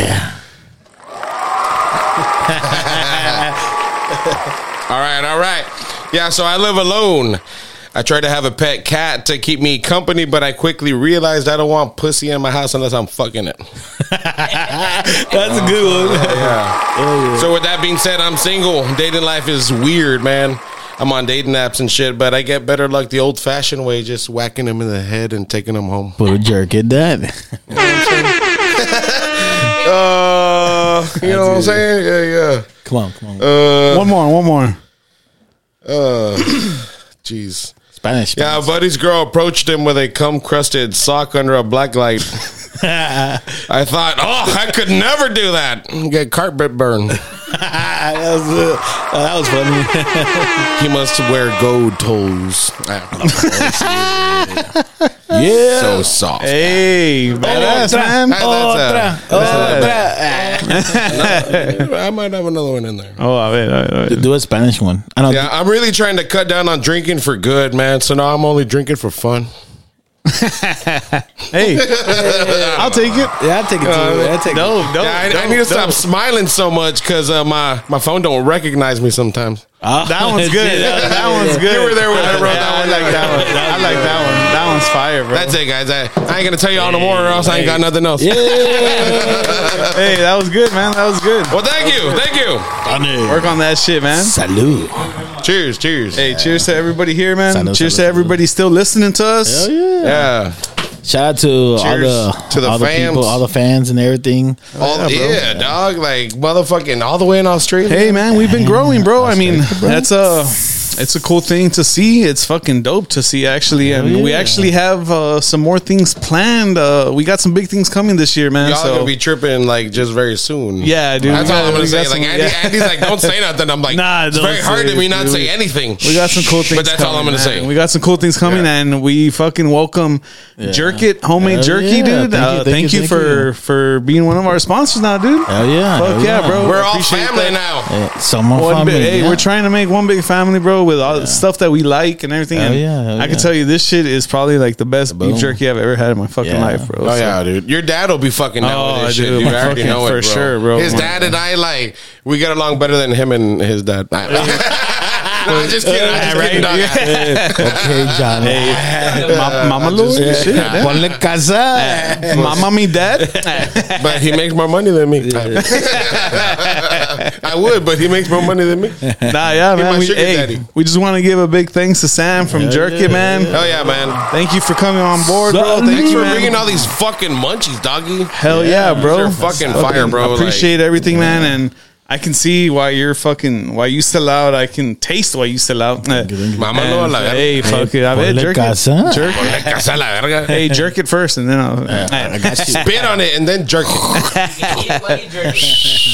Speaker 2: All right, all right. Yeah, so I live alone. I tried to have a pet cat to keep me company, but I quickly realized I don't want pussy in my house unless I'm fucking it.
Speaker 1: That's a good one.
Speaker 2: So with that being said, I'm single. Dating life is weird, man. I'm on dating apps and shit, but I get better luck the old-fashioned way, just whacking them in the head and taking them home.
Speaker 1: Put a jerk at that.
Speaker 2: Uh, you know what I'm saying? Yeah, yeah.
Speaker 1: Come on, come on.
Speaker 2: Uh,
Speaker 3: One more, one more.
Speaker 2: Jeez.
Speaker 1: Spanish.
Speaker 2: Yeah, a buddy's girl approached him with a cum-crusted sock under a blacklight. I thought, oh, I could never do that. Get carpet burn.
Speaker 1: that, was, uh, that was funny.
Speaker 2: He must wear gold toes.
Speaker 1: yeah.
Speaker 2: so soft.
Speaker 3: Hey, badass man.
Speaker 2: Hey, that's uh, a-
Speaker 1: Otra.
Speaker 2: uh, I might have another one in there.
Speaker 3: Oh, I mean, I mean,
Speaker 1: Do a Spanish one. Ah, I know.
Speaker 2: Yeah, I'm really trying to cut down on drinking for good, man. So now I'm only drinking for fun.
Speaker 3: Hey, I'll take it.
Speaker 8: Yeah, I take it too. I take
Speaker 3: No, no,
Speaker 2: Uh, Yeah, I,
Speaker 3: no,
Speaker 2: I need to stop
Speaker 3: no.
Speaker 2: smiling so much because uh, my my phone don't recognize me sometimes.
Speaker 3: That one's good. That, that one's good.
Speaker 2: You were there when I wrote
Speaker 3: Yeah,
Speaker 2: that one.
Speaker 3: I like that one. I like that one. That one's fire, bro.
Speaker 2: That's it, guys. I, I ain't gonna tell you all no more, or else I ain't got nothing else.
Speaker 3: hey, that was good, man. That was good.
Speaker 2: Well, thank you, thank you.
Speaker 3: Work on that shit, man.
Speaker 1: Salud.
Speaker 2: Cheers, cheers.
Speaker 3: Hey, cheers to everybody here, man.
Speaker 1: Salud,
Speaker 3: cheers
Speaker 1: salud,
Speaker 3: to
Speaker 1: salud.
Speaker 3: everybody still listening to us.
Speaker 2: yeah.
Speaker 1: Shout out to all
Speaker 2: Cheers
Speaker 1: the
Speaker 2: to the
Speaker 1: all
Speaker 2: fans.
Speaker 1: the people, all the fans and everything.
Speaker 2: All, yeah, dog. Like motherfucking all the way in Australia.
Speaker 3: Hey, man, we've been growing, bro. I mean,
Speaker 1: thankful, bro.
Speaker 3: that's a it's a cool thing to see. It's fucking dope to see, actually. And we
Speaker 1: yeah.
Speaker 3: actually have uh, some more things planned. Uh, we got some big things coming this year, man.
Speaker 2: Y'all
Speaker 3: so
Speaker 2: gonna be tripping like just very soon.
Speaker 3: Yeah, dude.
Speaker 2: That's
Speaker 3: We
Speaker 2: all
Speaker 3: got-
Speaker 2: I'm gonna
Speaker 3: we got
Speaker 2: say.
Speaker 3: some-
Speaker 2: Like Andy,
Speaker 3: yeah.
Speaker 2: Andy's like, don't say nothing. I'm like,
Speaker 3: Nah,
Speaker 2: it's
Speaker 3: don't
Speaker 2: very hard
Speaker 3: say
Speaker 2: to me
Speaker 3: it,
Speaker 2: not
Speaker 3: dude.
Speaker 2: say anything.
Speaker 3: We got some cool things.
Speaker 2: But that's all I'm
Speaker 3: coming,
Speaker 2: gonna
Speaker 3: man.
Speaker 2: say.
Speaker 3: We got some cool things coming,
Speaker 2: Yeah.
Speaker 3: and we fucking welcome Jerk It homemade
Speaker 1: Hell
Speaker 3: jerky,
Speaker 1: yeah.
Speaker 3: dude.
Speaker 1: Thank you,
Speaker 3: uh,
Speaker 1: thank
Speaker 3: thank
Speaker 1: you,
Speaker 3: you
Speaker 1: thank
Speaker 3: for
Speaker 1: you.
Speaker 3: for being one of our sponsors now, dude.
Speaker 1: Hell yeah,
Speaker 3: Fuck
Speaker 1: hell
Speaker 3: yeah,
Speaker 1: yeah.
Speaker 3: bro.
Speaker 2: We're all
Speaker 3: Appreciate
Speaker 2: family
Speaker 3: that.
Speaker 2: now.
Speaker 1: Yeah, someone
Speaker 3: One
Speaker 1: family.
Speaker 3: big, hey,
Speaker 1: yeah.
Speaker 3: we're trying to make one big family, bro, with all the stuff that we like and everything.
Speaker 1: Hell
Speaker 3: and
Speaker 1: yeah, hell
Speaker 3: I can
Speaker 1: yeah.
Speaker 3: tell you, this shit is probably like the best beef
Speaker 1: Boom.
Speaker 3: jerky I've ever had in my fucking
Speaker 1: Yeah.
Speaker 3: life, bro.
Speaker 2: Oh
Speaker 3: So-
Speaker 2: yeah, dude. Your dad will be fucking down
Speaker 3: Oh,
Speaker 2: with this
Speaker 3: dude,
Speaker 2: shit. You
Speaker 3: my
Speaker 2: already
Speaker 3: fucking-
Speaker 2: know it,
Speaker 3: for sure, bro.
Speaker 2: His
Speaker 3: My
Speaker 2: dad and I like we get along better than him and his dad. Nah, I'm just kidding. I'm just
Speaker 3: right?
Speaker 2: kidding, dog.
Speaker 1: okay, Johnny.
Speaker 3: Ma- Mama Lord, shit,
Speaker 1: Ponle casa.
Speaker 3: my mommy, dad.
Speaker 2: But he makes more money than me. I would, but he makes more money than me. Hell
Speaker 3: nah, yeah,
Speaker 2: He
Speaker 3: man.
Speaker 2: my
Speaker 3: We,
Speaker 2: sugar
Speaker 3: hey,
Speaker 2: daddy.
Speaker 3: we just want to give a big thanks to Sam from Jerk It, man.
Speaker 2: yeah, man.
Speaker 3: Thank you for coming on board, bro. Thank
Speaker 2: Thanks
Speaker 3: you
Speaker 2: for
Speaker 3: man.
Speaker 2: bringing all these fucking munchies, doggy.
Speaker 3: Hell yeah, bro.
Speaker 2: They're fucking fire, bro. Like,
Speaker 3: Appreciate everything, man. And I can see why you're fucking why you sell out. I can taste why you sell out.
Speaker 2: Mama
Speaker 3: And,
Speaker 2: Lola, eh?
Speaker 3: Hey, fuck it. I mean,
Speaker 1: ponle
Speaker 3: jerk
Speaker 1: casa.
Speaker 3: it. Jerk it.
Speaker 2: Ponle casa a la verga.
Speaker 3: Hey, jerk it first, and then I'll.
Speaker 1: I got you.
Speaker 2: Spit on it and then jerk it.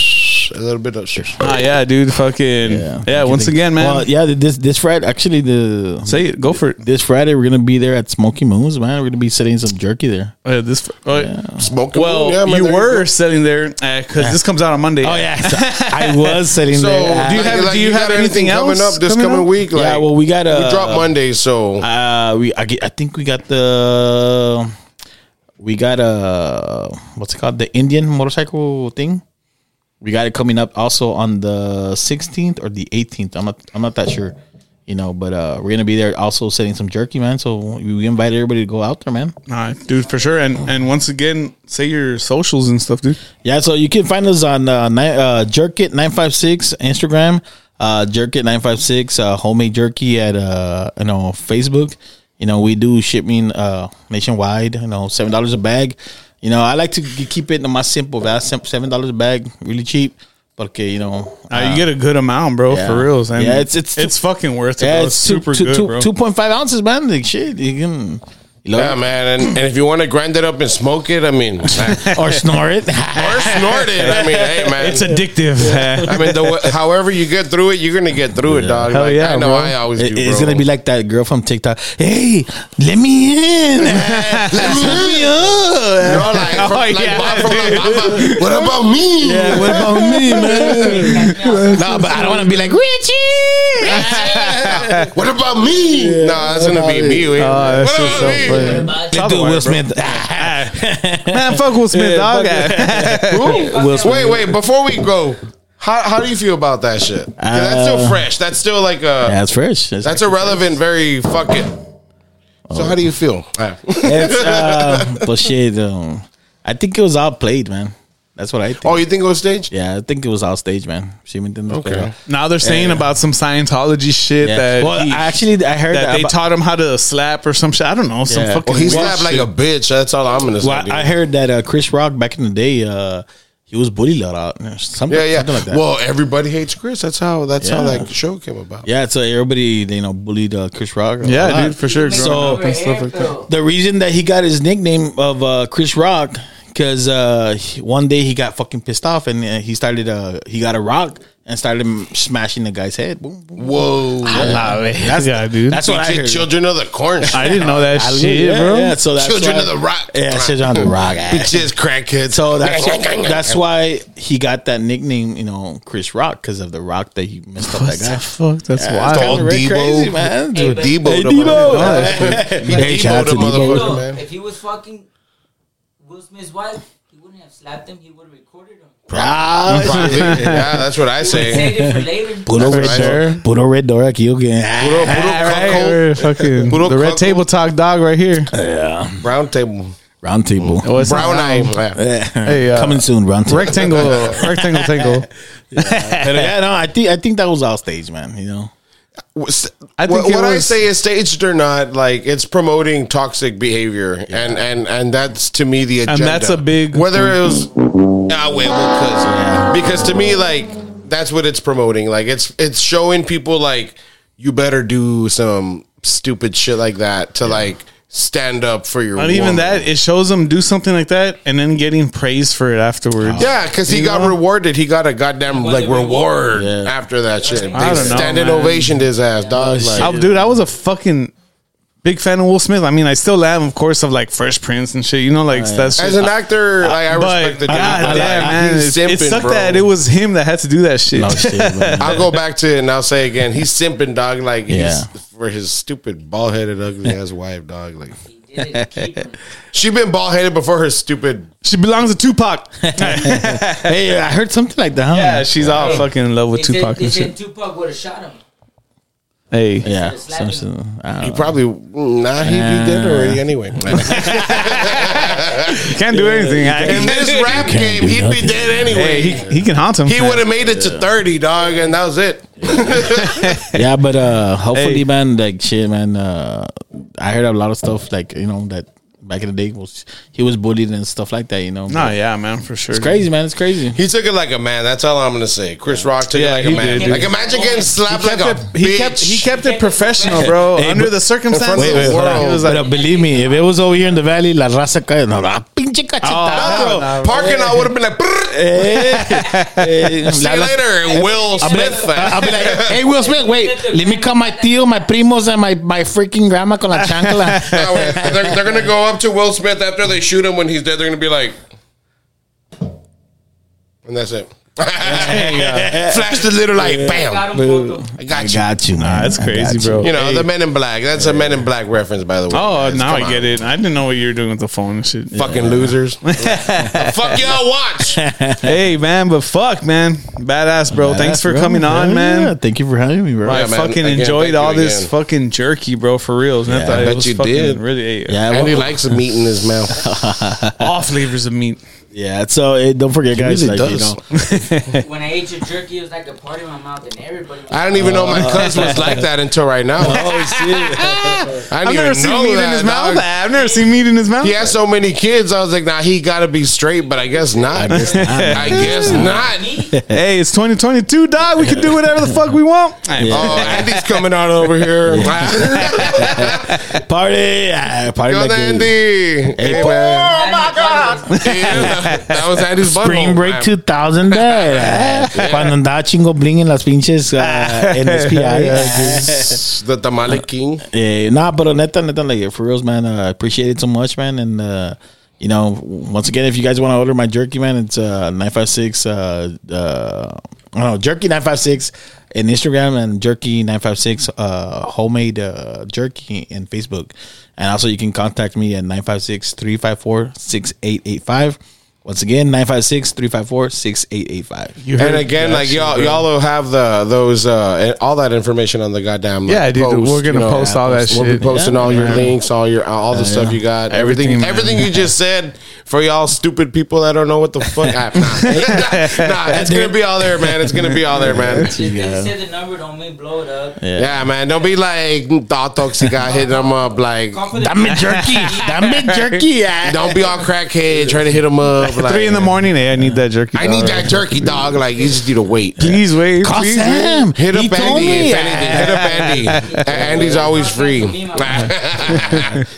Speaker 2: Oh, a little bit of shh.
Speaker 3: Ah, yeah, dude. Fucking.
Speaker 1: Yeah.
Speaker 3: Yeah. once again, man.
Speaker 1: Well, yeah, this this Friday actually the
Speaker 3: Say it. Go for it.
Speaker 1: this Friday we're gonna be there at Smoky Moons, man. We're gonna be setting some jerky there.
Speaker 3: Uh, this. uh,
Speaker 2: Smoking.
Speaker 3: Well,
Speaker 2: Yeah, man,
Speaker 3: you
Speaker 2: there
Speaker 3: were
Speaker 2: go.
Speaker 3: sitting there because this comes out on Monday. Oh
Speaker 1: So I was setting
Speaker 2: So,
Speaker 1: there.
Speaker 2: do you
Speaker 3: have-
Speaker 2: have,
Speaker 3: do you have anything
Speaker 2: anything, coming
Speaker 3: else
Speaker 2: up this
Speaker 3: coming
Speaker 2: coming,
Speaker 3: up?
Speaker 2: week? Like,
Speaker 1: yeah, well, we got uh,
Speaker 2: we drop Monday, so
Speaker 1: Uh, we I, get- I think we got the we got uh what's it called the Indian motorcycle thing. We got it coming up also on the 16th or the 18th. I'm not I'm not that sure, you know. But uh, we're gonna be there also setting some jerky, man. So we, we invite everybody to go out there, man.
Speaker 3: Nah, dude, for sure. And and once again, say your socials and stuff, dude.
Speaker 1: Yeah, so you can find us on uh, ni- uh, Jerkit nine five six Instagram, uh, Jerkit nine five six uh, homemade jerky at uh, you know Facebook. You know we do shipping uh, nationwide. You know seven dollars a bag. You know I like to g- keep it my simple. That's sim- seven dollars a bag, really cheap. Okay, you know
Speaker 3: Uh, you get a good amount, bro,
Speaker 1: yeah.
Speaker 3: for reals. And
Speaker 1: Yeah, it's- it's too-
Speaker 3: fucking worth it.
Speaker 1: yeah,
Speaker 3: bro.
Speaker 1: it's super two,
Speaker 3: good,
Speaker 1: two,
Speaker 3: bro.
Speaker 1: two point five ounces, man. Like shit, you can. You know,
Speaker 2: yeah, man. And, and if you want to grind it up and smoke it, I mean, or snort
Speaker 1: or snore it.
Speaker 2: it. I mean, hey, man.
Speaker 3: it's addictive.
Speaker 2: I mean, the, wa- however you get through it, you're gonna get through it, dog.
Speaker 3: Hell
Speaker 2: Like,
Speaker 3: yeah,
Speaker 2: I know
Speaker 3: bro.
Speaker 2: I always do.
Speaker 1: It- it's
Speaker 2: bro.
Speaker 1: gonna be like that girl from TikTok. Hey, let me in. let me in.
Speaker 2: You know, like, from,
Speaker 3: Oh,
Speaker 2: like
Speaker 3: yeah,
Speaker 2: Bob from La Bamba, What about me?
Speaker 1: Yeah, what about me, man? no, but I don't want to be like Richie.
Speaker 2: What about me? No, nah, it's gonna be me. wait.
Speaker 3: that's
Speaker 2: what
Speaker 3: just
Speaker 2: about me?
Speaker 3: so funny.
Speaker 1: Let's do Will Smith.
Speaker 3: Man, fuck Will Smith, dog.
Speaker 2: Who? Wait, wait. Before we go, how, how do you feel about that shit? 'Cause that's still
Speaker 1: Uh,
Speaker 2: fresh. That's still like a
Speaker 1: That's fresh. That's,
Speaker 2: that's irrelevant. Very fucking. So how do you feel?
Speaker 1: it's, uh, but shit, um, I think it was all played, man. That's what I think.
Speaker 2: oh, you think it was staged?
Speaker 1: yeah, I think it was all stage, man. She meant them.
Speaker 2: Okay.
Speaker 3: Now they're saying about some Scientology shit
Speaker 1: Yeah.
Speaker 3: that
Speaker 1: Well,
Speaker 3: he-
Speaker 1: actually, I heard
Speaker 3: that
Speaker 1: that
Speaker 3: they
Speaker 1: about-
Speaker 3: taught him how to slap or some shit. I don't know. Some
Speaker 1: Yeah.
Speaker 3: fucking.
Speaker 2: Well, he
Speaker 3: weird
Speaker 2: slapped like
Speaker 3: shit.
Speaker 2: a bitch. That's all I'm gonna say.
Speaker 1: Well,
Speaker 2: dude.
Speaker 1: I heard that uh, Chris Rock back in the day, uh, he was bullied a lot. Something,
Speaker 2: yeah, yeah.
Speaker 1: something like that.
Speaker 2: Well, everybody hates Chris. That's how. That's how
Speaker 1: Yeah.
Speaker 2: that show came about.
Speaker 1: Yeah, so everybody you know bullied uh, Chris Rock. a
Speaker 3: Yeah,
Speaker 1: lot.
Speaker 3: dude, for sure.
Speaker 1: So-
Speaker 3: Growing up and stuff like that.
Speaker 1: The reason that he got his nickname of uh, Chris Rock because uh, he- one day he got fucking pissed off and uh, he started uh, he got a rock and started m- smashing the guy's head. Boom, boom.
Speaker 2: Whoa.
Speaker 1: That's,
Speaker 3: yeah, dude.
Speaker 1: That's what I heard.
Speaker 2: Children of the corn.
Speaker 3: I didn't know that shit,
Speaker 1: yeah,
Speaker 3: bro.
Speaker 1: yeah, so that's
Speaker 2: Children
Speaker 1: why-
Speaker 2: of the rock.
Speaker 1: Yeah, children of the rock.
Speaker 2: Bitches, crackheads.
Speaker 1: So that's that's why he got that nickname, you know, Chris Rock, because of the rock that he messed up
Speaker 3: What
Speaker 1: that
Speaker 3: the
Speaker 1: guy.
Speaker 3: fuck? That's
Speaker 1: Yeah,
Speaker 3: wild.
Speaker 1: it's kinda
Speaker 2: Old
Speaker 1: red
Speaker 2: Debo.
Speaker 1: crazy, man.
Speaker 4: Hey, but-
Speaker 2: Debo.
Speaker 1: Hey,
Speaker 2: the
Speaker 1: Debo.
Speaker 2: motherfucker.
Speaker 3: Hey,
Speaker 2: Debo
Speaker 3: shout out
Speaker 2: the
Speaker 3: to Debo.
Speaker 2: motherfucker,
Speaker 4: Bro,
Speaker 2: man.
Speaker 4: if he was fucking Will Smith's wife, he wouldn't have slapped him. He would have recorded him.
Speaker 1: Ah,
Speaker 2: Probably. Yeah, that's what I say.
Speaker 4: Saved it for later.
Speaker 1: Puro
Speaker 2: That's
Speaker 1: red,
Speaker 2: right.
Speaker 1: door, puro red door aquí Ah, again.
Speaker 2: Puro, puro
Speaker 3: All right,
Speaker 2: cuckold,
Speaker 3: we're fucking
Speaker 2: Puro
Speaker 3: the red
Speaker 2: cuckold.
Speaker 3: table talk dog right here.
Speaker 2: Brown table.
Speaker 1: Round table. Eh,
Speaker 3: What's
Speaker 2: Brown eye. Yeah.
Speaker 3: Oh, Hey, uh,
Speaker 1: Coming soon, round table.
Speaker 3: rectangle, rectangle, tangle.
Speaker 1: But yeah, no, I think I think that was all stage, man. You know,
Speaker 2: Was-
Speaker 3: I think
Speaker 2: what,
Speaker 3: it
Speaker 2: what I
Speaker 3: was-
Speaker 2: say is staged or not, like it's promoting toxic behavior, and and and that's to me the agenda.
Speaker 3: that's a big-
Speaker 2: whether it was. Ah, wait, well, cause, because to me, like that's what it's promoting. Like it's it's showing people like you better do some stupid shit like that to like stand up for your.
Speaker 3: Not even
Speaker 2: woman.
Speaker 3: that. It shows them do something like that and then getting praise for it afterwards.
Speaker 2: Yeah, because he
Speaker 3: You
Speaker 2: got
Speaker 3: know?
Speaker 2: rewarded. He got a goddamn like
Speaker 4: the reward.
Speaker 2: reward after that shit.
Speaker 3: I
Speaker 2: They
Speaker 3: don't know,
Speaker 2: standing
Speaker 3: man.
Speaker 2: ovation his ass, dog. Like,
Speaker 3: I, dude, I was a fucking big fan of Will Smith. I mean, I still am, of course, of like Fresh Prince and shit. You know,
Speaker 1: Oh,
Speaker 3: like that's
Speaker 2: as an actor, like, I respect
Speaker 3: but
Speaker 2: the dude.
Speaker 3: god
Speaker 2: but,
Speaker 3: damn,
Speaker 2: like,
Speaker 3: man,
Speaker 2: he's
Speaker 3: it, it
Speaker 2: simping,
Speaker 3: sucked
Speaker 2: bro.
Speaker 3: that it was him that had to do that Oh, shit.
Speaker 1: no shit, man.
Speaker 2: I'll go back to it and I'll say again, he's simping, dog. Like,
Speaker 1: Yeah.
Speaker 2: he's for his stupid bald headed, ugly ass wife, dog. Like,
Speaker 4: He did it. to keep him.
Speaker 2: she been bald headed before her stupid.
Speaker 3: she belongs to Tupac.
Speaker 1: hey, uh, I heard something like that. huh?
Speaker 3: yeah, she's all fucking in love
Speaker 4: They
Speaker 3: with
Speaker 4: said,
Speaker 3: Tupac
Speaker 4: they
Speaker 3: and
Speaker 4: said
Speaker 3: shit.
Speaker 4: Tupac would have shot him.
Speaker 3: Hey,
Speaker 1: yeah,
Speaker 4: Instead of slapping
Speaker 1: something- I
Speaker 2: He
Speaker 3: Uh.
Speaker 1: don't know.
Speaker 2: probably nah, he, he did already anyway.
Speaker 3: you can't do anything.
Speaker 2: In this rap game,
Speaker 1: do
Speaker 2: he'd be
Speaker 1: nothing.
Speaker 2: dead anyway.
Speaker 3: hey, he, he can haunt him.
Speaker 2: he would have made it to thirty, dog, and that was it.
Speaker 1: yeah, but uh, hopefully,
Speaker 3: Hey.
Speaker 1: man, like shit, man. Uh, I heard a lot of stuff, like you know, that back in the day was he was bullied and stuff like that. You know,
Speaker 3: No, yeah, man, for sure.
Speaker 1: it's crazy, man. It's crazy.
Speaker 2: He took it like a man. That's all I'm gonna say. Chris Rock took
Speaker 3: Yeah,
Speaker 2: it like a
Speaker 3: he
Speaker 2: man.
Speaker 3: did, dude.
Speaker 2: like imagine getting slapped
Speaker 3: He
Speaker 2: like
Speaker 3: kept,
Speaker 2: a
Speaker 3: it,
Speaker 2: bitch.
Speaker 3: he kept he kept it professional, bro.
Speaker 1: Hey,
Speaker 3: Under
Speaker 1: but-
Speaker 3: the circumstances,
Speaker 2: Wait, wait,
Speaker 3: of the
Speaker 2: hold
Speaker 3: world.
Speaker 2: on.
Speaker 3: he was
Speaker 1: but
Speaker 3: like,
Speaker 1: uh, believe me, if it was over here in the valley, la raza cae, no, la pinche cachetada.
Speaker 3: Oh,
Speaker 2: Bro,
Speaker 3: Nah, bro.
Speaker 2: parking lot would have been like. "Brrr,
Speaker 1: Eh,
Speaker 2: See
Speaker 1: la-
Speaker 2: you
Speaker 1: la-
Speaker 2: later, and Will
Speaker 1: I'll be, like,
Speaker 2: Smith.
Speaker 3: eh,
Speaker 1: I'll be like, hey, Will Smith, wait, let me call my tío, my primos, and my, my freaking grandma con la chancla.
Speaker 2: No,
Speaker 3: eh.
Speaker 2: they're, they're gonna go up to Will Smith after they shoot him when he's dead. They're gonna be like, and that's it. Flash the little light, bam!
Speaker 4: Got him, fool.
Speaker 2: I got you.
Speaker 1: Got you, man.
Speaker 3: nah, that's
Speaker 1: I got
Speaker 3: crazy,
Speaker 1: you.
Speaker 3: bro.
Speaker 2: You know the Men in Black. That's a Men in Black reference, by the way.
Speaker 3: Oh,
Speaker 2: guys.
Speaker 3: now
Speaker 2: Come
Speaker 3: I
Speaker 2: on.
Speaker 3: get it. I didn't know what you were doing with the phone and shit.
Speaker 2: Fucking losers. fuck y'all watch.
Speaker 3: Hey, man, but fuck, man, badass, bro. Thanks
Speaker 1: Badass,
Speaker 3: for
Speaker 1: bro.
Speaker 3: coming on,
Speaker 1: Yeah,
Speaker 3: man.
Speaker 1: yeah, Thank you for having me, bro.
Speaker 3: I
Speaker 2: Yeah, man.
Speaker 3: fucking
Speaker 2: Again,
Speaker 3: enjoyed
Speaker 2: thank
Speaker 3: all
Speaker 2: you
Speaker 3: this
Speaker 2: again.
Speaker 3: fucking jerky, bro. For reals, man. I, thought
Speaker 2: I
Speaker 3: it
Speaker 2: bet
Speaker 3: was
Speaker 2: you
Speaker 3: fucking
Speaker 2: did.
Speaker 3: Really, yeah.
Speaker 1: yeah,
Speaker 2: And he
Speaker 1: well,
Speaker 2: likes meat in his mouth.
Speaker 3: all flavors of meat.
Speaker 1: yeah. So eh, don't forget, guys.
Speaker 2: really
Speaker 1: like, you
Speaker 2: does.
Speaker 1: know,
Speaker 4: When I ate your jerky, it was like a part in my mouth, and everybody. Was
Speaker 2: I didn't even know my
Speaker 3: Oh.
Speaker 2: cousin was like that until right now. I didn't
Speaker 3: I've
Speaker 2: even
Speaker 3: never seen
Speaker 2: know
Speaker 3: meat
Speaker 2: that,
Speaker 3: in his
Speaker 2: dog.
Speaker 3: mouth. I've never seen meat in his mouth.
Speaker 2: He had so many kids. I was like, nah, he got to be straight, but I guess not. I guess not.
Speaker 3: Hey, it's 2022, dog. We can do whatever the fuck we want.
Speaker 2: Oh, Andy's coming out over here. Go
Speaker 1: party, ah, party like
Speaker 2: to
Speaker 1: this.
Speaker 2: Andy. Hey,
Speaker 1: Paul.
Speaker 2: man.
Speaker 4: Oh my god!
Speaker 2: Yeah, that was Andy's butthole.
Speaker 1: Spring Break 2000 there. ah. Cuando andaba chingo bling en las pinches ah, en SPI.
Speaker 2: The Tamale King.
Speaker 1: Yeah, nah, but uh, neta, neta, like for reals, man. uh, I appreciate it so much, man. And uh, you know, once again, if you guys want to order my jerky, man, it's uh nine five six uh uh I don't know jerky nine five six in Instagram and jerky nine five six uh homemade uh, jerky in Facebook, and also you can contact me at 956-354-6885. Once again, 956-354-6885.
Speaker 3: You
Speaker 2: And
Speaker 3: heard
Speaker 2: again,
Speaker 3: that
Speaker 2: like
Speaker 3: shit,
Speaker 2: y'all,
Speaker 3: bro.
Speaker 2: y'all will have the those uh, all that information on the goddamn. like,
Speaker 3: Yeah, dude, we're
Speaker 2: you
Speaker 3: gonna
Speaker 2: know,
Speaker 3: post all that
Speaker 2: We'll
Speaker 3: shit.
Speaker 2: be posting
Speaker 1: Yeah,
Speaker 2: all your links, all your all the stuff you got, everything,
Speaker 3: Everything,
Speaker 2: everything,
Speaker 3: man.
Speaker 2: you just said for y'all stupid people that don't know what the fuck. Ah, nah, nah, it's gonna be all there, man. It's gonna be all there, man.
Speaker 4: If you said the number, don't mean blow it up.
Speaker 2: Yeah, man. Don't be like "Mm, all toxic guy hitting them up. Like,
Speaker 4: Confident-
Speaker 1: Dame jerky, dame jerky. ah.
Speaker 2: don't be all crackhead trying to hit them up. Like,
Speaker 3: Three in the morning. Hey, I need that jerky.
Speaker 2: I need
Speaker 3: dog.
Speaker 2: that jerky, dog. Like, you just need to wait.
Speaker 3: Please wait.
Speaker 1: Call
Speaker 3: please
Speaker 1: Sam.
Speaker 2: Hit
Speaker 1: He
Speaker 2: up
Speaker 1: told
Speaker 2: Andy.
Speaker 1: me,
Speaker 2: If
Speaker 1: ah.
Speaker 2: anything, hit up Andy. A- Andy's always free.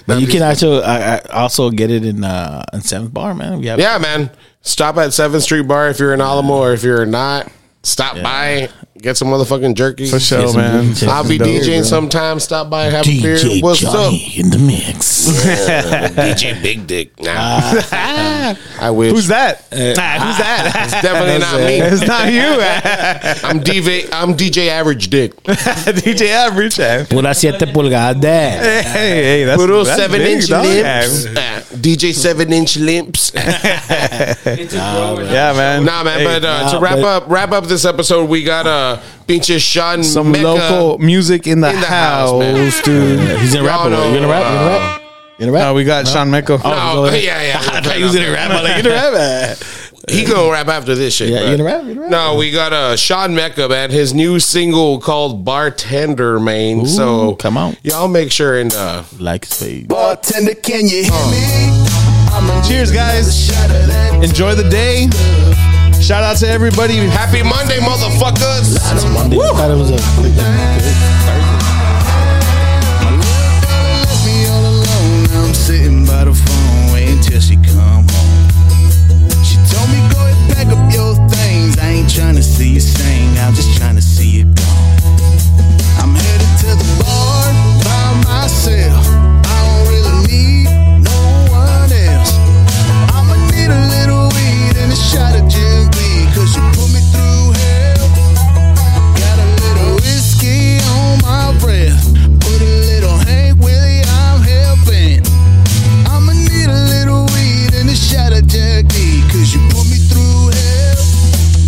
Speaker 1: But you can actually uh, also get it in uh in Seventh Bar, man. We have
Speaker 2: Yeah, man. Stop at Seventh Street Bar if you're in Alamo, or if you're not, Stop by, get some motherfucking jerky.
Speaker 3: For sure,
Speaker 1: some
Speaker 3: man.
Speaker 1: booty
Speaker 2: I'll be
Speaker 3: Dope,
Speaker 2: DJing
Speaker 3: bro.
Speaker 2: sometime. Stop by, have a beer. What's up?
Speaker 1: in the mix.
Speaker 2: DJ Big Dick. Nah, I wish.
Speaker 3: Ah. Who's that? Nah, who's that?
Speaker 2: Definitely not me.
Speaker 3: it's not you,
Speaker 2: I'm DJ. I'm DJ Average Dick.
Speaker 3: DJ Average. eh?
Speaker 1: Pura siete pulgadas.
Speaker 3: Hey, hey, that's
Speaker 2: Little
Speaker 3: that's
Speaker 2: seven
Speaker 3: big,
Speaker 2: inch
Speaker 3: dog.
Speaker 2: lips. Ah, DJ seven inch lips.
Speaker 3: Yeah, man.
Speaker 2: Nah, man.
Speaker 3: Hey,
Speaker 2: but uh,
Speaker 1: nah,
Speaker 2: to wrap
Speaker 1: but-
Speaker 2: up, wrap up this episode. We got uh, pinche Sean
Speaker 3: some
Speaker 2: Mecca.
Speaker 3: local music in the,
Speaker 2: in the house,
Speaker 3: house,
Speaker 2: man.
Speaker 3: dude.
Speaker 1: He's in rap.
Speaker 2: Y'all
Speaker 1: You
Speaker 2: know,
Speaker 1: gonna rap? You gonna
Speaker 2: uh,
Speaker 1: rap? You gonna
Speaker 3: Uh,
Speaker 1: rap?
Speaker 3: we got Sean Mecco.
Speaker 2: Oh, yeah, yeah.
Speaker 1: I thought you was in rap. I'm like, you gonna rap? man?
Speaker 2: He gonna rap after this shit.
Speaker 1: Yeah,
Speaker 2: bro.
Speaker 1: you gonna rap? You gonna rap?
Speaker 2: No, we got uh, Sean Mecca, man. His new single called Bartender, man. so
Speaker 1: come on.
Speaker 2: Y'all make sure and uh,
Speaker 1: Like spade.
Speaker 8: Bartender, can you hear me?
Speaker 3: Cheers, guys. Enjoy the day. Shout out to everybody.
Speaker 2: happy Monday, motherfuckers.
Speaker 1: Monday. I thought it was a.
Speaker 8: Left me all alone. I'm sitting by the phone, waiting till she come home. She told me go and pack up your things. I ain't tryna see you sing. I'm just tryna see you gone. I'm headed to the bar by myself. I don't really need no one else. I'ma need a little weed and a shot of Jim B. Cause you put me through hell. Got a little whiskey on my breath. Put a little Hank Willie, I'm helping. I'ma need a little weed and a shot of Jack D. Cause you put me through hell.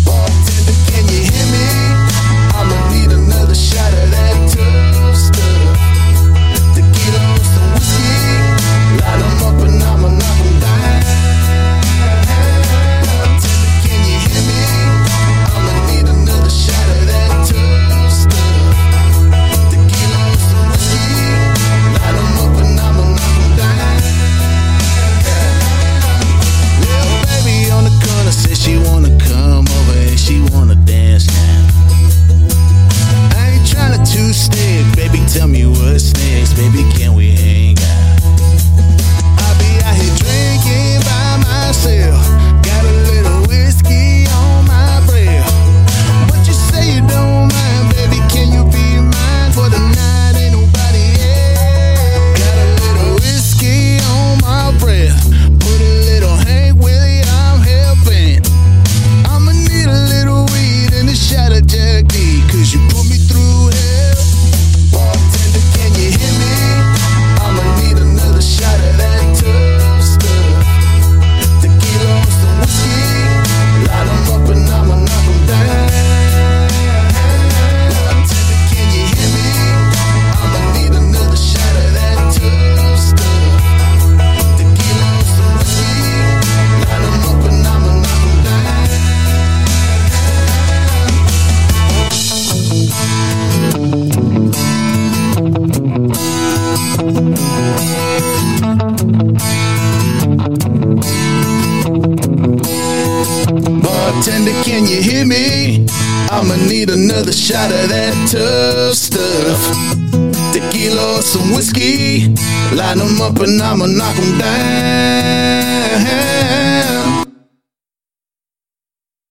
Speaker 8: Bartender, can you hear me? I'ma need another shot of that tough stuff. Tequila with some whiskey. Light 'em up and I'ma knock 'em down. Bartender, can you hear me? I'ma need another shot of that tough stuff. Tequila with some whiskey. Light 'em up and I'ma knock 'em down. Little baby on the corner said she wanna come over and she wanna dance now. I ain't tryna two stick, baby. Tell me what's next, baby. Can we hang out? I be out here drinking by myself. Got a little whiskey on my breath. But you say you don't mind, baby. Can you be mine for the night? Ain't nobody else. Got a little whiskey on my breath. Put a little Hank Willie, I'm helping. I'ma need a little weed and a shot of Jack D. Cause you put me through hell. Bartender, can you hear me? I'ma need another shot of that tough stuff. Tequila with some whiskey. Light 'em up and I'ma knock 'em down. Bartender, can you hear me? I'ma need another shot of that tough stuff. Tequila with some whiskey. Light 'em up and I'ma knock 'em down. Bartender, can you hear me? I'ma need another shot of that tough stuff. Tequila or some whiskey. Line 'em up and I'ma knock 'em down.